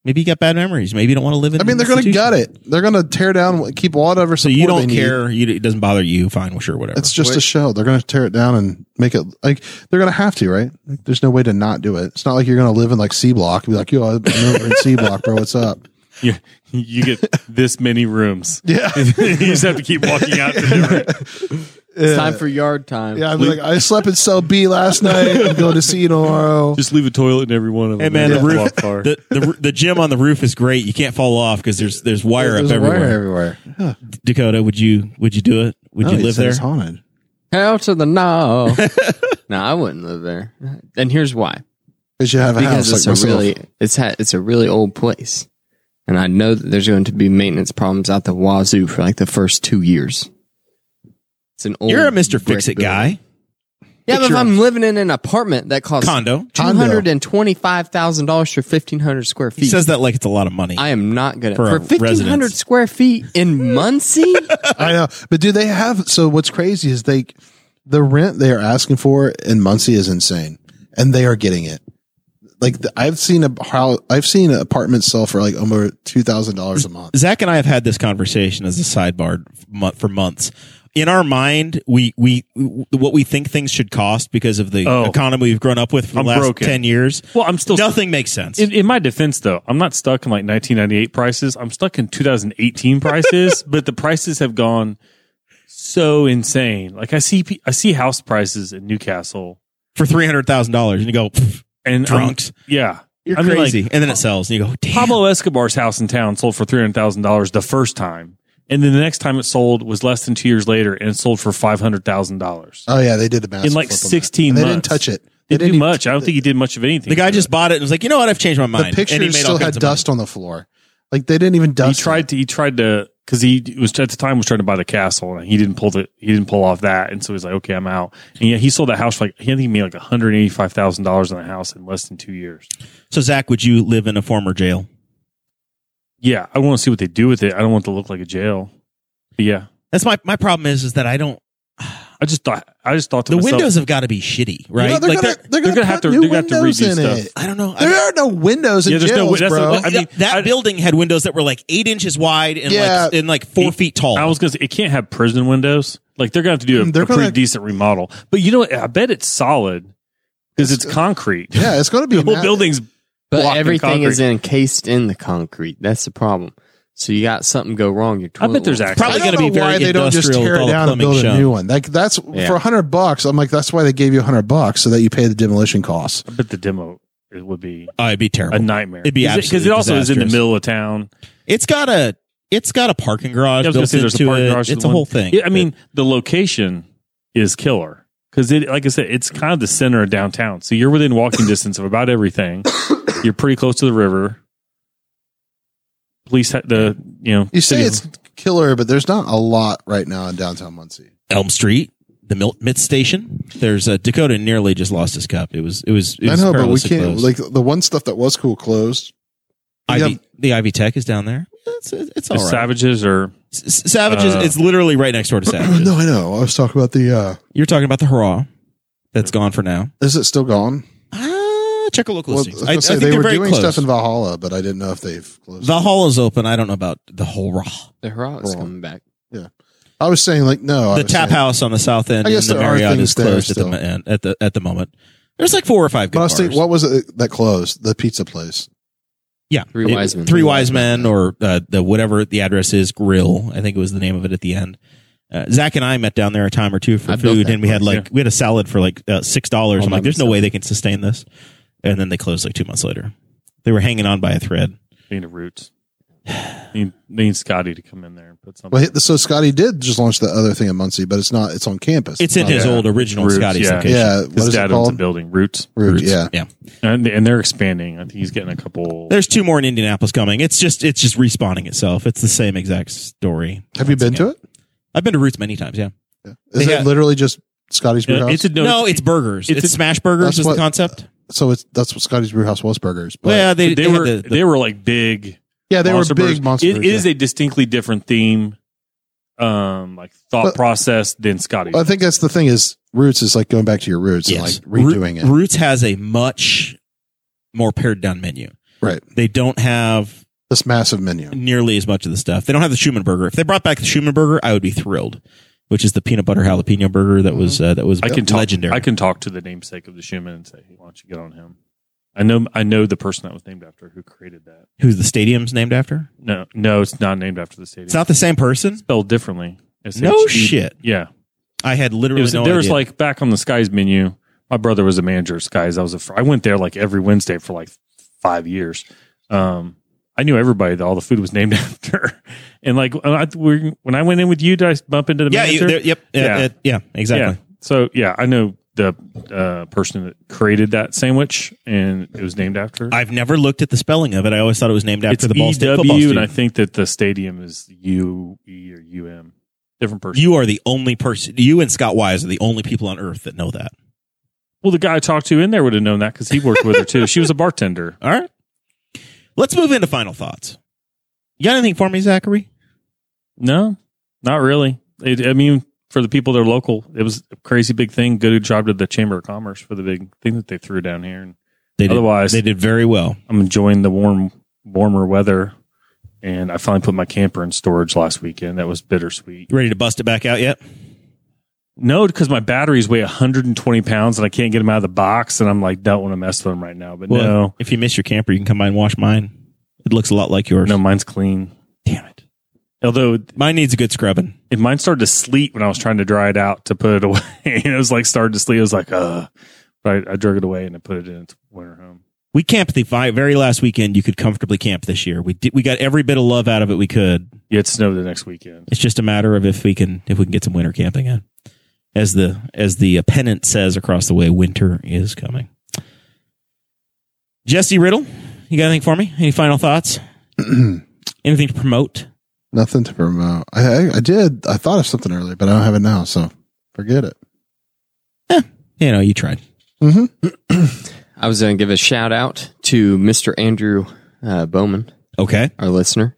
[SPEAKER 2] Maybe you got bad memories. Maybe you don't want to live in.
[SPEAKER 1] i mean
[SPEAKER 2] an
[SPEAKER 1] they're gonna
[SPEAKER 2] institution.
[SPEAKER 1] gut it they're gonna tear down keep whatever
[SPEAKER 2] So
[SPEAKER 1] support
[SPEAKER 2] you don't
[SPEAKER 1] they need.
[SPEAKER 2] care. You, it doesn't bother you. Fine, well, sure, whatever.
[SPEAKER 1] it's just a
[SPEAKER 3] Wait.
[SPEAKER 1] shell they're gonna tear it down and make it like they're gonna have to right like, there's no way to not do it it's not like you're gonna live in like c block and be like yo i'm over in c block bro what's up
[SPEAKER 4] You, you get this many rooms.
[SPEAKER 1] Yeah.
[SPEAKER 4] *laughs* you just have to keep walking out to different.
[SPEAKER 3] It's time for yard time.
[SPEAKER 1] Yeah, I'd be like, I slept in cell B last night. I'm going to see you tomorrow.
[SPEAKER 4] Just leave a toilet in every one of them.
[SPEAKER 2] Hey, man, the
[SPEAKER 4] Walk
[SPEAKER 2] roof-
[SPEAKER 4] far.
[SPEAKER 2] the, the
[SPEAKER 1] *laughs*
[SPEAKER 2] the gym on the roof is great. You can't fall off because there's there's wire
[SPEAKER 1] There's
[SPEAKER 2] up
[SPEAKER 1] a wire
[SPEAKER 2] everywhere.
[SPEAKER 1] everywhere.
[SPEAKER 2] Dakota, would you would you do it? Would
[SPEAKER 1] No,
[SPEAKER 2] you
[SPEAKER 1] he
[SPEAKER 2] live
[SPEAKER 1] said
[SPEAKER 2] there?
[SPEAKER 1] It's haunted.
[SPEAKER 3] Hell to
[SPEAKER 2] *laughs*
[SPEAKER 3] the no. no, I wouldn't live there. And here's why.
[SPEAKER 1] Because you have a
[SPEAKER 3] Because
[SPEAKER 1] house like
[SPEAKER 3] it's a
[SPEAKER 1] myself.
[SPEAKER 3] really it's ha- it's a really old place. And I know that there's going to be maintenance problems out the wazoo for like the first two years. It's an old
[SPEAKER 2] You're a Mister
[SPEAKER 3] brick
[SPEAKER 2] Fix It
[SPEAKER 3] building.
[SPEAKER 2] guy.
[SPEAKER 3] Yeah, but if I'm living in an apartment that costs
[SPEAKER 2] Condo.
[SPEAKER 3] two hundred and twenty five thousand dollars for fifteen hundred square feet.
[SPEAKER 2] He says that like it's a lot of money.
[SPEAKER 3] I am not gonna
[SPEAKER 2] For
[SPEAKER 3] for,
[SPEAKER 2] a
[SPEAKER 3] fifteen hundred
[SPEAKER 2] residence.
[SPEAKER 3] square feet in
[SPEAKER 2] *laughs*
[SPEAKER 3] Muncie.
[SPEAKER 1] I know. But do they have? So what's crazy is they, the rent they are asking for in Muncie is insane, and they are getting it. Like the, I've seen a how I've seen apartments sell for like over two thousand dollars a month.
[SPEAKER 2] Zach and I have had this conversation as a sidebar mo- for months. In our mind, we, we w- what we think things should cost because of the
[SPEAKER 4] Oh.
[SPEAKER 2] economy we've grown up with for the
[SPEAKER 4] I'm
[SPEAKER 2] last
[SPEAKER 4] broken.
[SPEAKER 2] ten years.
[SPEAKER 4] well, I'm still
[SPEAKER 2] Nothing makes sense.
[SPEAKER 4] In, in my defense, though, I'm not stuck in like 1998 prices. I'm stuck in 2018 prices, *laughs* but the prices have gone so insane. Like I see, pe- I see house prices in Newcastle,
[SPEAKER 2] for three hundred thousand dollars, and you go "Pff,
[SPEAKER 4] and I'm-
[SPEAKER 2] drunks.
[SPEAKER 4] yeah,
[SPEAKER 2] You're
[SPEAKER 4] I mean, like,
[SPEAKER 2] crazy, and then it sells, and you go, damn.
[SPEAKER 4] Pablo Escobar's house in town sold for three hundred thousand dollars the first time, and then the next time it sold was less than two years later, and it sold for five hundred thousand
[SPEAKER 2] Uh,
[SPEAKER 4] dollars.
[SPEAKER 1] Oh yeah, they did the math
[SPEAKER 4] In like 16
[SPEAKER 1] They didn't
[SPEAKER 4] months.
[SPEAKER 1] touch it. They
[SPEAKER 4] Didn't do
[SPEAKER 1] even-
[SPEAKER 4] much. I don't think he did much of anything.
[SPEAKER 2] The guy just bought it and was like, you know what? I've changed my
[SPEAKER 1] The
[SPEAKER 2] mind. and he
[SPEAKER 1] pictures
[SPEAKER 2] made all
[SPEAKER 1] still had
[SPEAKER 2] kinds of money.
[SPEAKER 1] dust on the floor. Like they didn't even
[SPEAKER 4] he
[SPEAKER 1] dust. it.
[SPEAKER 4] tried to he tried to because he was at the time was trying to buy the castle and he didn't pull the he didn't pull off that and so he's like okay I'm out and yeah he sold the house for like he I think he made like one hundred eighty five thousand dollars on the house in less than two years.
[SPEAKER 2] So, Zach, would you live in a former jail?
[SPEAKER 4] Yeah, I want to see what they do with it. I don't want it to look like a jail. But yeah,
[SPEAKER 2] That's my my problem is is that I don't.
[SPEAKER 4] I just thought I just thought to
[SPEAKER 2] The
[SPEAKER 4] myself,
[SPEAKER 2] windows have got to be shitty, right?
[SPEAKER 1] No, they're gonna,
[SPEAKER 2] like they're-
[SPEAKER 1] they're,
[SPEAKER 4] they're
[SPEAKER 1] gonna
[SPEAKER 4] gonna have
[SPEAKER 1] put
[SPEAKER 4] to-
[SPEAKER 1] new
[SPEAKER 4] they're gonna have to
[SPEAKER 1] windows
[SPEAKER 4] redo
[SPEAKER 1] in
[SPEAKER 4] stuff.
[SPEAKER 1] it.
[SPEAKER 2] I don't know. I
[SPEAKER 1] There
[SPEAKER 2] don't-
[SPEAKER 1] are no windows in
[SPEAKER 4] Yeah, there's no
[SPEAKER 1] jails,
[SPEAKER 4] wi- that's
[SPEAKER 1] bro.
[SPEAKER 4] what- I mean,
[SPEAKER 2] that
[SPEAKER 4] I-
[SPEAKER 2] building had windows that were like eight inches wide and
[SPEAKER 1] Yeah.
[SPEAKER 2] like and like four
[SPEAKER 4] Eight-
[SPEAKER 2] feet tall.
[SPEAKER 4] I was gonna say it can't have prison windows. Like they're gonna have to
[SPEAKER 2] Mm,
[SPEAKER 4] do a,
[SPEAKER 1] They're
[SPEAKER 4] a pretty
[SPEAKER 1] gonna-
[SPEAKER 4] decent remodel. But you know what? I bet it's solid because
[SPEAKER 2] *laughs*
[SPEAKER 4] it's concrete.
[SPEAKER 1] yeah, it's going to be
[SPEAKER 4] *laughs* the whole
[SPEAKER 1] ma-
[SPEAKER 4] building's blocked
[SPEAKER 3] But
[SPEAKER 4] in
[SPEAKER 3] everything is
[SPEAKER 4] concrete.
[SPEAKER 3] encased in the concrete. That's the problem. So you got something go wrong. Your
[SPEAKER 4] I
[SPEAKER 3] toilet
[SPEAKER 4] bet there's
[SPEAKER 3] roll.
[SPEAKER 4] actually
[SPEAKER 2] Probably
[SPEAKER 1] I
[SPEAKER 2] gonna
[SPEAKER 1] don't
[SPEAKER 2] be
[SPEAKER 1] know
[SPEAKER 2] very
[SPEAKER 1] why they don't just
[SPEAKER 2] industrial
[SPEAKER 1] tear
[SPEAKER 2] with
[SPEAKER 1] it
[SPEAKER 2] all
[SPEAKER 1] down
[SPEAKER 2] the
[SPEAKER 1] and build
[SPEAKER 2] plumbing
[SPEAKER 1] a new
[SPEAKER 2] shown.
[SPEAKER 1] one. Like that's
[SPEAKER 3] Yeah.
[SPEAKER 1] for a hundred bucks. I'm like, that's why they gave you a hundred bucks so that you pay the demolition costs.
[SPEAKER 4] I bet the demo it would be
[SPEAKER 2] oh, it'd be terrible.
[SPEAKER 4] a nightmare.
[SPEAKER 2] It'd be
[SPEAKER 4] because it,
[SPEAKER 2] absolutely
[SPEAKER 4] also is in the
[SPEAKER 2] disastrous.
[SPEAKER 4] middle of town.
[SPEAKER 2] it's got a it's got a parking garage
[SPEAKER 4] Yeah, I was gonna
[SPEAKER 2] built
[SPEAKER 4] say there's
[SPEAKER 2] into
[SPEAKER 4] a parking
[SPEAKER 2] it.
[SPEAKER 4] garage.
[SPEAKER 2] it's
[SPEAKER 4] the
[SPEAKER 2] a
[SPEAKER 4] one-
[SPEAKER 2] whole thing.
[SPEAKER 4] Yeah, I mean, the location is killer because it, like I said, it's kind of the center of downtown. So you're within
[SPEAKER 2] *coughs*
[SPEAKER 4] walking distance of about everything. You're pretty close to the river. Police, ha- the you know,
[SPEAKER 1] You say
[SPEAKER 4] city-
[SPEAKER 1] it's killer, but there's not a lot right now in downtown Muncie.
[SPEAKER 2] Elm Street, the Mil- Mid Station. There's a Dakota nearly just lost his cup. It was it was. It
[SPEAKER 1] I
[SPEAKER 2] was
[SPEAKER 1] know, but we
[SPEAKER 2] perilously
[SPEAKER 1] can't.
[SPEAKER 2] close.
[SPEAKER 1] Like the one stuff that was cool
[SPEAKER 2] *clears throat*
[SPEAKER 1] closed. *clears throat*
[SPEAKER 2] Ivy,
[SPEAKER 1] yeah.
[SPEAKER 2] the Ivy Tech is down there. It's it's
[SPEAKER 4] the
[SPEAKER 2] all right.
[SPEAKER 4] savages or
[SPEAKER 2] S- S- Savages.
[SPEAKER 4] Uh,
[SPEAKER 2] it's literally right next door to Savages.
[SPEAKER 1] *clears throat* no, I know. I was talking about the. uh
[SPEAKER 2] You're talking about the hurrah that's gone for now.
[SPEAKER 1] Is it still gone?
[SPEAKER 2] Ah, check a local
[SPEAKER 1] Well, I
[SPEAKER 2] listings.
[SPEAKER 1] was
[SPEAKER 2] I,
[SPEAKER 1] gonna
[SPEAKER 2] I
[SPEAKER 1] say,
[SPEAKER 2] think
[SPEAKER 1] they
[SPEAKER 2] are
[SPEAKER 1] were
[SPEAKER 2] very
[SPEAKER 1] doing
[SPEAKER 2] close.
[SPEAKER 1] stuff in Valhalla, but I didn't know if they've closed.
[SPEAKER 2] the hall is open. I don't know about the hurrah.
[SPEAKER 3] The hurrah is
[SPEAKER 1] Wrong.
[SPEAKER 3] coming back.
[SPEAKER 1] I was saying like no. I
[SPEAKER 2] the
[SPEAKER 1] was
[SPEAKER 2] tap
[SPEAKER 1] saying,
[SPEAKER 2] house on the south end
[SPEAKER 1] I
[SPEAKER 2] and
[SPEAKER 1] guess
[SPEAKER 2] the
[SPEAKER 1] there are
[SPEAKER 2] Marriott
[SPEAKER 1] things
[SPEAKER 2] is
[SPEAKER 1] there
[SPEAKER 2] closed at the
[SPEAKER 1] still.
[SPEAKER 2] mo- end, at the at the moment. There's like four or five good
[SPEAKER 1] But I was
[SPEAKER 2] bars.
[SPEAKER 1] thinking, what was it that closed? The pizza place.
[SPEAKER 2] yeah,
[SPEAKER 3] Three
[SPEAKER 2] It-
[SPEAKER 3] Wise Men.
[SPEAKER 2] three wise men, or uh, the whatever the address is, grill. I think it was the name of it at the end. Uh, Zach and I met down there a time or two for
[SPEAKER 3] I built
[SPEAKER 2] food,
[SPEAKER 3] that
[SPEAKER 2] and we had
[SPEAKER 3] place,
[SPEAKER 2] like we had a salad for like uh, six dollars.
[SPEAKER 3] All
[SPEAKER 2] I'm
[SPEAKER 3] by
[SPEAKER 2] like, there's no
[SPEAKER 3] myself.
[SPEAKER 2] way they can sustain this, and then they closed like two months later. They were hanging on by a thread.
[SPEAKER 4] being the *sighs* roots. Need, need Scotty to come in there and put something.
[SPEAKER 1] Well, he- so Scotty did just launch that other thing in Muncie, but it's not. It's on campus.
[SPEAKER 2] It's in
[SPEAKER 1] not
[SPEAKER 2] his
[SPEAKER 1] there.
[SPEAKER 2] old original
[SPEAKER 4] Roots,
[SPEAKER 2] Scotty's
[SPEAKER 4] yeah.
[SPEAKER 2] location.
[SPEAKER 1] Oh, Yeah, what
[SPEAKER 4] His
[SPEAKER 1] is it
[SPEAKER 4] dad owns a
[SPEAKER 1] called?
[SPEAKER 4] building, Roots,
[SPEAKER 1] Root,
[SPEAKER 2] Roots.
[SPEAKER 1] yeah.
[SPEAKER 2] yeah.
[SPEAKER 4] and, and they're expanding. I think he's getting a couple.
[SPEAKER 2] There's two more in Indianapolis coming. It's just it's just respawning itself. It's the same exact story.
[SPEAKER 1] Have you
[SPEAKER 2] once
[SPEAKER 1] been
[SPEAKER 2] again.
[SPEAKER 1] to it?
[SPEAKER 2] I've been to Roots many times. Yeah.
[SPEAKER 1] Is
[SPEAKER 2] Yeah.
[SPEAKER 1] it literally just Scotty's Brew
[SPEAKER 4] Uh,
[SPEAKER 1] House?
[SPEAKER 4] it's a, no,
[SPEAKER 2] No,
[SPEAKER 4] it's-
[SPEAKER 2] it's, burgers. It's,
[SPEAKER 4] it's a-
[SPEAKER 2] smash burgers
[SPEAKER 1] That's
[SPEAKER 2] is the
[SPEAKER 1] what-
[SPEAKER 2] concept.
[SPEAKER 1] so it's that's what Scotty's Brew House was burgers. But
[SPEAKER 2] well, yeah, they,
[SPEAKER 4] they,
[SPEAKER 2] they had
[SPEAKER 4] were
[SPEAKER 2] the- the-
[SPEAKER 4] they were like big.
[SPEAKER 1] yeah, they
[SPEAKER 4] Monster
[SPEAKER 1] were
[SPEAKER 4] Burgers.
[SPEAKER 1] big monster.
[SPEAKER 4] It-
[SPEAKER 1] burgers,
[SPEAKER 4] it is a distinctly different theme, um, like thought
[SPEAKER 1] But-
[SPEAKER 4] process than Scotty's.
[SPEAKER 1] yeah. I think that's the thing is roots is like going back to your roots
[SPEAKER 2] yes.
[SPEAKER 1] and like redoing it.
[SPEAKER 2] Roots has a much more pared down menu.
[SPEAKER 1] Right.
[SPEAKER 2] They don't have
[SPEAKER 1] This massive menu.
[SPEAKER 2] nearly as much of the stuff. They don't have the Schumann burger. If they brought back the Schumann burger, I would be thrilled. Which is the peanut butter jalapeno burger that was uh, that was
[SPEAKER 4] Mm-hmm. I can talk,
[SPEAKER 2] legendary.
[SPEAKER 4] I can talk to the namesake of the Schumann and say, "Hey, why don't you get on him?" I know, I know the person that was named after who created that.
[SPEAKER 2] Who's the stadium's named after?
[SPEAKER 4] No, no, it's not named after the stadium.
[SPEAKER 2] It's not the same person.
[SPEAKER 4] spelled differently. S
[SPEAKER 2] No
[SPEAKER 4] H E-
[SPEAKER 2] shit.
[SPEAKER 4] Yeah,
[SPEAKER 2] I had
[SPEAKER 4] It
[SPEAKER 2] literally
[SPEAKER 4] was,
[SPEAKER 2] no
[SPEAKER 4] there was
[SPEAKER 2] idea.
[SPEAKER 4] like back on the Skies menu. My brother was a manager at Skies. I was a fr- I went there like every Wednesday for like five years. Um, I knew everybody that all the food was *laughs* named after, and like when I, when I went in with you, did I bump into the
[SPEAKER 2] yeah, you,
[SPEAKER 4] manager?
[SPEAKER 2] there, yep, yeah,
[SPEAKER 4] Yeah.
[SPEAKER 2] uh, yeah, exactly.
[SPEAKER 4] Yeah. So yeah, I know the uh, person that created that sandwich, and it was named after.
[SPEAKER 2] I've never looked at the spelling of it. I always thought it was named after
[SPEAKER 4] it's
[SPEAKER 2] the Ball State football
[SPEAKER 4] EW, and I
[SPEAKER 2] team.
[SPEAKER 4] think that the stadium is U E or U M, different person.
[SPEAKER 2] You are the only person. You and Scott Wise are the only people on earth that know that.
[SPEAKER 4] well, the guy I talked to in there would have known that because he worked with
[SPEAKER 2] *laughs*
[SPEAKER 4] her too. She was a bartender.
[SPEAKER 2] All right. Let's move into final thoughts. You got anything for me, Zachary?
[SPEAKER 4] No, not really. It, I mean, for the people that are local, it was a crazy big thing. Good job to the Chamber of Commerce for the big thing that they threw down here. And
[SPEAKER 2] They did,
[SPEAKER 4] Otherwise-
[SPEAKER 2] they did very well.
[SPEAKER 4] I'm enjoying the warm, warmer weather. And I finally put my camper in storage last weekend. That was bittersweet.
[SPEAKER 2] You ready to bust it back out yet?
[SPEAKER 4] No, because my batteries weigh 120 pounds and I can't get them out of the box. And I'm like, don't want to mess with them right now. But no,
[SPEAKER 2] if you miss your camper, you can come by and wash mine. It looks a lot like yours.
[SPEAKER 4] no, mine's clean.
[SPEAKER 2] damn it.
[SPEAKER 4] Although
[SPEAKER 2] Mine needs a good scrubbing.
[SPEAKER 4] if mine started to sleep when I was trying to dry it out to put it *laughs* away. and it was like started to sleep. It was like, uh, but I, I drug it away and I put it in its winter home.
[SPEAKER 2] We camped the vi- very last weekend. You could comfortably camp this year. We did, we got every bit of love out of it we could.
[SPEAKER 4] Yeah, it snowed the next weekend.
[SPEAKER 2] It's just a matter of if we can if we can get some winter camping in. As the as the pennant says across the way, winter is coming. Jesse Riddle, you got anything for me? Any final *clears throat* thoughts? anything to promote?
[SPEAKER 1] Nothing to promote. I, I I did. I thought of something earlier, but I don't have it now, so forget it.
[SPEAKER 2] You know, you tried.
[SPEAKER 3] I was going to give a shout out to Mr. Andrew uh, Bowman,
[SPEAKER 2] Okay.
[SPEAKER 3] our listener.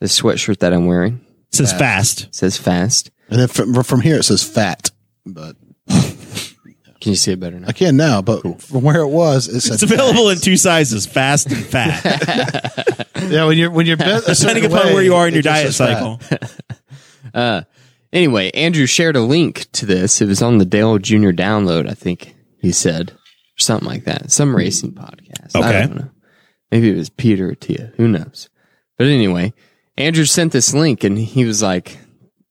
[SPEAKER 3] The sweatshirt that I'm wearing
[SPEAKER 2] Says fast.
[SPEAKER 3] says fast.
[SPEAKER 1] And then from, from here it says fat, but
[SPEAKER 3] Can you see it better now?
[SPEAKER 1] I can now. But from where it was, it said
[SPEAKER 2] It's available in two sizes, fast *laughs* and fat.
[SPEAKER 1] Yeah,
[SPEAKER 2] *laughs*
[SPEAKER 1] when you're when you're bent a certain
[SPEAKER 2] Depending upon
[SPEAKER 1] way,
[SPEAKER 2] where you are in your
[SPEAKER 1] it just
[SPEAKER 2] diet
[SPEAKER 1] says fat.
[SPEAKER 2] cycle.
[SPEAKER 3] Anyway, Andrew shared a link to this. It was on the Dale Jr. download, I think he said, or something like that. Some racing podcast.
[SPEAKER 2] Okay.
[SPEAKER 3] I don't know. Maybe it was Peter or Tia. Who knows? But anyway, Andrew sent this link and he was like,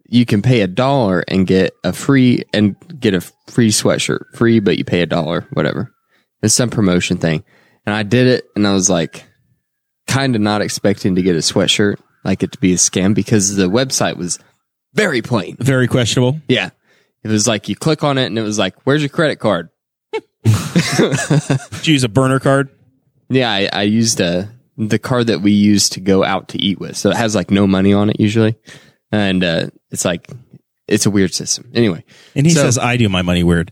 [SPEAKER 3] you can pay a dollar and get a free and get a free sweatshirt free, but you pay a dollar, whatever. It's some promotion thing. And I did it and I was like, kind of not expecting to get a sweatshirt. like it to be a scam because the website was very plain.
[SPEAKER 2] *laughs* Very questionable.
[SPEAKER 3] Yeah. It was like you click on it and it was like, where's your credit card?
[SPEAKER 2] Did you use a burner card?
[SPEAKER 3] Yeah, I, I used uh the card that we use to go out to eat with. So it has like no money on it usually. And uh, it's like, it's a weird system. Anyway,
[SPEAKER 2] And he
[SPEAKER 3] So-
[SPEAKER 2] says, I do my money weird.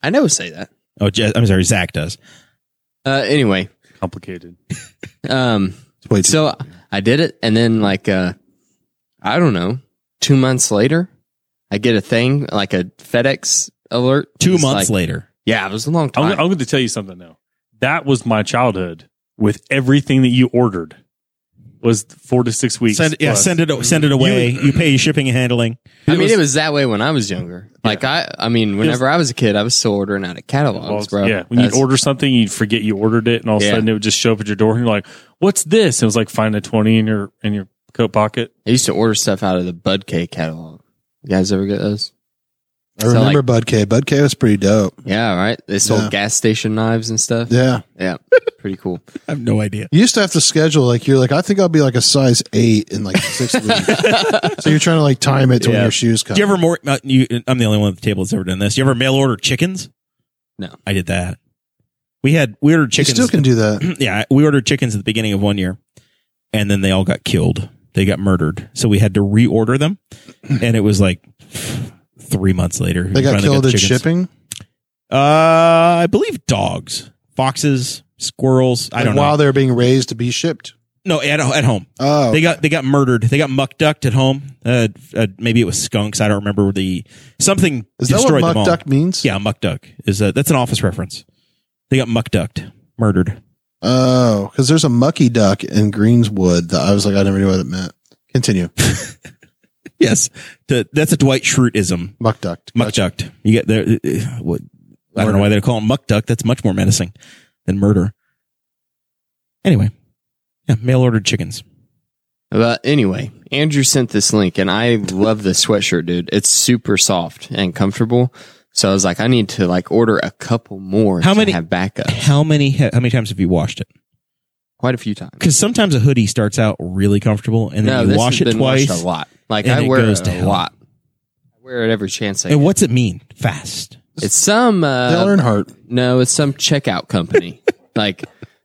[SPEAKER 3] I never say that.
[SPEAKER 2] Oh, Je- I'm sorry, Zach does.
[SPEAKER 3] Uh, anyway,
[SPEAKER 4] Complicated.
[SPEAKER 3] um,
[SPEAKER 1] Wait,
[SPEAKER 3] so I did it. And then like, uh, I don't know, two months later, I get a thing like a FedEx alert.
[SPEAKER 2] Two
[SPEAKER 3] It's
[SPEAKER 2] months
[SPEAKER 3] like-
[SPEAKER 2] later.
[SPEAKER 3] Yeah, it was a long
[SPEAKER 4] I'm,
[SPEAKER 3] time.
[SPEAKER 4] I'm going to tell you something though. That was my childhood with everything that you ordered was four to six weeks.
[SPEAKER 2] Send, yeah,
[SPEAKER 4] plus.
[SPEAKER 2] send it, send it away. You, pay your shipping and handling.
[SPEAKER 3] I mean, it was that way when I was younger. Like I, I mean, whenever I was a kid, I was still ordering out of
[SPEAKER 4] Well,
[SPEAKER 3] catalogs, bro.
[SPEAKER 4] Yeah, when you
[SPEAKER 3] That's-
[SPEAKER 4] order something, you'd forget you ordered it, and all of a
[SPEAKER 3] Yeah.
[SPEAKER 4] sudden it would just show up at your door, and you're like, "What's this?" And it was like, "Find a twenty in your in your coat pocket."
[SPEAKER 3] I used to order stuff out of the Bud K catalog. You guys ever get those?
[SPEAKER 1] I
[SPEAKER 3] so,
[SPEAKER 1] remember
[SPEAKER 3] like-
[SPEAKER 1] Bud K. Bud K was pretty dope.
[SPEAKER 3] Yeah, right. They sold
[SPEAKER 1] Yeah.
[SPEAKER 3] gas station knives and stuff.
[SPEAKER 1] Yeah.
[SPEAKER 3] Yeah, pretty cool.
[SPEAKER 2] I have no idea.
[SPEAKER 1] You used to have to schedule like you're like I think I'll be like a size eight in like
[SPEAKER 2] *laughs*
[SPEAKER 1] six weeks. so you're trying to like time it to
[SPEAKER 2] Yeah.
[SPEAKER 1] when your shoes come.
[SPEAKER 2] Do you ever more? Uh, you, I'm the only one at the table that's ever done this. You ever mail order chickens?
[SPEAKER 3] No.
[SPEAKER 2] I did that. We had we ordered
[SPEAKER 1] You
[SPEAKER 2] chickens.
[SPEAKER 1] still can do
[SPEAKER 2] *clears throat*
[SPEAKER 1] that.
[SPEAKER 2] yeah, we ordered chickens at the beginning of one year, and then they all got killed. They got murdered, so we had to reorder them, and it was like three months later.
[SPEAKER 1] They
[SPEAKER 2] we
[SPEAKER 1] got
[SPEAKER 2] finally
[SPEAKER 1] killed in
[SPEAKER 2] chickens.
[SPEAKER 1] shipping.
[SPEAKER 2] Uh, I believe dogs, foxes, squirrels. I
[SPEAKER 1] Like,
[SPEAKER 2] don't
[SPEAKER 1] While
[SPEAKER 2] know.
[SPEAKER 1] they're being raised to be shipped.
[SPEAKER 2] No, at at home.
[SPEAKER 1] Oh,
[SPEAKER 2] They got they got murdered. They got muck ducked at home. Uh, uh, maybe it was skunks. I don't remember the something
[SPEAKER 1] is that what
[SPEAKER 2] destroyed
[SPEAKER 1] muck
[SPEAKER 2] them all.
[SPEAKER 1] duck means?
[SPEAKER 2] Yeah, muck duck is a, that's an office reference. They got muck ducked,
[SPEAKER 3] *laughs*
[SPEAKER 2] murdered.
[SPEAKER 1] Oh, because there's a mucky duck in Greenswood. That I was like, I never knew what it meant. Continue.
[SPEAKER 2] Yes, The- that's a Dwight Schruteism.
[SPEAKER 1] Muck duck.
[SPEAKER 2] Muck ducked. You get there. uh, uh, What, I don't know why they call him muck duck. That's much more menacing than murder. Anyway, yeah, mail ordered chickens.
[SPEAKER 3] But anyway, Andrew sent this link, and I love this sweatshirt, dude. It's super soft and comfortable. So I was like, I need to like order a couple more.
[SPEAKER 2] How
[SPEAKER 3] to
[SPEAKER 2] many-
[SPEAKER 3] have backup?
[SPEAKER 2] How many how many times have you washed it?
[SPEAKER 3] Quite a few times.
[SPEAKER 2] Because sometimes a hoodie starts out really comfortable, and
[SPEAKER 3] No,
[SPEAKER 2] then you
[SPEAKER 3] this
[SPEAKER 2] wash
[SPEAKER 3] has
[SPEAKER 2] it
[SPEAKER 3] been washed
[SPEAKER 2] twice.
[SPEAKER 3] a lot. Like
[SPEAKER 2] and
[SPEAKER 3] I
[SPEAKER 2] it
[SPEAKER 3] wear
[SPEAKER 2] goes
[SPEAKER 3] it
[SPEAKER 2] to
[SPEAKER 3] a
[SPEAKER 2] hell.
[SPEAKER 3] lot. I wear it every chance I.
[SPEAKER 2] And
[SPEAKER 3] get.
[SPEAKER 2] what's it mean? Fast.
[SPEAKER 3] It's some uh,
[SPEAKER 1] Dale Earnhardt.
[SPEAKER 3] No, it's some
[SPEAKER 1] *laughs*
[SPEAKER 3] checkout company. like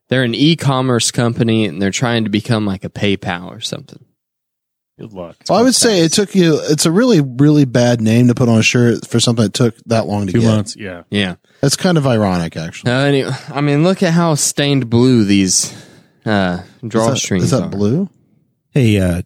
[SPEAKER 3] they're an e-commerce company and they're trying to become like a PayPal or something.
[SPEAKER 4] Good luck.
[SPEAKER 1] Well, I would say it took you. It's a really, really bad name to put on a shirt for something that took that long to
[SPEAKER 4] Two
[SPEAKER 1] get.
[SPEAKER 4] months. Yeah,
[SPEAKER 3] Yeah.
[SPEAKER 1] That's kind of ironic, actually.
[SPEAKER 3] Uh, anyway, I mean, look at how stained blue these
[SPEAKER 1] Is
[SPEAKER 3] uh,
[SPEAKER 1] that-
[SPEAKER 3] drawstrings
[SPEAKER 1] is that
[SPEAKER 3] are.
[SPEAKER 1] blue?
[SPEAKER 2] Hey, uh,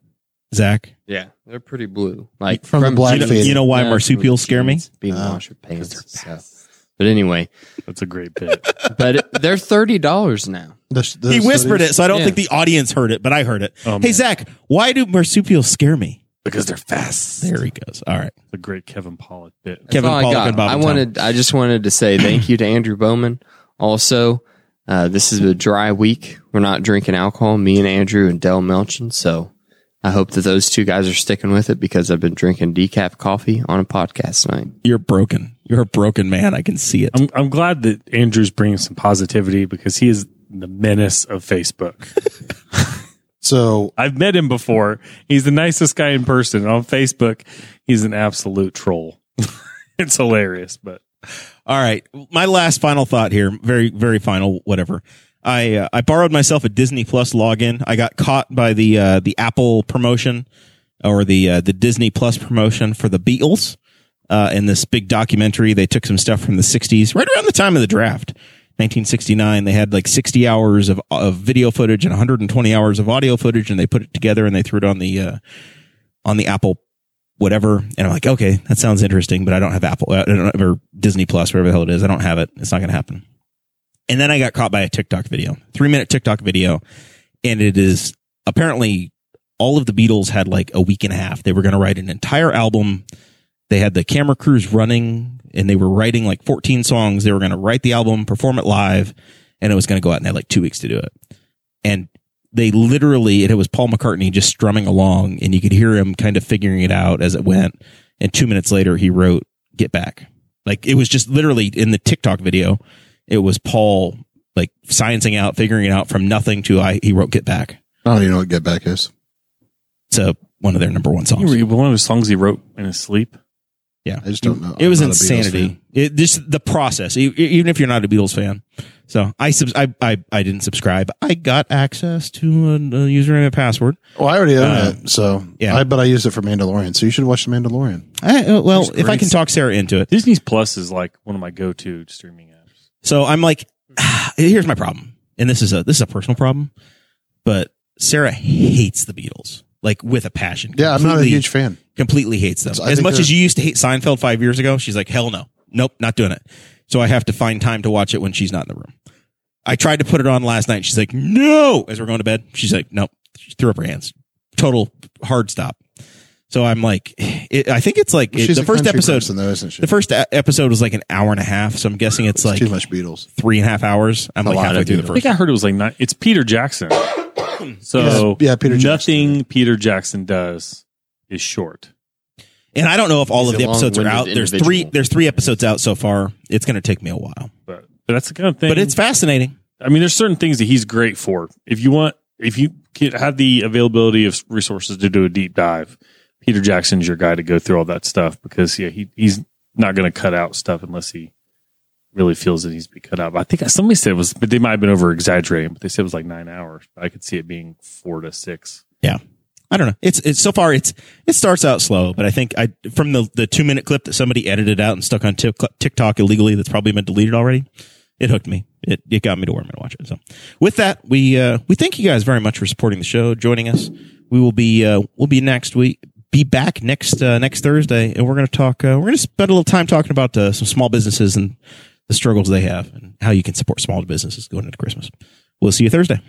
[SPEAKER 2] Zach.
[SPEAKER 3] Yeah, they're pretty blue. Like
[SPEAKER 1] From the black
[SPEAKER 2] You know,
[SPEAKER 1] faded.
[SPEAKER 2] you know why
[SPEAKER 3] yeah,
[SPEAKER 2] marsupials
[SPEAKER 3] from the
[SPEAKER 2] scare me?
[SPEAKER 3] jeans Being
[SPEAKER 1] Oh.
[SPEAKER 3] washed with pants and stuff. But anyway,
[SPEAKER 4] that's a great bit.
[SPEAKER 3] but it, they're thirty dollars now.
[SPEAKER 1] The, the
[SPEAKER 2] he whispered it, so I don't
[SPEAKER 3] Yeah.
[SPEAKER 2] think the audience heard it, but I heard it.
[SPEAKER 4] Oh,
[SPEAKER 2] hey,
[SPEAKER 4] man.
[SPEAKER 2] Zach, why do marsupials scare me?
[SPEAKER 4] because they're fast.
[SPEAKER 2] There he goes. All right.
[SPEAKER 4] It's a great Kevin Pollock bit.
[SPEAKER 3] That's
[SPEAKER 2] Kevin
[SPEAKER 3] all
[SPEAKER 2] Pollak
[SPEAKER 3] I got.
[SPEAKER 2] and Bob
[SPEAKER 3] I
[SPEAKER 2] and Tom.
[SPEAKER 3] wanted. I just wanted to say thank you to Andrew Bowman. Also, uh, this is a dry week. We're not drinking alcohol. Me and Andrew and Del Melchin. So I hope that those two guys are sticking with it because I've been drinking decaf coffee on a podcast night.
[SPEAKER 2] You're broken. You're a broken man. I can see it.
[SPEAKER 4] I'm I'm glad that Andrew's bringing some positivity because he is the menace of Facebook. *laughs*
[SPEAKER 1] So
[SPEAKER 4] I've met him before. He's the nicest guy in person. And on Facebook, he's an absolute troll. *laughs* it's hilarious, but
[SPEAKER 2] All right. My last final thought here. Very, very final, whatever. I, uh, I borrowed myself a Disney Plus login. I got caught by the, uh, the Apple promotion or the, uh, the Disney Plus promotion for the Beatles. Uh, in this big documentary, they took some stuff from the 60s, right around the time of the draft, 1969. They had like 60 hours of, of video footage and 120 hours of audio footage, and they put it together and they threw it on the, uh, on the Apple whatever. And I'm like, okay, that sounds interesting, but I don't have Apple I don't have, or Disney Plus, whatever the hell it is. I don't have it. It's not going to happen. And then I got caught by a TikTok video, three minute TikTok video. And it is apparently all of the Beatles had like a week and a half. They were going to write an entire album. They had the camera crews running and they were writing like 14 songs. They were going to write the album, perform it live, and it was going to go out and they had like two weeks to do it. And they literally it was Paul McCartney just strumming along and you could hear him kind of figuring it out as it went and 2 minutes later he wrote get back like it was just literally in the TikTok video it was Paul like sciencing out figuring it out from nothing to I he wrote get back
[SPEAKER 1] I don't even know what Get Back is.
[SPEAKER 2] It's a, one of their number one songs.
[SPEAKER 4] One of the songs he wrote in his sleep.
[SPEAKER 2] Yeah,
[SPEAKER 1] I just don't know.
[SPEAKER 2] It was
[SPEAKER 1] I'm not a Beatles
[SPEAKER 2] insanity.
[SPEAKER 1] fan.
[SPEAKER 2] It just the process, e- e- even if you're not a Beatles fan. So I sub- I, I I didn't subscribe. I got access to a, a username and password.
[SPEAKER 1] Well, I already own
[SPEAKER 2] Uh,
[SPEAKER 1] it, so
[SPEAKER 2] yeah.
[SPEAKER 1] yeah. I but I used it for Mandalorian. So you should watch the Mandalorian.
[SPEAKER 2] I, uh, well,
[SPEAKER 4] There's
[SPEAKER 2] if I
[SPEAKER 4] great-
[SPEAKER 2] can talk Sarah into it,
[SPEAKER 4] Disney's Plus is like one of my go-to streaming apps.
[SPEAKER 2] so I'm like, *sighs* "Ah," here's my problem, and this is a this is a personal problem, but Sarah hates the Beatles like with a passion.
[SPEAKER 1] Yeah, I'm not a
[SPEAKER 2] Completely-
[SPEAKER 1] huge fan.
[SPEAKER 2] completely hates them.
[SPEAKER 1] So I
[SPEAKER 2] As
[SPEAKER 1] think
[SPEAKER 2] much
[SPEAKER 1] they're-
[SPEAKER 2] as you used to hate Seinfeld five years ago, she's like, hell no. Nope, not doing it. So I have to find time to watch it when she's not in the room. I tried to put it on last night. She's like, no, as we're going to bed. She's like, nope. She threw up her hands. Total hard stop. So I'm like, it, I think it's like it-
[SPEAKER 1] She's
[SPEAKER 2] the
[SPEAKER 1] a
[SPEAKER 2] first
[SPEAKER 1] country
[SPEAKER 2] episode.
[SPEAKER 1] person, though, isn't she?
[SPEAKER 2] The first e- episode was like an hour and a half. So I'm guessing it's,
[SPEAKER 1] It's
[SPEAKER 2] like
[SPEAKER 1] too much Beatles.
[SPEAKER 2] three and a half hours. I'm
[SPEAKER 1] A
[SPEAKER 2] like
[SPEAKER 1] lot
[SPEAKER 2] halfway
[SPEAKER 1] of
[SPEAKER 2] through the
[SPEAKER 1] Beatles.
[SPEAKER 4] I
[SPEAKER 2] first.
[SPEAKER 4] think I heard it was like nine. It's Peter *coughs* Jackson. So
[SPEAKER 1] Yeah, yeah, Peter Jackson.
[SPEAKER 4] Nothing Peter Jackson does is short.
[SPEAKER 2] And I don't know if all of
[SPEAKER 3] He's a
[SPEAKER 2] the episodes are out.
[SPEAKER 3] long-winded
[SPEAKER 2] There's three.
[SPEAKER 3] individual.
[SPEAKER 2] There's three episodes out so far. It's going to take me a while,
[SPEAKER 4] But, but that's the kind of thing.
[SPEAKER 2] but it's fascinating.
[SPEAKER 4] I mean, there's certain things that he's great for. If you want, if you can have the availability of resources to do a deep dive, Peter Jackson's your guy to go through all that stuff because yeah, he he's not going to cut out stuff unless he really feels it needs to be cut out. But I think somebody said it was, but they might have been over exaggerating. But they said it was like nine hours. I could see it being four to six.
[SPEAKER 2] Yeah. I don't know. It's it's so far it's it starts out slow, but I think I from the the 2 minute clip that somebody edited out and stuck on Tik- TikTok illegally that's probably been deleted already. It hooked me. It it got me to where I'm going to watch it. So with that, we uh we thank you guys very much for supporting the show, joining us. We will be uh we'll be next week be back next uh, next Thursday and we're going to talk uh, we're going to spend a little time talking about uh, some small businesses and the struggles they have and how you can support small businesses going into Christmas. We'll see you Thursday.